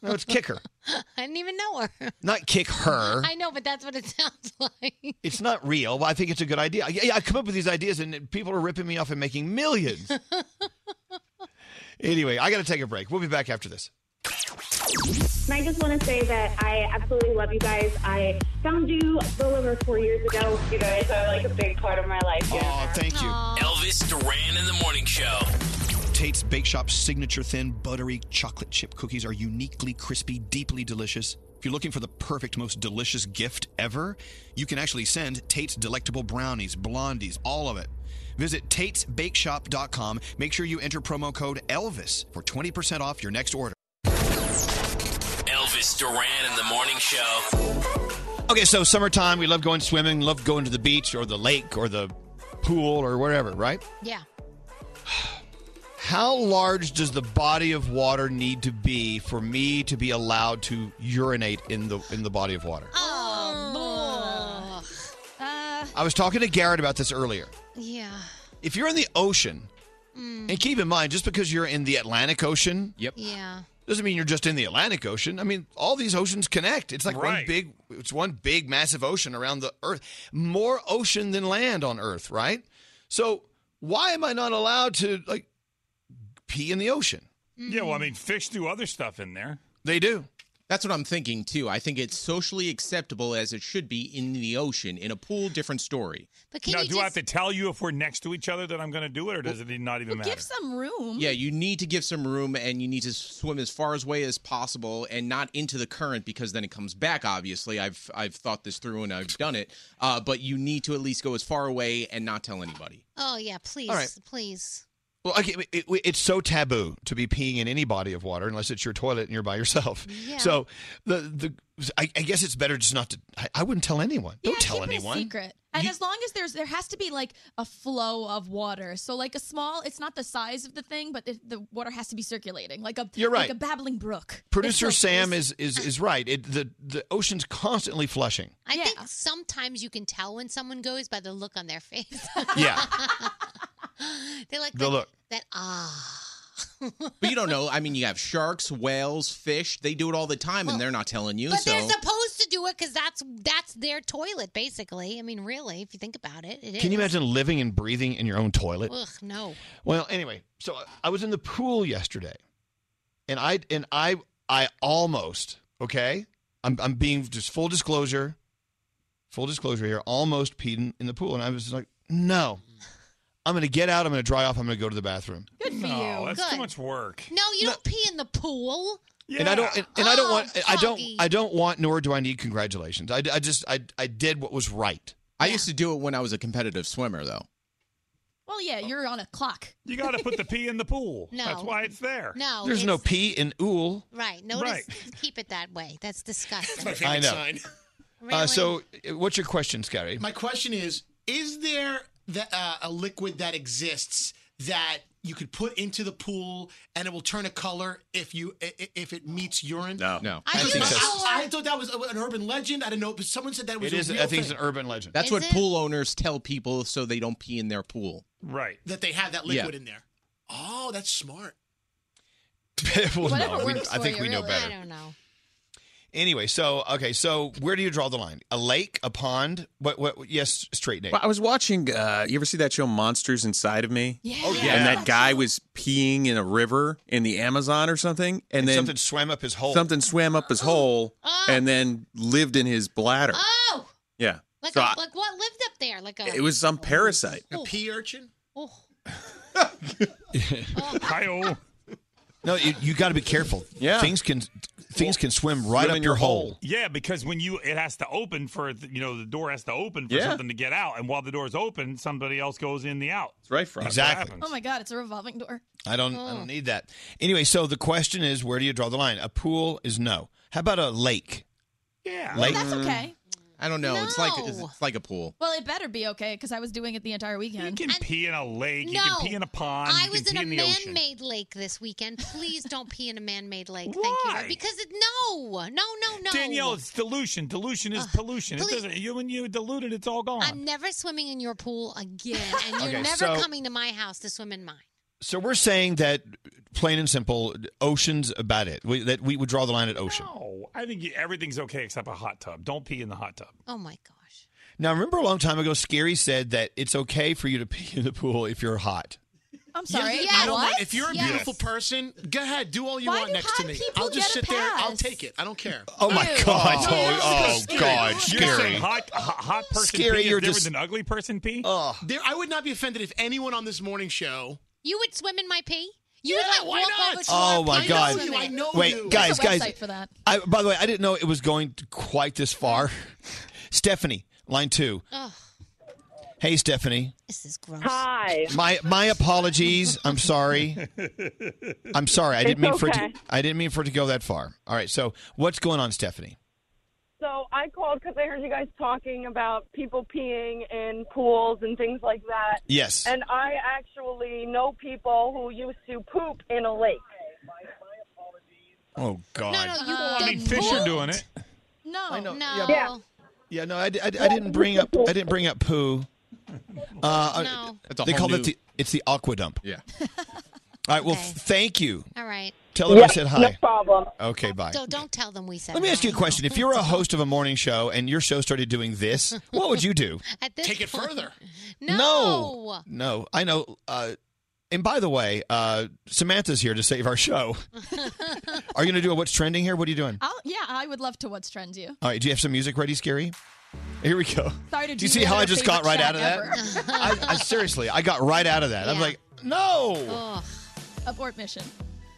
Speaker 5: No, it's Kicker,
Speaker 9: I didn't even know her.
Speaker 5: not Kick Her.
Speaker 9: I know, but that's what it sounds like.
Speaker 5: It's not real, but I think it's a good idea. I, yeah, I come up with these ideas, and people are ripping me off and making millions. anyway, I got to take a break. We'll be back after this.
Speaker 6: And I just want to say that I absolutely love you guys. I found you a little over four years ago. You guys are like a big part of my life.
Speaker 5: Oh, thank you.
Speaker 4: Elvis Duran in the morning show.
Speaker 28: Tate's Bake Shop's signature thin, buttery chocolate chip cookies are uniquely crispy, deeply delicious. If you're looking for the perfect, most delicious gift ever, you can actually send Tate's Delectable Brownies, Blondies, all of it. Visit Tate'sBakeShop.com. Make sure you enter promo code ELVIS for 20% off your next order.
Speaker 4: Elvis Duran in the morning show.
Speaker 5: Okay, so summertime, we love going swimming, love going to the beach or the lake or the pool or wherever, right?
Speaker 9: Yeah.
Speaker 5: How large does the body of water need to be for me to be allowed to urinate in the in the body of water?
Speaker 7: Oh, boy. Uh,
Speaker 5: I was talking to Garrett about this earlier.
Speaker 9: yeah.
Speaker 5: If you're in the ocean,
Speaker 9: Mm.
Speaker 5: and keep in mind, just because you're in the Atlantic Ocean, yep,
Speaker 9: Yeah.
Speaker 5: doesn't mean you're just in the Atlantic Ocean. I mean, all these oceans connect. It's like one
Speaker 9: Right.
Speaker 5: big, it's one big, massive ocean around the Earth. More ocean than land on Earth, right? So why am I not allowed to like pee in the ocean?
Speaker 11: Yeah, well, I mean, fish do other stuff in there.
Speaker 5: They do.
Speaker 27: That's what I'm thinking too. I think it's socially acceptable as it should be in the ocean. In a pool, different story.
Speaker 9: But
Speaker 11: now, do I have to tell you if we're next to each other that I'm going to do it, or does it not even matter?
Speaker 7: give some room.
Speaker 27: Yeah, you need to give some room and you need to swim as far away as possible and not into the current because then it comes back. Obviously, I've I've thought this through and I've done it. Uh, but you need to at least go as far away and not tell anybody.
Speaker 9: Oh yeah. Please. Please.
Speaker 5: Well, okay, it, it- it's so taboo to be peeing in any body of water unless it's your toilet and you're by yourself.
Speaker 9: Yeah.
Speaker 5: So the the I, I guess it's better just not to. I, I wouldn't tell anyone. Don't tell
Speaker 7: keep it a
Speaker 5: anyone.
Speaker 7: secret. And as long as there's, there has to be like a flow of water. So like a small, it's not the size of the thing, but it, the water has to be circulating, like a
Speaker 5: You're
Speaker 7: like
Speaker 5: right.
Speaker 7: a babbling brook.
Speaker 5: Producer
Speaker 7: It's like
Speaker 5: Sam
Speaker 7: this-
Speaker 5: is is is right. It, the the ocean's constantly flushing.
Speaker 9: I think sometimes you can tell when someone goes by the look on their face.
Speaker 5: Yeah.
Speaker 9: They're like
Speaker 27: The
Speaker 9: that-
Speaker 27: look.
Speaker 9: That ah.
Speaker 27: But you don't know. I mean, you have sharks, whales, fish. They do it all the time, and they're not telling you.
Speaker 9: But
Speaker 27: so
Speaker 9: they're supposed supposed to do it because that's that's their toilet, basically. I mean, really, if you think about it, it is.
Speaker 5: Can you imagine living and breathing in your own toilet?
Speaker 9: Ugh, no.
Speaker 5: Well, anyway, so I- I was in the pool yesterday, and I and I I almost okay. I'm I'm being just full disclosure, full disclosure here. Almost peed in, in the pool, and I was just like, no, I'm gonna get out. I'm gonna dry off. I'm gonna go to the bathroom.
Speaker 9: Good for
Speaker 11: no,
Speaker 9: you.
Speaker 11: that's
Speaker 9: Good.
Speaker 11: too much work.
Speaker 9: No, you don't pee in the pool.
Speaker 5: And I don't, and, and I don't want, I don't,
Speaker 9: Foggy.
Speaker 5: I don't want, nor do I need congratulations. I, I just, I, I did what was right.
Speaker 27: I used to do it when I was a competitive swimmer, though.
Speaker 7: Well, yeah, you're on a clock.
Speaker 11: You got to put the pee in the pool.
Speaker 9: Mm-hmm. No.
Speaker 11: That's why it's there.
Speaker 9: No,
Speaker 12: Oh,
Speaker 5: There's no pee in ool.
Speaker 9: Right. Notice.
Speaker 5: Right.
Speaker 9: Keep it that way. That's disgusting.
Speaker 5: I know. Uh,
Speaker 12: Really?
Speaker 5: so, uh, what's your question, Scary?
Speaker 12: My question is: Is there the, uh, a liquid that exists that you could put into the pool and it will turn a color if you i- i- if it meets urine?
Speaker 5: No, no.
Speaker 12: I,
Speaker 5: I think so.
Speaker 12: I, I thought that was an urban legend. I didn't know, but someone said that was.
Speaker 5: It
Speaker 12: a
Speaker 5: is.
Speaker 12: Real
Speaker 5: I think
Speaker 12: thing.
Speaker 5: it's an urban legend.
Speaker 27: That's
Speaker 12: Is
Speaker 27: what
Speaker 12: it?
Speaker 27: pool owners tell people so they don't pee in their pool.
Speaker 11: Right.
Speaker 12: That they have that
Speaker 27: Yeah.
Speaker 12: liquid in there. Oh, that's smart.
Speaker 5: well,
Speaker 12: Whatever
Speaker 5: no, we-
Speaker 12: works
Speaker 5: I
Speaker 12: for
Speaker 5: think
Speaker 12: you,
Speaker 5: we know
Speaker 12: really.
Speaker 5: better.
Speaker 12: I
Speaker 9: don't know.
Speaker 5: Anyway, so okay, so where do you draw the line? A lake, a pond? What? What? Yes, straight Nate.
Speaker 10: Well, I was watching. Uh, you ever see that show Monsters Inside of Me?
Speaker 5: Yeah. Oh, yeah.
Speaker 10: And that guy was peeing in a river in the Amazon or something, and,
Speaker 5: And
Speaker 10: then
Speaker 5: something swam up his hole.
Speaker 10: Something swam up his hole, and then lived in his bladder.
Speaker 9: Oh,
Speaker 10: Yeah.
Speaker 9: like
Speaker 10: So
Speaker 9: a,
Speaker 10: I-
Speaker 9: like what lived up there? Like a
Speaker 10: it was some parasite.
Speaker 12: A pea urchin.
Speaker 9: Oh,
Speaker 11: Kyle.
Speaker 5: No, you, you got to be careful. Yeah, things can things can swim right
Speaker 11: Swim
Speaker 5: up
Speaker 11: in
Speaker 5: your
Speaker 11: your
Speaker 5: hole.
Speaker 11: Yeah, because when you it has to open for th- you know the door has to open for
Speaker 5: Yeah.
Speaker 11: something to get out, and while the door's open, somebody else goes in the out. That's
Speaker 10: right,
Speaker 11: Frog.
Speaker 5: Exactly.
Speaker 7: Oh my God, it's a revolving door.
Speaker 5: I don't. I
Speaker 7: Oh.
Speaker 5: don't need that. Anyway, so the question is, where do you draw the line? A pool is no. How about a lake?
Speaker 11: Yeah,
Speaker 5: Lake.
Speaker 7: That's okay.
Speaker 27: I don't know. It's like it's,
Speaker 7: No.
Speaker 27: it's like a pool.
Speaker 7: Well, it better be okay because I was doing it the entire weekend.
Speaker 11: You can pee in a lake. You
Speaker 9: No.
Speaker 11: can pee in a pond.
Speaker 9: I
Speaker 11: you
Speaker 9: was
Speaker 11: can
Speaker 9: in
Speaker 11: pee in,
Speaker 9: a
Speaker 11: the ocean.
Speaker 9: man-made lake this weekend. Please don't pee in a man-made lake. Thank
Speaker 11: Why?
Speaker 9: you. Because it, no, no, no, no.
Speaker 11: Danielle, it's dilution. Dilution is pollution. It doesn't. You, when you dilute it, it's all gone.
Speaker 9: I'm never swimming in your pool again, and you're
Speaker 5: Okay,
Speaker 9: never
Speaker 5: so-
Speaker 9: coming to my house to swim in mine.
Speaker 5: So we're saying that, plain and simple, oceans about it. We, that we would draw the line at ocean.
Speaker 11: No, Oh, I think you, everything's okay except a hot tub. Don't pee in the hot tub.
Speaker 9: Oh my god.
Speaker 5: Now, remember a long time ago, Scary said that it's okay for you to pee in the pool if you're hot.
Speaker 7: I'm
Speaker 12: Yeah,
Speaker 7: sorry.
Speaker 12: I don't mind. If you're a
Speaker 7: Yes.
Speaker 12: beautiful person, go ahead, do all you
Speaker 7: Why
Speaker 12: want
Speaker 7: do
Speaker 12: next to
Speaker 7: hot
Speaker 12: me.
Speaker 7: people
Speaker 12: I'll just
Speaker 7: get
Speaker 12: sit
Speaker 7: a
Speaker 12: there. I'll
Speaker 7: pass?
Speaker 12: take it. I don't care.
Speaker 5: Oh my God! Oh, oh, God!
Speaker 11: You're
Speaker 5: Scary.
Speaker 11: saying hot, hot, hot person
Speaker 5: Scary,
Speaker 11: pee is
Speaker 5: you're
Speaker 11: different
Speaker 5: just-
Speaker 11: than ugly person pee.
Speaker 12: There, I would not be offended if anyone on this morning show.
Speaker 9: You would swim in my pee? You
Speaker 12: Yeah,
Speaker 9: would
Speaker 12: why
Speaker 9: like walk
Speaker 12: not?
Speaker 9: over to
Speaker 5: Oh
Speaker 9: our
Speaker 5: my
Speaker 9: pee
Speaker 5: God!
Speaker 9: and swim in it.
Speaker 5: Wait, guys,
Speaker 9: There's a
Speaker 5: guys.
Speaker 9: website for that.
Speaker 5: I, by the way, I didn't know it was going quite this far. Stephanie, line two.
Speaker 9: Ugh.
Speaker 5: Hey, Stephanie.
Speaker 9: This is gross.
Speaker 25: Hi.
Speaker 5: My my apologies. I'm sorry. I'm sorry. I didn't mean
Speaker 25: It's
Speaker 5: for it to,
Speaker 25: okay.
Speaker 5: I didn't mean for it to go that far. All right. So what's going on, Stephanie?
Speaker 25: So I called because I heard you guys talking about people peeing in pools and things like that.
Speaker 5: Yes.
Speaker 25: And I actually know people who used to poop in a lake.
Speaker 5: Oh God.
Speaker 9: you
Speaker 11: I mean, fish are doing it.
Speaker 7: No,
Speaker 5: I know.
Speaker 9: no.
Speaker 5: Yeah, but- Yeah. No. I, I, I didn't bring up I didn't bring up poo. Uh,
Speaker 9: No.
Speaker 5: I-
Speaker 9: That's a
Speaker 5: they
Speaker 9: whole
Speaker 5: call
Speaker 9: new-
Speaker 5: it the it's the aqua dump. Yeah. All right. Well,
Speaker 9: Okay.
Speaker 5: thank you.
Speaker 9: All right.
Speaker 5: Tell them I said hi.
Speaker 25: problem.
Speaker 5: Okay. Bye.
Speaker 9: Don't, don't tell them we said
Speaker 5: Let me
Speaker 9: hi.
Speaker 5: ask you a question. If you're a host of a morning show and your show started doing this, what would you do?
Speaker 9: At this Take
Speaker 12: it further.
Speaker 5: No. Mm-hmm. No, I know. Uh, and by the way, uh, Samantha's here to save our show. are you going to do a what's trending here? What are you doing?
Speaker 7: I'll, yeah, I would love to what's trend you.
Speaker 5: All right, do you have some music ready, Scary? Here we go.
Speaker 7: Sorry to
Speaker 5: do you
Speaker 7: derail
Speaker 5: see how
Speaker 7: your
Speaker 5: I just got
Speaker 7: favorite
Speaker 5: right out
Speaker 7: chat
Speaker 5: of that?
Speaker 7: ever.
Speaker 5: I, I seriously, I got right out of that. I'm
Speaker 7: Yeah.
Speaker 5: like, no.
Speaker 7: Abort mission.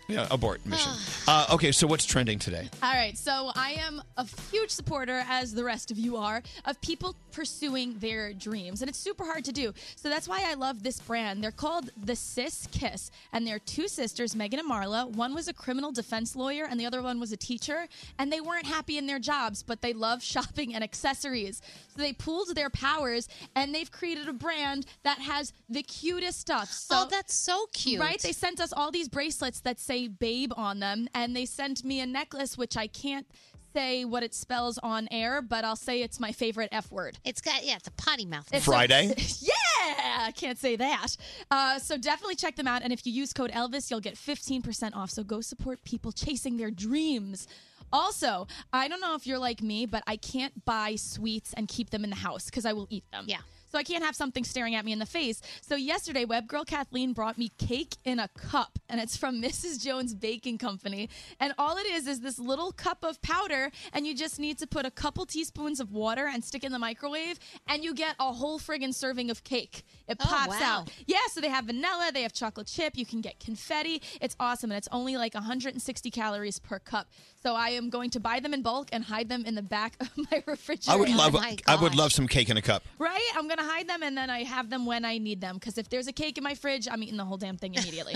Speaker 5: Yeah, abort mission. uh, okay, so what's trending today?
Speaker 7: All right, so I am a huge supporter, as the rest of you are, of people pursuing their dreams. And it's super hard to do. So that's why I love this brand. They're called The Sis Kiss, and they're two sisters, Megan and Marla. One was a criminal defense lawyer, and the other one was a teacher. And they weren't happy in their jobs, but they love shopping and accessories. So they pooled their powers, and they've created a brand that has the cutest stuff. So,
Speaker 9: Oh, that's so cute.
Speaker 7: Right? They sent us all these bracelets that say babe on them, and they sent me a necklace, which I can't say what it spells on air, but I'll say it's my favorite F word.
Speaker 9: It's got, yeah, it's a potty mouth.
Speaker 5: Friday?
Speaker 7: yeah! I can't say that. Uh, so definitely check them out. And if you use code Elvis, you'll get 15% off. So go support people chasing their dreams. Also, I don't know if you're like me, but I can't buy sweets and keep them in the house because I will eat them. Yeah. So I can't have something staring at me in the face. So yesterday, web girl Kathleen brought me cake in a cup, and it's from Mrs. Jones Baking Company. And all it is is this little cup of powder, and you just need to put a couple teaspoons of water and stick in the microwave, and you get a whole friggin' serving of cake. It
Speaker 9: Oh,
Speaker 7: pops
Speaker 9: wow.
Speaker 7: out. Yeah, so they have vanilla, they have chocolate chip, you can get confetti. It's awesome, and it's only like 160 calories per cup. So I am going to buy them in bulk and hide them in the back of my refrigerator.
Speaker 5: I would love
Speaker 9: Oh
Speaker 5: I would love some cake in a cup.
Speaker 7: Right? I'm going to hide them and then I have them when I need them. Because if there's a cake in my fridge, I'm eating the whole damn thing immediately.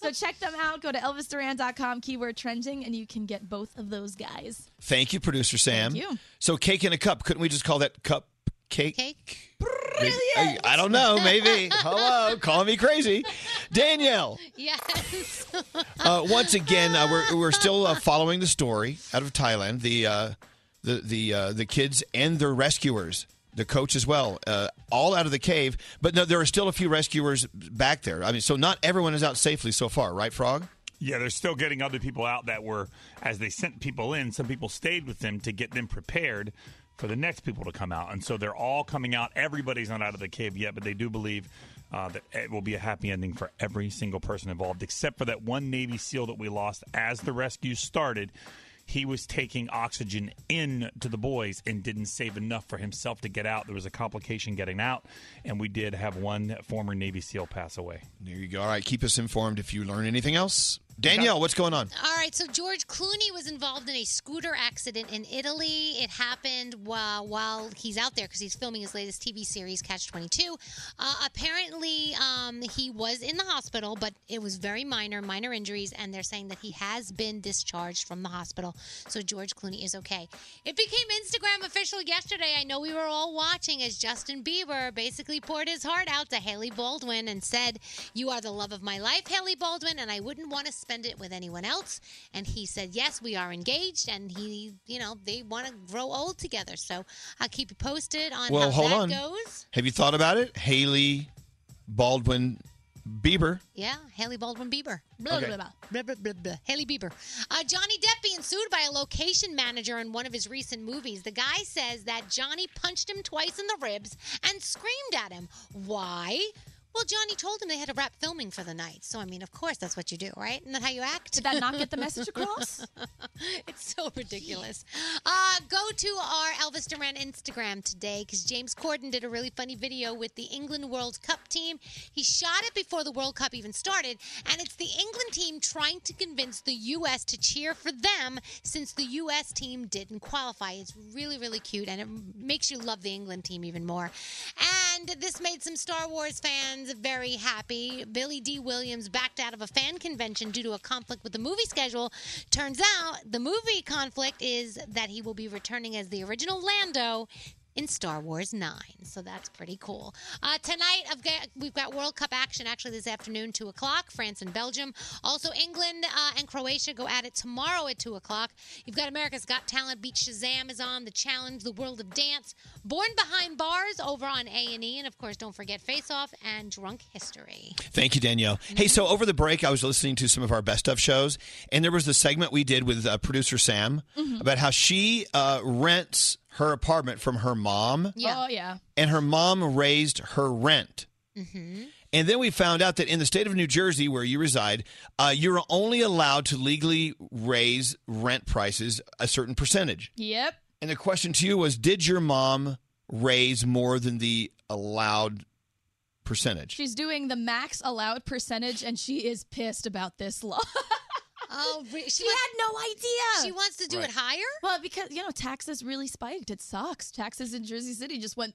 Speaker 7: so check them out. Go to elvisduran.com, keyword trending, and you can get both of those guys.
Speaker 5: Thank you, producer Sam.
Speaker 7: Thank you.
Speaker 5: So cake in a cup. Couldn't we just call that cup cake?
Speaker 7: Cake?
Speaker 5: Maybe- I don't know. Maybe. Hello, call me crazy, Danielle.
Speaker 9: Yes.
Speaker 5: Uh, once again, uh, we're we're still uh, following the story out of Thailand. The uh, the the uh, the kids and their rescuers, the coach as well, uh, all out of the cave. But no, there are still a few rescuers back there. I mean, so not everyone is out safely so far, right, Frog?
Speaker 11: Yeah, they're still getting other people out that were, as they sent people in, some people stayed with them to get them prepared for the next people to come out. And so they're all coming out. Everybody's not out of the cave yet, but they do believe uh, that it will be a happy ending for every single person involved, except for that one Navy SEAL that we lost as the rescue started. He was taking oxygen in to the boys and didn't save enough for himself to get out. There was a complication getting out, and we did have one former Navy SEAL pass away.
Speaker 5: There you go. All right, keep us informed if you learn anything else. Danielle, what's going on?
Speaker 9: All right, so George Clooney was involved in a scooter accident in Italy. It happened while, while he's out there because he's filming his latest TV series, Catch 22. Uh, apparently, um, he was in the hospital, but it was very minor, minor injuries, and they're saying that he has been discharged from the hospital. So George Clooney is okay. It became Instagram official yesterday. I know we were all watching as Justin Bieber basically poured his heart out to Haley Baldwin and said, You are the love of my life, Haley Baldwin, and I wouldn't want to spend it with anyone else. And he said, Yes, we are engaged, and he, you know, they want to grow old together. So I'll keep you posted on
Speaker 5: well,
Speaker 9: how
Speaker 5: hold
Speaker 9: that
Speaker 5: on.
Speaker 9: goes.
Speaker 5: Have you thought about it, Haley Baldwin Bieber?
Speaker 9: Yeah, Haley Baldwin Bieber.
Speaker 5: Blah, Okay. blah, blah.
Speaker 9: Haley Bieber. Uh, Johnny Depp being sued by a location manager in one of his recent movies. The guy says that Johnny punched him twice in the ribs and screamed at him. Why? Well, Johnny told him they had to wrap filming for the night. So, I mean, of course, that's what you do, right? Isn't that how you act? Did
Speaker 7: that not get the message across?
Speaker 9: it's so ridiculous. Uh, go to our Elvis Duran Instagram today because James Corden did a really funny video with the England World Cup team. He shot it before the World Cup even started, and it's the England team trying to convince the U.S. to cheer for them since the U.S. team didn't qualify. It's really, really cute, and it makes you love the England team even more. And this made some Star Wars fans very happy. Billy D. Williams backed out of a fan convention due to a conflict with the movie schedule. Turns out the movie conflict is that he will be returning as the original Lando in Star Wars 9. So that's pretty cool. Uh, tonight, I've got, we've got World Cup action actually this afternoon, 2 o'clock, France and Belgium. Also, England uh, and Croatia go at it tomorrow at 2 o'clock. You've got America's Got Talent, Beat Shazam is on, The Challenge, The World of Dance, Born Behind Bars over on A&E, and of course, don't forget Face Off and Drunk History.
Speaker 5: Thank you, Danielle. Hey, so over the break, I was listening to some of our best of shows, and there was the segment we did with uh, producer Sam
Speaker 7: Mhm.
Speaker 5: about how she uh, rents her apartment from her mom,
Speaker 7: Oh, yeah.
Speaker 5: and her mom raised her rent.
Speaker 7: Mm-hmm.
Speaker 5: And then we found out that in the state of New Jersey, where you reside, uh, you're only allowed to legally raise rent prices a certain percentage.
Speaker 7: Yep.
Speaker 5: And the question to you was Did your mom raise more than the allowed percentage?
Speaker 7: She's doing the max allowed percentage, and she is pissed about this law.
Speaker 9: Oh, she,
Speaker 7: had no idea.
Speaker 9: She wants to do it Right. higher?
Speaker 7: Well, because you know taxes really spiked. It sucks. Taxes in Jersey City just went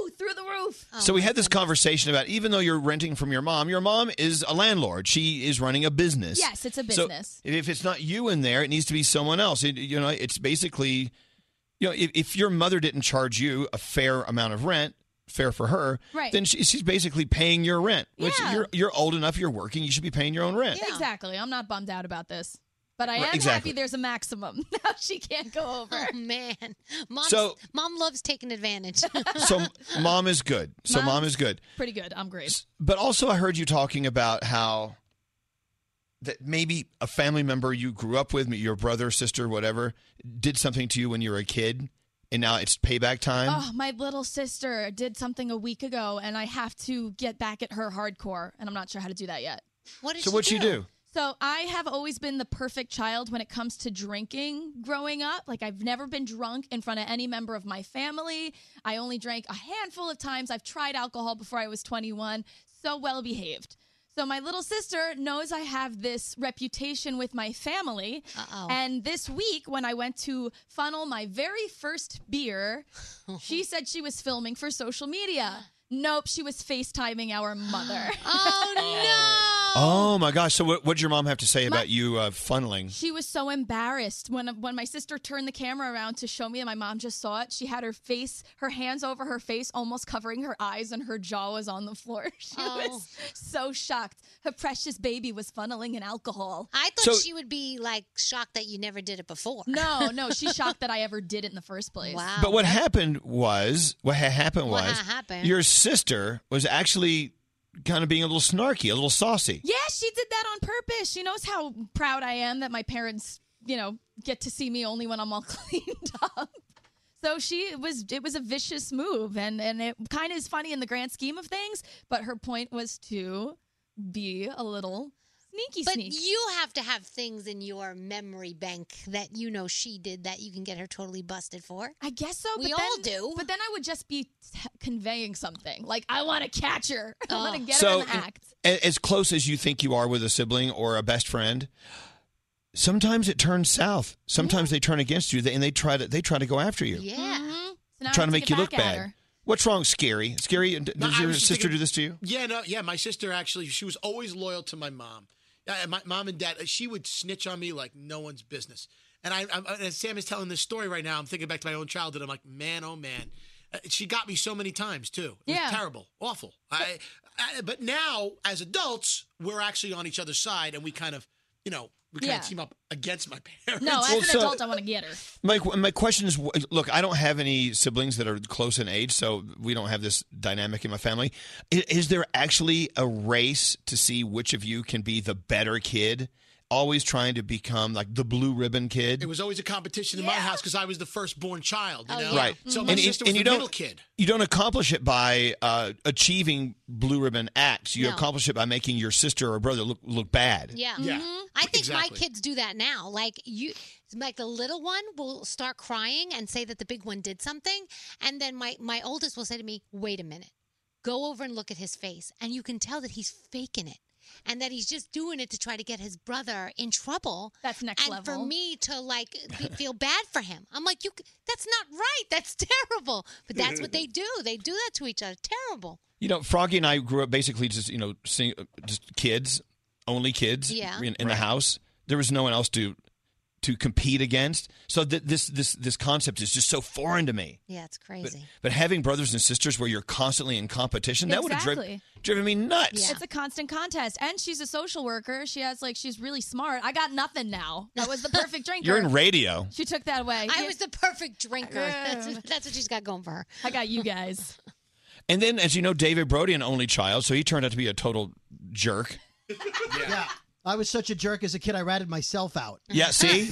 Speaker 7: woo through the roof.
Speaker 5: so we had this conversation about even though you're renting from your mom, your mom is a landlord. She is running a business.
Speaker 7: Yes, it's a
Speaker 5: So
Speaker 7: business.
Speaker 5: if it's not you in there, it needs to be someone else. It- you know, it's basically, you know, if, if your mother didn't charge you a fair amount of rent, fair for her,
Speaker 7: Right.
Speaker 5: then she, she's basically paying your rent. Which
Speaker 7: Yeah.
Speaker 5: you're you're old enough, you're working, you should be paying your own rent.
Speaker 7: Exactly. I'm not bummed out about this, but I
Speaker 5: Right,
Speaker 7: am
Speaker 5: exactly.
Speaker 7: happy there's a maximum now she can't go over.
Speaker 9: Oh, man, mom,
Speaker 5: So-
Speaker 9: mom loves taking advantage.
Speaker 5: So mom is good. So mom
Speaker 7: Mom's
Speaker 5: is good.
Speaker 7: Pretty good. I'm great.
Speaker 5: But also, I heard you talking about how that maybe a family member you grew up with, your brother, sister, whatever, did something to you when you were a kid, and now it's payback time?
Speaker 7: Oh, my little sister did something a week ago, and I have to get back at her hardcore, and I'm not sure how to do that yet.
Speaker 9: What
Speaker 5: did So she what'd she do? do?
Speaker 7: So I have always been the perfect child when it comes to drinking growing up. Like I've never been drunk in front of any member of my family. I only drank a handful of times. I've tried alcohol before I was 21. So well behaved. So my little sister knows I have this reputation with my family.
Speaker 9: Uh-oh.
Speaker 7: And this week when I went to funnel my very first beer, she said she was filming for social media. Nope, she was FaceTiming our mother.
Speaker 9: oh no.
Speaker 5: Oh my gosh! So what did your mom have to say about you uh, funneling?
Speaker 7: She was so embarrassed when when my sister turned the camera around to show me that my mom just saw it. She had her face, her hands over her face, almost covering her eyes, and her jaw was on the floor. She was so shocked. Her precious baby was funneling in alcohol.
Speaker 9: I thought
Speaker 7: So-
Speaker 9: she would be like shocked that you never did it before.
Speaker 7: No, no, she's shocked that I ever did it in the first place. Wow.
Speaker 5: But what happened was, what ha- happened was,
Speaker 7: Uh, What ha- happened?
Speaker 5: your sister was actually kind of being a little snarky, a little saucy.
Speaker 7: Yeah, she did that on purpose. She knows how proud I am that my parents, you know, get to see me only when I'm all cleaned up. So she it was it was a vicious move and and it kind of is funny in the grand scheme of things, but her point was to be a little sneaky
Speaker 9: But
Speaker 7: sneak.
Speaker 9: you have to have things in your memory bank that you know she did that you can get her totally busted for.
Speaker 7: I guess so.
Speaker 9: We
Speaker 7: but then,
Speaker 9: all
Speaker 7: do. But then I would just be t- conveying something like I want to catch her. I
Speaker 9: Oh.
Speaker 7: want to get her
Speaker 5: so
Speaker 7: in the act.
Speaker 5: a- as close as you think you are with a sibling or a best friend, sometimes it turns south. Sometimes they turn against you, and they try to they try to go after you,
Speaker 7: Yeah.
Speaker 5: trying to make you look bad. What's wrong, Scary? Scary, d-
Speaker 12: No,
Speaker 5: does
Speaker 12: I
Speaker 5: your
Speaker 12: was just
Speaker 5: sister
Speaker 12: thinking-
Speaker 5: do this to you?
Speaker 12: Yeah, no, yeah. My sister actually, she was always loyal to my mom. Uh, My mom and dad, she would snitch on me like no one's business. And I, I'm, as Sam is telling this story right now, I'm thinking back to my own childhood. I'm like, man, oh man, Uh, she got me so many times too. It
Speaker 7: Yeah.
Speaker 12: was terrible, awful. I, I, but now as adults, we're actually on each other's side, and we kind of, you know, we kind
Speaker 7: Yeah.
Speaker 12: of team up against my parents.
Speaker 7: No, as
Speaker 5: Well,
Speaker 7: an
Speaker 5: so-
Speaker 7: adult, I want to get her.
Speaker 5: My my question is, wh- look, I don't have any siblings that are close in age, so we don't have this dynamic in my family. Is, is there actually a race to see which of you can be the better kid? Always trying to become like the blue ribbon kid.
Speaker 12: It was always a competition in my house because I was the firstborn child.
Speaker 7: Oh,
Speaker 12: You know?
Speaker 5: Right.
Speaker 12: So my
Speaker 5: And-
Speaker 12: sister
Speaker 5: and
Speaker 12: was
Speaker 5: you
Speaker 12: the
Speaker 5: don't-
Speaker 12: middle kid.
Speaker 5: You don't accomplish it by uh, achieving blue ribbon acts. You
Speaker 9: No.
Speaker 5: accomplish it by making your sister or brother look look bad.
Speaker 9: Yeah. Mm-hmm.
Speaker 5: Yeah.
Speaker 9: I think my
Speaker 5: Exactly.
Speaker 9: kids do that now. Like you like the little one will start crying and say that the big one did something and then my my oldest will say to me, "Wait a minute. Go over and look at his face." And you can tell that he's faking it. And that he's just doing it to try to get his brother in trouble.
Speaker 7: That's next
Speaker 9: and
Speaker 7: level.
Speaker 9: for me to like be, feel bad for him, I'm like, you. c- That's not right. That's terrible. But that's what they do. They do that to each other. Terrible.
Speaker 5: You know, Froggy and I grew up basically just you know sing, just kids, only kids
Speaker 9: Yeah.
Speaker 5: in, in the house. There was no one else to to compete against. So th- this this this concept is just so foreign to me.
Speaker 9: Yeah, it's
Speaker 5: But,
Speaker 9: crazy.
Speaker 5: but having brothers and sisters where you're constantly in competition, that would have driven,
Speaker 7: Exactly.
Speaker 5: driven me nuts.
Speaker 7: It's a constant contest. And she's a social worker. She has like she's really smart. I got nothing now. I was the perfect drinker.
Speaker 5: You're in radio.
Speaker 7: She took that away.
Speaker 9: I was the perfect drinker. That's,
Speaker 7: Yeah.
Speaker 9: that's what she's got going for her.
Speaker 7: I got you guys.
Speaker 5: And then, as you know, David Brody, an only child, so he turned out to be a total jerk.
Speaker 20: Yeah. I was such a jerk as a kid. I ratted myself out.
Speaker 5: Yeah, see?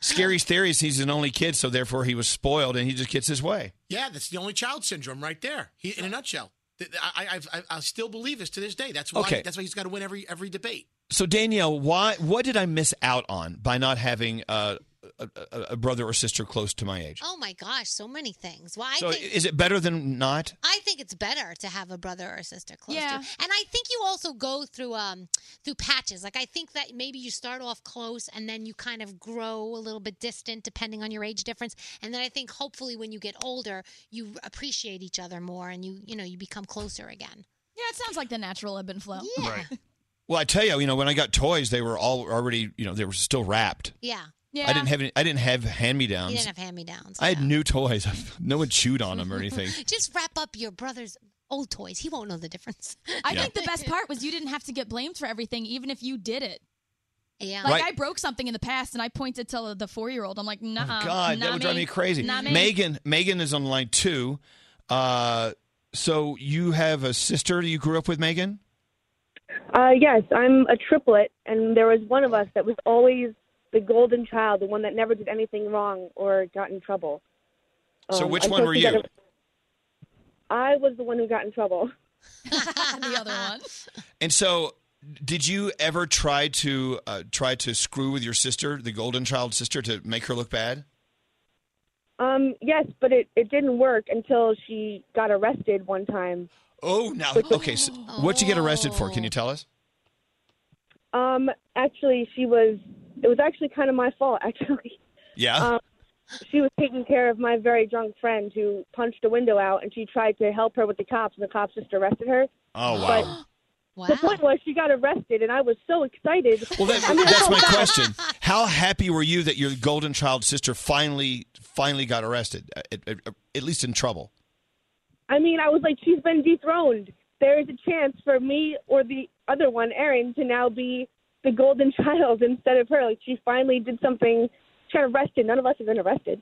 Speaker 5: Scary's theory is he's an only kid, so therefore he was spoiled and he just gets his way.
Speaker 12: Yeah, that's the only child syndrome right there. He, in a nutshell, Th- I, I, I've- I, I still believe this to this day. That's why.
Speaker 5: Okay.
Speaker 12: That's why he's got to win every every debate.
Speaker 5: So Danielle, why? What did I miss out on by not having uh, a, a, a brother or sister close to my age?
Speaker 9: Oh my gosh, so many things. Well, I
Speaker 5: so
Speaker 9: think
Speaker 5: is it better than not?
Speaker 9: I think it's better to have a brother or a sister close
Speaker 7: Yeah.
Speaker 9: to. And I think you also go through um through patches. Like I think that maybe you start off close and then you kind of grow a little bit distant depending on your age difference. And then I think hopefully when you get older, you appreciate each other more and you you know, you become closer again.
Speaker 7: Yeah, it sounds like the natural ebb and flow.
Speaker 5: Right. Well, I tell you, you know, when I got toys, they were all already, you know, they were still wrapped.
Speaker 9: Yeah.
Speaker 5: I didn't have any. I didn't have hand me
Speaker 9: You didn't
Speaker 5: downs.
Speaker 9: have hand me downs.
Speaker 5: I had new toys. no one chewed on them or anything.
Speaker 9: Just wrap up your brother's old toys. He won't know the difference.
Speaker 7: I
Speaker 5: Yeah.
Speaker 7: think the best part was you didn't have to get blamed for everything, even if you did it.
Speaker 9: Yeah.
Speaker 7: Like
Speaker 5: Right. Oh,
Speaker 7: I broke something in the past and I pointed to the four year old. I'm like, nah.
Speaker 5: God, that would drive me crazy.
Speaker 7: Not me.
Speaker 5: Megan, Megan is on line two. Uh, so you have a sister you grew up with, Megan?
Speaker 25: Uh, yes, I'm a triplet, and there was one of us that was always the golden child, the one that never did anything wrong or got in trouble. Um,
Speaker 5: So which one
Speaker 25: until
Speaker 5: were
Speaker 25: she got
Speaker 5: you?
Speaker 25: in- I was the one who got in trouble.
Speaker 7: the other one.
Speaker 5: And so, did you ever try to uh, try to screw with your sister, the golden child sister, to make her look bad?
Speaker 25: Um, yes, but it, it didn't work until she got arrested one time.
Speaker 5: Oh, now okay. So what'd you get arrested for? Can you tell us?
Speaker 25: Um, actually, she was. It was actually kind of my fault. Actually,
Speaker 5: Yeah.
Speaker 25: um, she was taking care of my very drunk friend who punched a window out, and she tried to help her with the cops, and the cops just arrested her.
Speaker 5: Oh,
Speaker 25: But
Speaker 5: wow.
Speaker 25: The point was, she got arrested, and I was so excited.
Speaker 5: Well, that,
Speaker 25: I mean, I
Speaker 5: that's
Speaker 25: felt
Speaker 5: my
Speaker 25: bad.
Speaker 5: question. How happy were you that your golden child sister finally finally got arrested, uh, at, at, at least in trouble?
Speaker 25: I mean, I was like, she's been dethroned. There is a chance for me or the other one, Erin, to now be the golden child instead of her. Like, she finally did something. She got arrested. None of us have been arrested.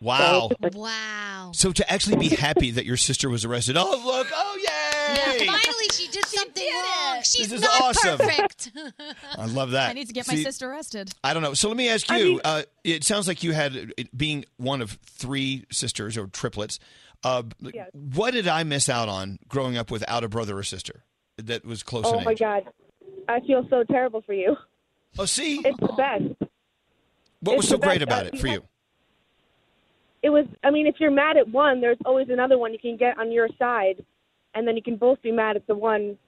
Speaker 5: Wow.
Speaker 10: Wow.
Speaker 5: So to actually be happy that your sister was arrested. Oh, look. Oh, yay!
Speaker 10: Finally, she did something wrong. She's
Speaker 5: is
Speaker 10: not
Speaker 5: awesome.
Speaker 10: perfect.
Speaker 5: I love that.
Speaker 7: I need to get my
Speaker 5: See,
Speaker 7: sister arrested.
Speaker 5: I don't know. So let me ask you.
Speaker 7: I mean-
Speaker 5: uh, it sounds like you had it being one of three sisters or triplets. Uh,
Speaker 25: Yes.
Speaker 5: What did I miss out on growing up without a brother or sister that was close
Speaker 25: oh
Speaker 5: in
Speaker 25: my
Speaker 5: age?
Speaker 25: god, I feel so terrible for you.
Speaker 5: Oh, see,
Speaker 25: it's the best.
Speaker 5: What was
Speaker 25: It's
Speaker 5: so
Speaker 25: the best.
Speaker 5: great about
Speaker 25: Uh,
Speaker 5: it for you?
Speaker 25: It was. I mean, if you're mad at one, there's always another one you can get on your side, and then you can both be mad at the one.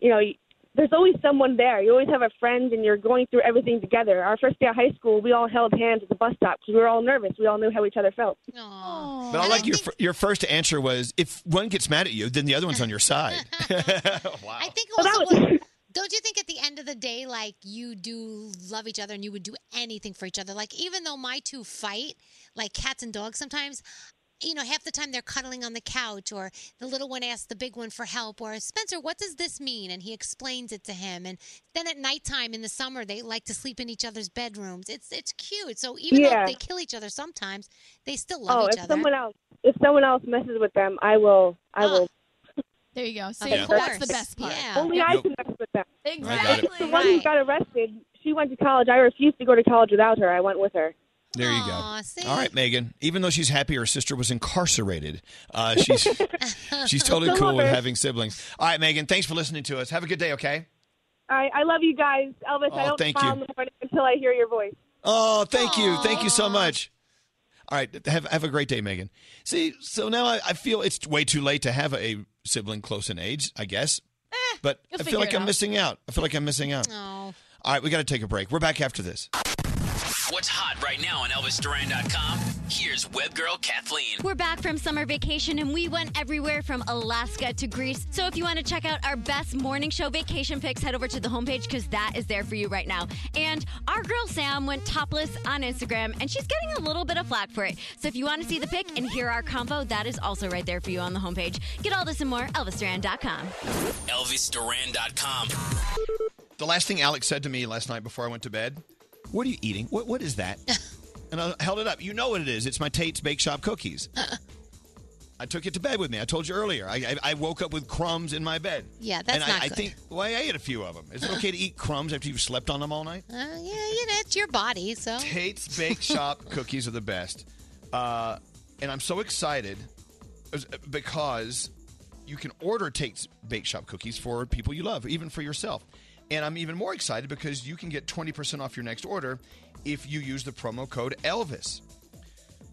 Speaker 25: You know, you- there's always someone there. You always have a friend, and you're going through everything together. Our first day of high school, we all held hands at the bus stop because we were all nervous. We all knew how each other felt.
Speaker 5: But I like your fir- your first answer was if one gets mad at you, then the other one's on your side. wow.
Speaker 10: I think also, what- don't you think at the end of the day, like you do love each other and you would do anything for each other? Like even though my two fight, like cats and dogs sometimes. You know, half the time they're cuddling on the couch, or the little one asks the big one for help, or Spencer, what does this mean? And he explains it to him. And then at nighttime in the summer, they like to sleep in each other's bedrooms. It's it's cute. So even
Speaker 25: Yeah.
Speaker 10: though they kill each other sometimes, they still love
Speaker 25: Oh,
Speaker 10: each
Speaker 25: if
Speaker 10: other.
Speaker 25: someone else if someone else messes with them, I will. I will.
Speaker 7: There Oh, you go. See,
Speaker 25: Yeah.
Speaker 7: that's the
Speaker 25: course.
Speaker 7: best part.
Speaker 25: Only I can mess with them.
Speaker 7: Exactly.
Speaker 25: The one who got arrested, she went to college. I refused to go to college without her. I went with her.
Speaker 5: There you
Speaker 10: Aw,
Speaker 5: go.
Speaker 10: see?
Speaker 5: All right, Megan. Even though she's happy her sister was incarcerated, uh, she's she's totally
Speaker 25: Still
Speaker 5: cool
Speaker 25: love
Speaker 5: with
Speaker 25: her.
Speaker 5: having siblings. All right, Megan. Thanks for listening to us. Have a good day. Okay.
Speaker 25: All right, I love you guys, Elvis.
Speaker 5: Oh,
Speaker 25: I don't
Speaker 5: thank
Speaker 25: smile
Speaker 5: you.
Speaker 25: in the morning until I hear your voice.
Speaker 5: Oh, thank you. Thank you so much. All right. Have, have a great day, Megan. See, so now I, I feel it's way too late to have a sibling close in age, I guess. but
Speaker 1: Eh, you'll
Speaker 5: I feel
Speaker 1: figure
Speaker 5: like
Speaker 1: it
Speaker 5: I'm
Speaker 1: out.
Speaker 5: missing out. I feel like I'm missing out.
Speaker 10: Oh.
Speaker 5: All right, we got to take a break. We're back after this.
Speaker 4: What's hot right now on ElvisDuran.com? Here's web girl Kathleen.
Speaker 23: We're back from summer vacation and we went everywhere from Alaska to Greece. So if you want to check out our best morning show vacation pics, head over to the homepage because that is there for you right now. And our girl Sam went topless on Instagram and she's getting a little bit of flack for it. So if you want to see the pic and hear our convo, that is also right there for you on the homepage. Get all this and more, ElvisDuran.com.
Speaker 4: ElvisDuran.com.
Speaker 5: The last thing Alex said to me last night before I went to bed, "What are you eating? What what is that?" and I held it up. You know what it is? It's my Tate's Bake Shop cookies. I took it to bed with me. I told you earlier. I I, I woke up with crumbs in my bed.
Speaker 10: Yeah, that's
Speaker 5: and
Speaker 10: not
Speaker 5: I,
Speaker 10: good.
Speaker 5: I think well, I ate a few of them. Is it okay to eat crumbs after you've slept on them all night?
Speaker 10: Uh, yeah, you know, it's your body, so.
Speaker 5: Tate's Bake Shop cookies are the best. Uh, and I'm so excited uh, because you can order Tate's Bake Shop cookies for people you love, even for yourself. And I'm even more excited because you can get 20% off your next order if you use the promo code ELVIS.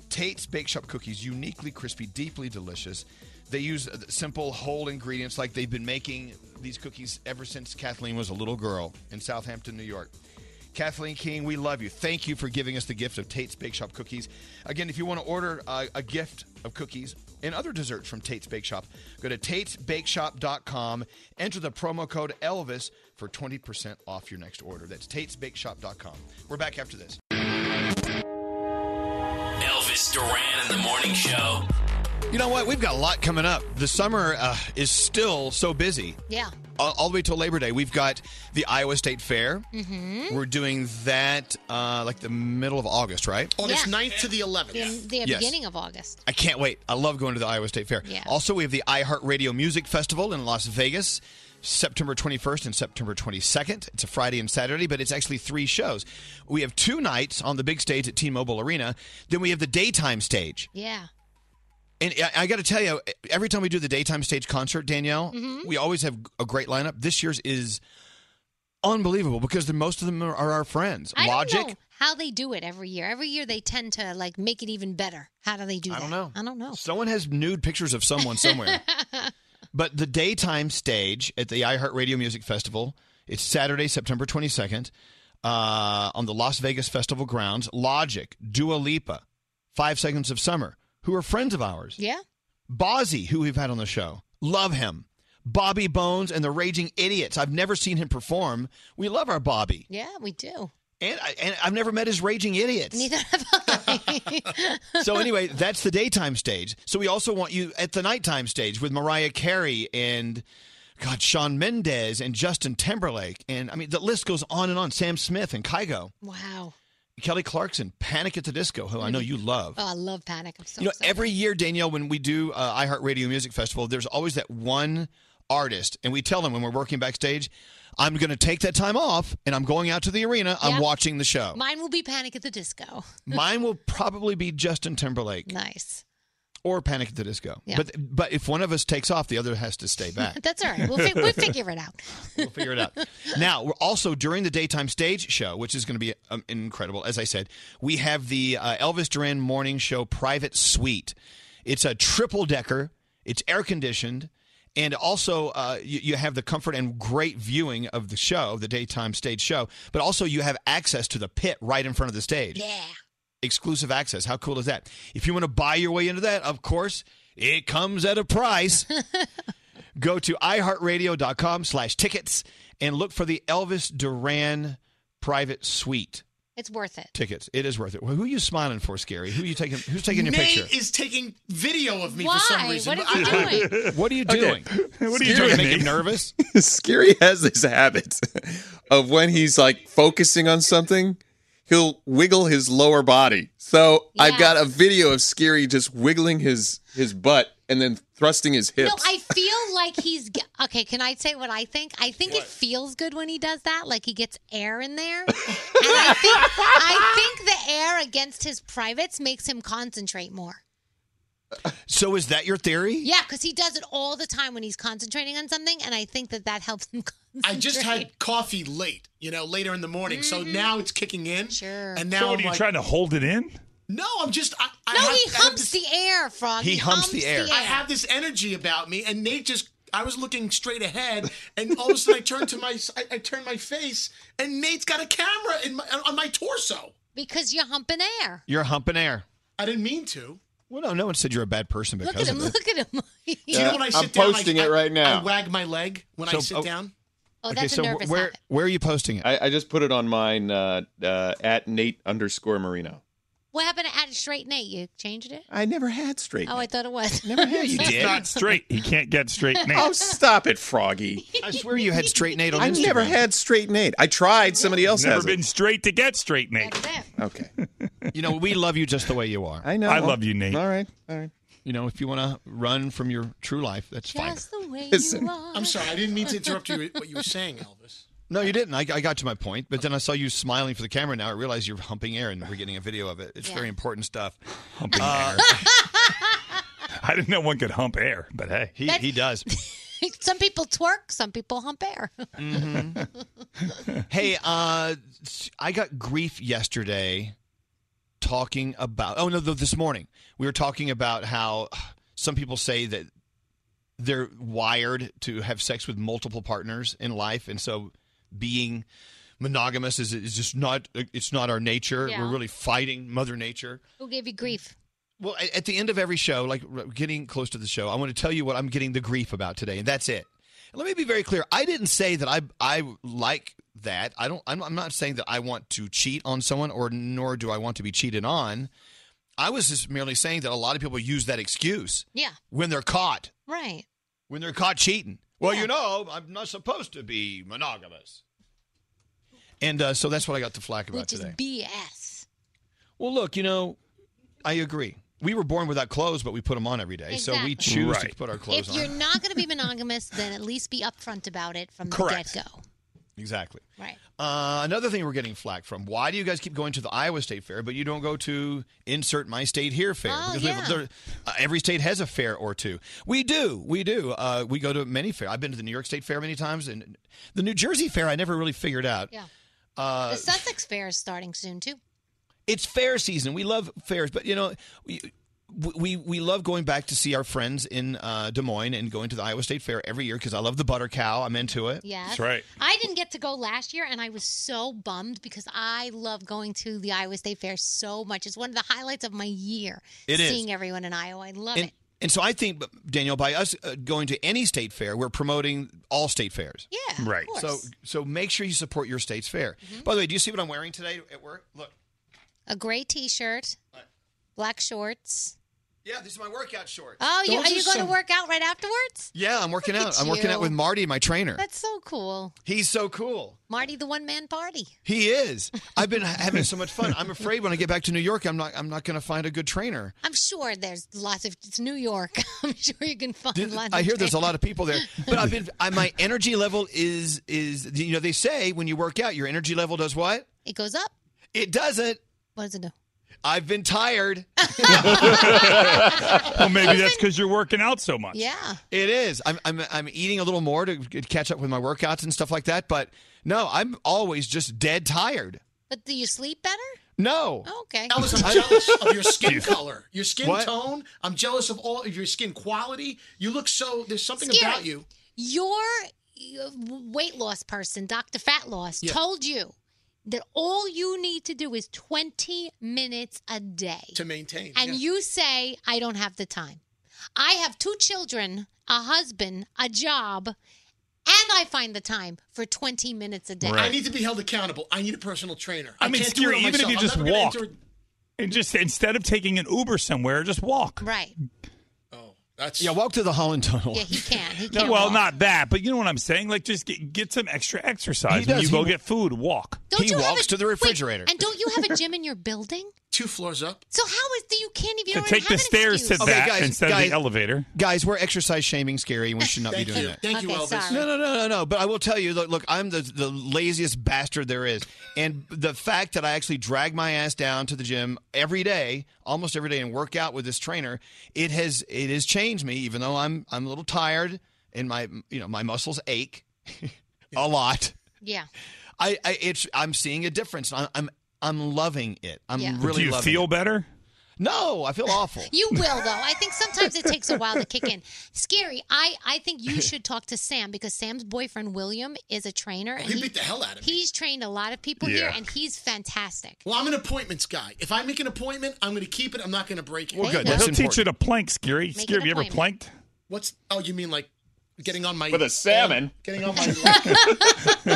Speaker 5: Tate's Bake Shop cookies, uniquely crispy, deeply delicious. They use uh, simple whole ingredients like they've been making these cookies ever since Kathleen was a little girl in Southampton, New York. Kathleen King, we love you. Thank you for giving us the gift of Tate's Bake Shop cookies. Again, if you want to order uh, a gift of cookies and other desserts from Tate's Bake Shop, go to tatesbakeshop.com, enter the promo code ELVIS for 20% off your next order. That's tatesbakeshop.com. We're back after this.
Speaker 4: Elvis Duran in the morning show.
Speaker 5: You know what? We've got a lot coming up. The summer uh, is still so busy.
Speaker 10: Yeah.
Speaker 5: All, all the way till Labor Day. We've got the Iowa State Fair.
Speaker 10: Mm-hmm.
Speaker 5: We're doing that uh, like the middle of August, right?
Speaker 10: August Yeah.
Speaker 12: 9th to the 11th.
Speaker 10: The, the
Speaker 5: Yes.
Speaker 10: beginning of August.
Speaker 5: I can't wait. I love going to the Iowa State Fair.
Speaker 10: Yeah.
Speaker 5: Also, we have the iHeartRadio Music Festival in Las Vegas. September 21st and September 22nd. It's a Friday and Saturday, but it's actually three shows. We have two nights on the big stage at T Mobile Arena. Then we have the daytime stage.
Speaker 9: Yeah.
Speaker 5: And I- I got to tell you, every time we do the daytime stage concert, Danielle,
Speaker 9: Mhm.
Speaker 5: we always have a great lineup. This year's is unbelievable because the, most of them are, are our friends.
Speaker 9: I
Speaker 5: Logic.
Speaker 9: don't know how they do it every year. Every year they tend to like make it even better. How do they do
Speaker 5: I
Speaker 9: that?
Speaker 5: don't know.
Speaker 9: I don't know.
Speaker 5: Someone has nude pictures of someone somewhere. but the daytime stage at the iHeartRadio Music Festival, it's Saturday, September 22nd, uh, on the Las Vegas Festival grounds. Logic, Dua Lipa, Five Seconds of Summer, who are friends of ours.
Speaker 9: Yeah.
Speaker 5: Bozzy, who we've had on the show. Love him. Bobby Bones and the Raging Idiots. I've never seen him perform. We love our Bobby.
Speaker 9: Yeah, we do.
Speaker 5: And, I, and I've never met his Raging Idiots.
Speaker 9: Neither have I.
Speaker 5: so anyway, that's the daytime stage. So we also want you at the nighttime stage with Mariah Carey and God, Sean Mendez and Justin Timberlake, and I mean the list goes on and on. Sam Smith and Kygo,
Speaker 9: wow.
Speaker 5: Kelly Clarkson, Panic at the Disco, who I know you love.
Speaker 9: Oh, I love Panic. I'm so
Speaker 5: you know,
Speaker 9: excited.
Speaker 5: every year, Danielle, when we do uh, iHeartRadio Music Festival, there's always that one artist, and we tell them when we're working backstage, I'm going to take that time off, and I'm going out to the arena.
Speaker 9: Yeah.
Speaker 5: I'm watching the show.
Speaker 9: Mine will be Panic at the Disco.
Speaker 5: Mine will probably be Justin Timberlake.
Speaker 9: Nice.
Speaker 5: Or Panic at the Disco.
Speaker 9: Yeah.
Speaker 5: But but if one of us takes off, the other has to stay back.
Speaker 9: That's all right. We'll, fi- we'll figure it out.
Speaker 5: we'll figure it out. Now, we're also during the daytime stage show, which is going to be um, incredible. As I said, we have the uh, Elvis Duran Morning Show Private Suite. It's a triple decker. It's air conditioned. And also, uh, you, you have the comfort and great viewing of the show, the daytime stage show. But also, you have access to the pit right in front of the stage.
Speaker 9: Yeah.
Speaker 5: Exclusive access. How cool is that? If you want to buy your way into that, of course, it comes at a price. Go to iHeartRadio.com slash tickets and look for the Elvis Duran private suite
Speaker 9: It's worth it.
Speaker 5: tickets. It is worth it. Well, who are you smiling for, Scary? Who are you taking who's taking your
Speaker 12: Nate
Speaker 5: picture?
Speaker 12: is taking video of me for some
Speaker 9: Why?
Speaker 12: reason.
Speaker 9: What
Speaker 12: but I- I-
Speaker 5: What are you doing? What
Speaker 12: are you doing,
Speaker 5: Make
Speaker 12: Nate?
Speaker 5: him nervous?
Speaker 10: Scary has this habit of when he's like focusing on something, he'll wiggle his lower body. So I've got a video of Scary just wiggling his his butt and then thrusting his hips.
Speaker 9: No, I feel like he's g- okay. Can I say what I think? I think it feels good when he does that. Like he gets air in there, and I think I think the air against his privates makes him concentrate more.
Speaker 5: So is that your theory?
Speaker 9: Yeah, because he does it all the time when he's concentrating on something, and I think that that helps him. Concentrate.
Speaker 12: I just had coffee late, you know, later in the morning, so now it's kicking in. Sure. And now
Speaker 11: so what
Speaker 12: I'm
Speaker 11: are you
Speaker 12: like-
Speaker 11: trying to hold it in?
Speaker 12: No, I'm just. I, I
Speaker 9: No,
Speaker 12: have-
Speaker 9: he
Speaker 12: I have
Speaker 9: humps the air, Frog.
Speaker 12: I have this energy about me, and Nate just. I was looking straight ahead, and all of a sudden I turned to my. I, I turned my face, and Nate's got a camera in my, on my torso.
Speaker 9: because you're humping air.
Speaker 5: You're humping air.
Speaker 12: I didn't mean to.
Speaker 5: Well, no, no one said you're a bad person because
Speaker 9: Look at him.
Speaker 5: of it.
Speaker 9: Look at him.
Speaker 12: Do you know when I sit down? I, I- I wag my leg when
Speaker 5: So,
Speaker 12: I sit
Speaker 5: oh,
Speaker 12: down.
Speaker 9: Oh,
Speaker 5: Okay, that's a so nervous where- habit. Where are you posting it?
Speaker 10: I, I just put it on mine uh, uh, at Nate underscore Marino.
Speaker 9: What happened to add straight Nate? You changed it?
Speaker 10: I never had straight.
Speaker 9: Oh, I thought it was.
Speaker 10: Never had
Speaker 11: He's not straight. He can't get straight. Nate.
Speaker 10: Oh, stop it, Froggy.
Speaker 5: I swear you had straight Nate on
Speaker 10: I
Speaker 5: Instagram.
Speaker 10: never had straight Nate. I tried. Somebody else
Speaker 11: Never
Speaker 10: has
Speaker 11: been straight to get straight, Nate.
Speaker 10: Okay.
Speaker 5: You know, we love you just the way you are.
Speaker 10: I know. I love
Speaker 11: you, Nate.
Speaker 10: All right. All right.
Speaker 5: You know, if you want to run from your true life, that's fine.
Speaker 9: Just the way
Speaker 5: Listen.
Speaker 9: you are.
Speaker 12: I'm sorry, I didn't mean to interrupt you. What you were saying, Elvis.
Speaker 5: No, you didn't. I, I got to my point, but then I saw you smiling for the camera. Now I realize you're humping air, and we're getting a video of it. It's
Speaker 11: Yeah.
Speaker 5: very important stuff. Uh,
Speaker 11: Humping air. I didn't know one could hump air, but hey,
Speaker 5: he he does.
Speaker 9: some people twerk, some people hump air.
Speaker 5: Mm-hmm. hey, uh, I got grief yesterday talking about. Oh no, th- this morning we were talking about how some people say that they're wired to have sex with multiple partners in life, and so being monogamous is, is just not. It's not our nature.
Speaker 9: Yeah.
Speaker 5: We're really fighting Mother Nature.
Speaker 9: Who gave you grief?
Speaker 5: Well, a- at the end of every show, like r- getting close to the show, I want to tell you what I'm getting the grief about today, and that's it. And Let me be very clear. I didn't say that I I like that. I don't. I'm, I'm not saying that I want to cheat on someone, or nor do I want to be cheated on. I was just merely saying that a lot of people use that excuse
Speaker 9: Yeah,
Speaker 5: when they're caught,
Speaker 9: right.
Speaker 5: when they're caught cheating. Well, you know, I'm not supposed to be monogamous, and uh, so that's what I got the flack about
Speaker 9: Which
Speaker 5: today.
Speaker 9: is BS.
Speaker 5: Well, look, you know, I agree. we were born without clothes, but we put them on every day, so we
Speaker 9: Exactly.
Speaker 5: choose
Speaker 9: Right.
Speaker 5: to put our clothes
Speaker 9: If
Speaker 5: on.
Speaker 9: you're not going to be monogamous, then at least be upfront about it from
Speaker 5: Correct.
Speaker 9: the get go.
Speaker 5: Exactly.
Speaker 9: Right.
Speaker 5: Uh, another thing we're getting flack from: Why do you guys keep going to the Iowa State Fair, but you don't go to insert my state here fair?
Speaker 9: Oh,
Speaker 5: we have,
Speaker 9: yeah.
Speaker 5: there- uh, every state has a fair or two. We do, we do. Uh, we go to many fair. I've been to the New York State Fair many times, and the New Jersey Fair I never really figured out.
Speaker 9: Yeah.
Speaker 5: Uh,
Speaker 9: the Sussex Fair is starting soon too.
Speaker 5: it's fair season. We love fairs, but you know, we we, we love going back to see our friends in uh, Des Moines and going to the Iowa State Fair every year because I love the butter cow. I'm into it.
Speaker 9: Yes. I didn't get to go last year, and I was so bummed because I love going to the Iowa State Fair so much. It's one of the highlights of my year.
Speaker 5: It is.
Speaker 9: seeing everyone in Iowa. I love
Speaker 5: And,
Speaker 9: it.
Speaker 5: and so I think, Daniel, by us uh, going to any state fair, we're promoting all state fairs.
Speaker 9: Yeah,
Speaker 5: right.
Speaker 9: course. Mm-hmm.
Speaker 5: So so make sure you support your state's fair. By the way, do you see what I'm wearing today at work? Look.
Speaker 9: A gray T-shirt, black shorts.
Speaker 5: Yeah, this is my workout short.
Speaker 9: Oh, you,
Speaker 5: Those
Speaker 9: are you going
Speaker 5: some-
Speaker 9: to work out right afterwards?
Speaker 5: Yeah, I'm working
Speaker 9: Look
Speaker 5: out.
Speaker 9: at
Speaker 5: I'm working
Speaker 9: you.
Speaker 5: out with Marty, my trainer.
Speaker 9: That's so cool,
Speaker 5: He's so cool.
Speaker 9: Marty, the one man party.
Speaker 5: He is. I've been having so much fun. I'm afraid when I get back to New York, I'm not. I'm not going to find a good trainer.
Speaker 9: I'm sure there's lots of. It's New York. I'm sure you can find lots.
Speaker 5: I
Speaker 9: of
Speaker 5: hear there's a
Speaker 9: trainers.
Speaker 5: lot of people there, but I've been. I, my energy level is is. You know, they say when you work out, your energy level does what?
Speaker 9: It goes up.
Speaker 5: It doesn't.
Speaker 9: What does it do?
Speaker 5: I've been tired.
Speaker 11: well, maybe that's because you're working out so much.
Speaker 9: Yeah.
Speaker 5: It is. I'm, I'm I'm eating a little more to g- catch up with my workouts and stuff like that. But no, I'm always just dead tired.
Speaker 9: But do you sleep better?
Speaker 5: No.
Speaker 9: Oh, Okay.
Speaker 12: Elvis,
Speaker 5: I-
Speaker 12: I'm jealous of your
Speaker 5: Do you-
Speaker 12: skin color, your skin
Speaker 5: What?
Speaker 12: tone. I'm jealous of all of your skin quality. You look so. There's something
Speaker 9: Scary.
Speaker 12: about you.
Speaker 9: Your uh, weight loss person, Dr. Fat Loss,
Speaker 12: Yeah.
Speaker 9: told you that all you need to do is 20 minutes a day
Speaker 12: to maintain.
Speaker 9: And you say, I don't have the time. I have two children, a husband, a job, and I find the time for 20 minutes a day.
Speaker 12: I need to be held accountable. I need a personal trainer.
Speaker 11: I
Speaker 12: I,
Speaker 11: mean,
Speaker 12: can't
Speaker 11: Scary,
Speaker 12: do it on
Speaker 11: even if
Speaker 12: myself.
Speaker 11: you
Speaker 12: I'm
Speaker 11: just
Speaker 12: never gonna
Speaker 11: walk
Speaker 12: enter-
Speaker 11: and just instead of taking an Uber somewhere, just walk.
Speaker 9: Right.
Speaker 12: That's
Speaker 5: yeah. Walk to the Holland Tunnel.
Speaker 9: Yeah, he can. He
Speaker 11: No,
Speaker 9: can.
Speaker 11: well,
Speaker 9: walk.
Speaker 11: not that, but you know what I'm saying. Like, just get, get some extra
Speaker 5: He
Speaker 11: exercise
Speaker 5: does.
Speaker 11: when you go
Speaker 5: He-
Speaker 11: get food. Walk.
Speaker 9: Don't you have a- wait,
Speaker 11: refrigerator.
Speaker 9: and don't you have a gym in your building?
Speaker 12: Two floors up.
Speaker 9: So how is that you can't even you
Speaker 11: To
Speaker 9: don't
Speaker 11: take
Speaker 9: even
Speaker 11: the
Speaker 9: have an
Speaker 11: stairs to
Speaker 9: excuse.
Speaker 11: that instead of the elevator.
Speaker 5: Guys, we're exercise shaming Scary, and we should not be
Speaker 12: Thank
Speaker 5: doing
Speaker 12: you.
Speaker 5: that.
Speaker 12: Thank you,
Speaker 9: Okay,
Speaker 12: Elvis.
Speaker 9: sorry.
Speaker 5: No, no, no, no, no. But I will tell you, look, look, I'm the, the laziest bastard there is. And the fact that I actually drag my ass down to the gym every day, almost every day, and work out with this trainer, it has it has changed me, even though I'm I'm a little tired and my you know, my muscles ache a lot.
Speaker 9: Yeah.
Speaker 5: I, I it's I'm seeing a difference. I'm I'm, I'm loving it. I'm
Speaker 9: Yeah.
Speaker 5: really
Speaker 11: Do you
Speaker 5: loving
Speaker 11: feel
Speaker 5: it.
Speaker 11: better?
Speaker 5: No, I feel awful.
Speaker 9: You will though. I think sometimes it takes a while to kick in. Scary. I I think you should talk to Sam because Sam's boyfriend William is a trainer. and
Speaker 12: he beat the hell out of me.
Speaker 9: He's trained a lot of people here,
Speaker 12: Yeah.
Speaker 9: and he's fantastic.
Speaker 12: Well, I'm an appointments guy. If I make an appointment, I'm going to keep it. I'm not going to break it.
Speaker 11: Well, good. They'll teach you to plank, Scary.
Speaker 12: Make an
Speaker 11: Scary, have you ever
Speaker 12: appointment.
Speaker 11: planked?
Speaker 12: What's? Oh, you mean like getting on my
Speaker 11: With a salmon.
Speaker 12: Getting on my leg.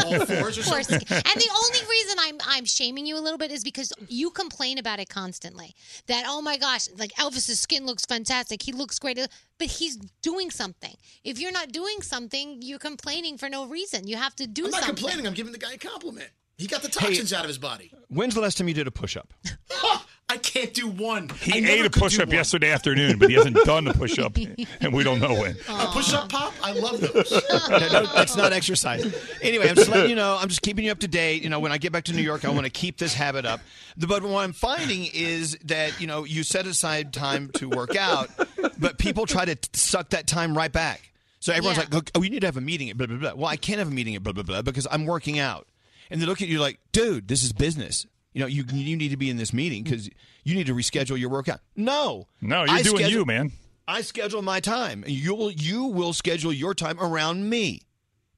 Speaker 12: all fours or
Speaker 9: Of course.
Speaker 12: something.
Speaker 9: And the only reason I'm I'm shaming you a little bit is because you complain about it constantly. That oh my gosh, like Elvis's skin looks fantastic. He looks great, but he's doing something. If you're not doing something, you're complaining for no reason. You have to do
Speaker 12: I'm not
Speaker 9: something.
Speaker 12: complaining. I'm giving the guy a compliment. He got the toxins out of his body.
Speaker 5: When's the last time you did a push up?
Speaker 12: I can't do one.
Speaker 11: He
Speaker 12: I never
Speaker 11: ate a
Speaker 12: could do
Speaker 11: push up
Speaker 12: one.
Speaker 11: yesterday afternoon, but he hasn't done a push up, and we don't know when.
Speaker 12: A push up pop. I love those.
Speaker 5: No, no, that's not exercise. Anyway, I'm just letting you know. I'm just keeping you up to date. You know, when I get back to New York, I want to keep this habit up. The- But what I'm finding is that you know you set aside time to work out, but people try to t- suck that time right back. So everyone's
Speaker 29: Yeah.
Speaker 5: like, "Oh, we need to have a meeting at blah blah blah." Well, I can't have a meeting at blah blah blah because I'm working out, and they look at you like, "Dude, this is business." You know, you you need to be in this meeting because you need to reschedule your workout. No,
Speaker 11: No, Oh, you're
Speaker 5: I
Speaker 11: doing
Speaker 5: schedule-
Speaker 11: you, man.
Speaker 5: I schedule my time. You'll you will schedule your time around me.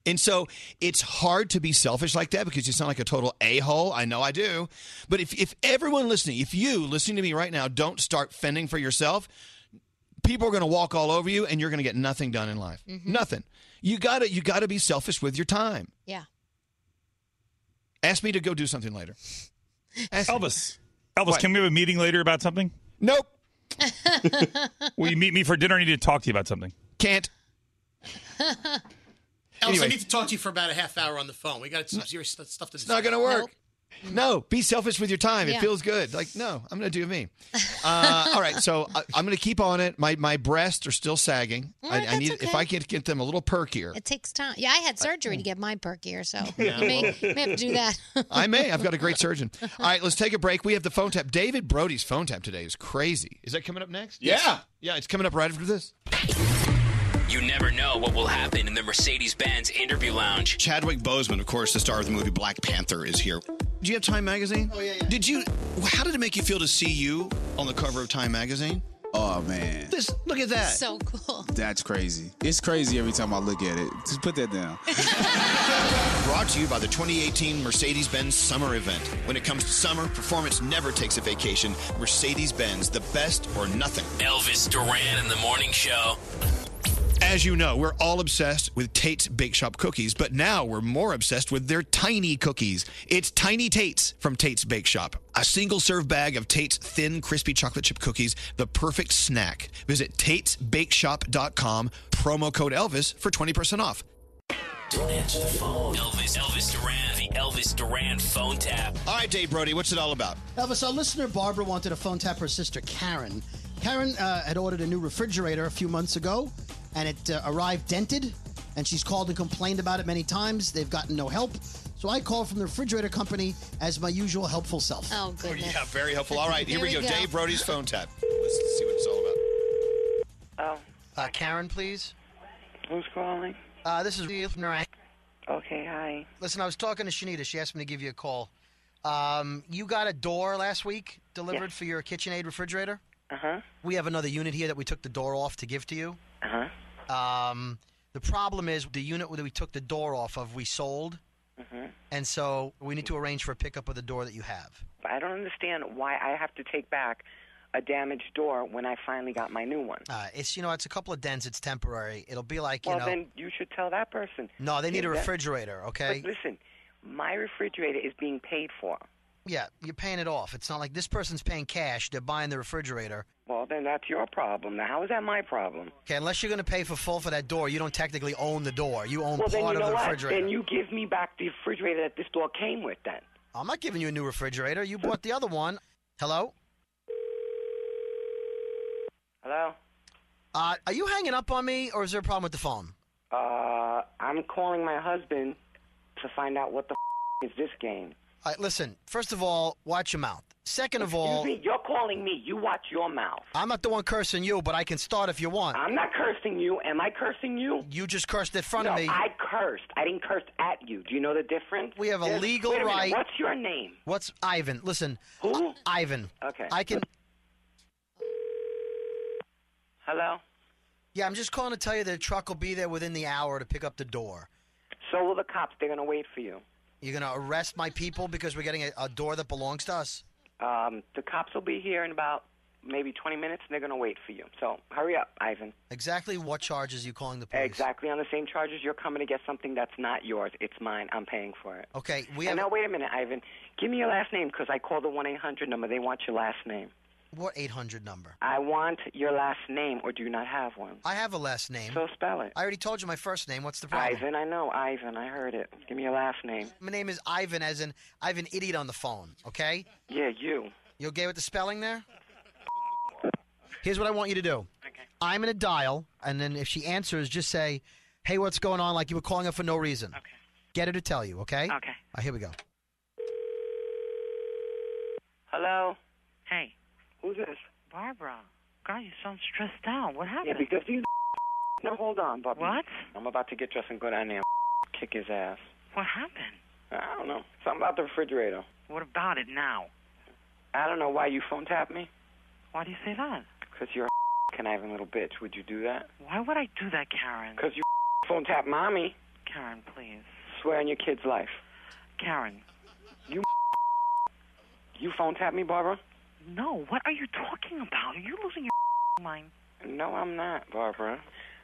Speaker 5: And so it's hard to be selfish like that because you sound like a total a-hole. I know I do. But if if everyone listening, if you listening to me right now don't start fending for yourself, people are going to walk all over you and you're going to get nothing done in life. Nothing. You got to you got to be selfish with your time.
Speaker 9: Yeah.
Speaker 5: Ask me to go do something later.
Speaker 11: Elvis. Elvis, can we have a meeting later about something?
Speaker 5: Nope.
Speaker 11: Will you meet me for dinner? I need to talk to you about something.
Speaker 5: Can't.
Speaker 12: Ellis,
Speaker 11: Anyway.
Speaker 12: I need to talk to you for about a half hour on the phone. We got some serious stu- stuff to. It's
Speaker 5: not gonna work.
Speaker 12: No, be selfish with your time.
Speaker 30: Yeah.
Speaker 12: It feels good. Like, no, I'm going to do me. Uh, all right, so I, I'm going to keep on it. My my breasts are still sagging.
Speaker 9: All
Speaker 12: I,
Speaker 9: right,
Speaker 12: I
Speaker 9: that's
Speaker 12: need if
Speaker 9: okay.
Speaker 12: I can get them a little perkier.
Speaker 9: It takes time. Yeah, I had surgery to get my perk ear, so
Speaker 12: Yeah,
Speaker 9: you may,
Speaker 12: well.
Speaker 9: may have to do that.
Speaker 12: I may. I've got a great surgeon. All right, let's take a break. We have the phone tap. David Brody's phone tap today is crazy. Is that coming up next? Yeah. Yeah, it's coming up right after this.
Speaker 4: You never know what will happen in the Mercedes Benz interview lounge.
Speaker 5: Chadwick Boseman, of course, the star of the movie Black Panther, is here. Do you have Time Magazine? Oh yeah. yeah. Did you? How did it make you feel to see you on the cover of Time Magazine?
Speaker 6: Oh man,
Speaker 5: This. Look at that.
Speaker 9: So cool.
Speaker 6: that's crazy. It's crazy every time I look at it. Just put that down.
Speaker 5: Brought to you by the 2018 Mercedes Benz Summer Event. When it comes to summer, performance never takes a vacation. Mercedes Benz, the best or nothing.
Speaker 4: Elvis Duran in the morning show.
Speaker 5: As you know, we're all obsessed with Tate's Bake Shop cookies, but now we're more obsessed with their tiny cookies. It's Tiny Tate's from Tate's Bake Shop, a single serve bag of Tate's thin, crispy chocolate chip cookies, the perfect snack. Visit Tate'sBakeShop.com, promo code Elvis for 20% off.
Speaker 4: Don't answer the phone. Elvis, Elvis Duran, the Elvis Duran phone tap.
Speaker 5: All right, Dave Brody, what's it all about?
Speaker 20: Elvis, our listener Barbara wanted to phone tap her sister Karen. Karen uh, had ordered a new refrigerator a few months ago, and it uh, arrived dented. And she's called and complained about it many times. They've gotten no help. So I called from the refrigerator company as my usual helpful self.
Speaker 9: Oh, goodness.
Speaker 12: Yeah, very helpful. All right, here
Speaker 20: There
Speaker 12: we, go.
Speaker 20: we go.
Speaker 12: Dave Brody's phone tap. Let's see what it's all about.
Speaker 22: Oh.
Speaker 20: Uh, Karen, please.
Speaker 22: Who's calling?
Speaker 20: Uh, this is Real from Iraq.
Speaker 22: Okay, hi.
Speaker 20: Listen, I was talking to Shanita. She asked me to give you a call. Um, you got a door last week delivered for your KitchenAid refrigerator.
Speaker 22: Uh huh.
Speaker 20: We have another unit here that we took the door off to give to you.
Speaker 22: Uh
Speaker 23: Uh-huh.
Speaker 22: huh.
Speaker 20: Um, the problem is the unit that we took the door off of, we sold,
Speaker 22: Mhm.
Speaker 20: and so we need to arrange for a pickup of the door that you have.
Speaker 22: I don't understand why I have to take back a damaged door when I finally got my new one.
Speaker 20: Uh, it's you know, it's a couple of dents. It's temporary. It'll be like you
Speaker 22: well,
Speaker 20: know.
Speaker 22: then you should tell that person.
Speaker 20: no, they need a
Speaker 22: Yeah, that-
Speaker 20: refrigerator. Okay.
Speaker 22: But listen, my refrigerator is being paid for.
Speaker 20: yeah, you're paying it off. It's not like this person's paying cash. They're buying the refrigerator.
Speaker 22: Well, then that's your problem. Now, how is that my problem?
Speaker 20: Okay, unless you're going to pay for full for that door, you don't technically own the door. You own
Speaker 22: well,
Speaker 20: part
Speaker 22: then you
Speaker 20: of
Speaker 22: know
Speaker 20: the
Speaker 22: what?
Speaker 20: refrigerator.
Speaker 22: Then you give me back the refrigerator that this door came with. Then.
Speaker 20: I'm not giving you a new refrigerator. You bought the other one. Hello?
Speaker 22: Hello.
Speaker 20: Uh, are you hanging up on me, or is there a problem with the phone?
Speaker 22: Uh, I'm calling my husband to find out what the f- is this game.
Speaker 20: All right, listen, first of all, watch your mouth. Second of all,
Speaker 22: Excuse me, you're calling me. You watch your mouth.
Speaker 20: I'm not the one cursing you, but I can start if you want.
Speaker 22: I'm not cursing you. Am I cursing you?
Speaker 20: You just cursed in front
Speaker 22: no,
Speaker 20: of me.
Speaker 22: I cursed. I didn't curse at you. Do you know the difference?
Speaker 20: We have a
Speaker 22: Yes.
Speaker 20: legal
Speaker 22: Wait a minute.
Speaker 20: right-
Speaker 22: What's your name?
Speaker 20: What's Ivan? Listen.
Speaker 22: Who?
Speaker 20: I- Ivan.
Speaker 22: Okay.
Speaker 20: I can.
Speaker 22: Hello.
Speaker 20: Yeah, I'm just calling to tell you that a truck will be there within the hour to pick up the door.
Speaker 22: So will the cops. They're gonna wait for you.
Speaker 20: You're going to arrest my people because we're getting a, a door that belongs to us?
Speaker 22: Um, the cops will be here in about maybe 20 minutes, and they're gonna wait for you. So hurry up, Ivan.
Speaker 20: Exactly what charges you calling the police?
Speaker 22: Exactly on the same charges. You're coming to get something that's not yours. It's mine. I'm paying for it.
Speaker 20: Okay, we
Speaker 22: and
Speaker 20: have.
Speaker 22: now wait a minute, Ivan. Give me your last name because I called the one eight hundred number. They want your last name.
Speaker 20: What 800 number?
Speaker 22: I want your last name, or do you not have one?
Speaker 20: I have a last name.
Speaker 22: So spell it.
Speaker 20: I already told you my first name. What's the problem?
Speaker 22: Ivan, I know Ivan. I heard it. Give me your last name.
Speaker 20: My name is Ivan, as in I have an idiot on the phone. Okay.
Speaker 22: Yeah, you.
Speaker 20: You okay with the spelling there? Here's what I want you to do. Okay. I'm gonna dial, and then if she answers, just say, "Hey, what's going on?" Like you were calling her for no reason. Okay. Get her to tell you. Okay. Okay. here we go.
Speaker 22: Hello.
Speaker 24: Hey.
Speaker 22: Who's this?
Speaker 24: Barbara. God, you sound stressed out. What
Speaker 22: Yeah,
Speaker 24: happened?
Speaker 22: because he's. No, hold on, Bubba.
Speaker 24: What?
Speaker 22: I'm about to get dressed and go down there and kick his ass.
Speaker 24: What happened?
Speaker 22: I don't know. Something about the refrigerator.
Speaker 24: What about it now?
Speaker 22: I don't know why you phone tapped me.
Speaker 24: Why do you say that?
Speaker 22: Because you're a conniving little bitch. Would you do that?
Speaker 24: Why would I do that, Karen?
Speaker 22: Because you phone tap mommy.
Speaker 24: Karen, please.
Speaker 22: Swear on your kid's life.
Speaker 24: Karen.
Speaker 22: You. You phone tap me, Barbara?
Speaker 24: No, what are you talking about? Are you losing your mind?
Speaker 22: No, I'm not, Barbara.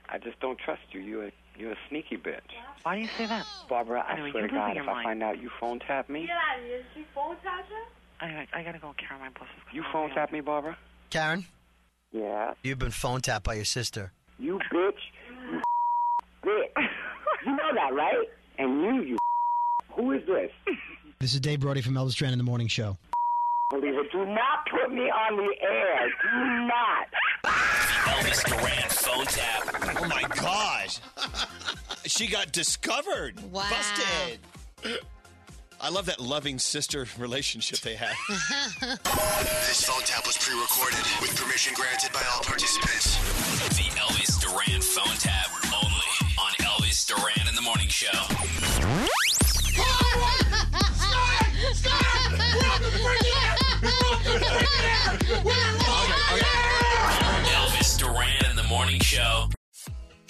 Speaker 22: I just don't trust you. You're a, you're a sneaky bitch.
Speaker 24: Why do you say that?
Speaker 22: Barbara, I
Speaker 24: Anyway,
Speaker 22: swear to
Speaker 24: you're
Speaker 22: God,
Speaker 24: losing
Speaker 22: if
Speaker 24: your
Speaker 22: I
Speaker 24: mind.
Speaker 22: find out you phone tap me,
Speaker 24: Anyway, I gotta go, Karen. My boss is coming.
Speaker 22: you phone tap me, Barbara?
Speaker 20: Karen.
Speaker 22: Yeah.
Speaker 20: You've been phone tapped by your sister.
Speaker 22: You bitch. You bitch. You know that, right? And you, you. Who is this?
Speaker 20: This is Dave Brody from Elvis Duran in the Morning Show.
Speaker 24: Believe it. Do not put me on the air. Do not.
Speaker 4: Elvis Duran phone tap.
Speaker 5: Oh my gosh. She got discovered.
Speaker 6: Wow.
Speaker 5: Busted. I love that loving sister relationship they have.
Speaker 24: This phone tap was pre-recorded with permission granted by all participants.
Speaker 4: The Elvis Duran phone tap only on Elvis Duran in the morning show. Elvis Duran in the morning show.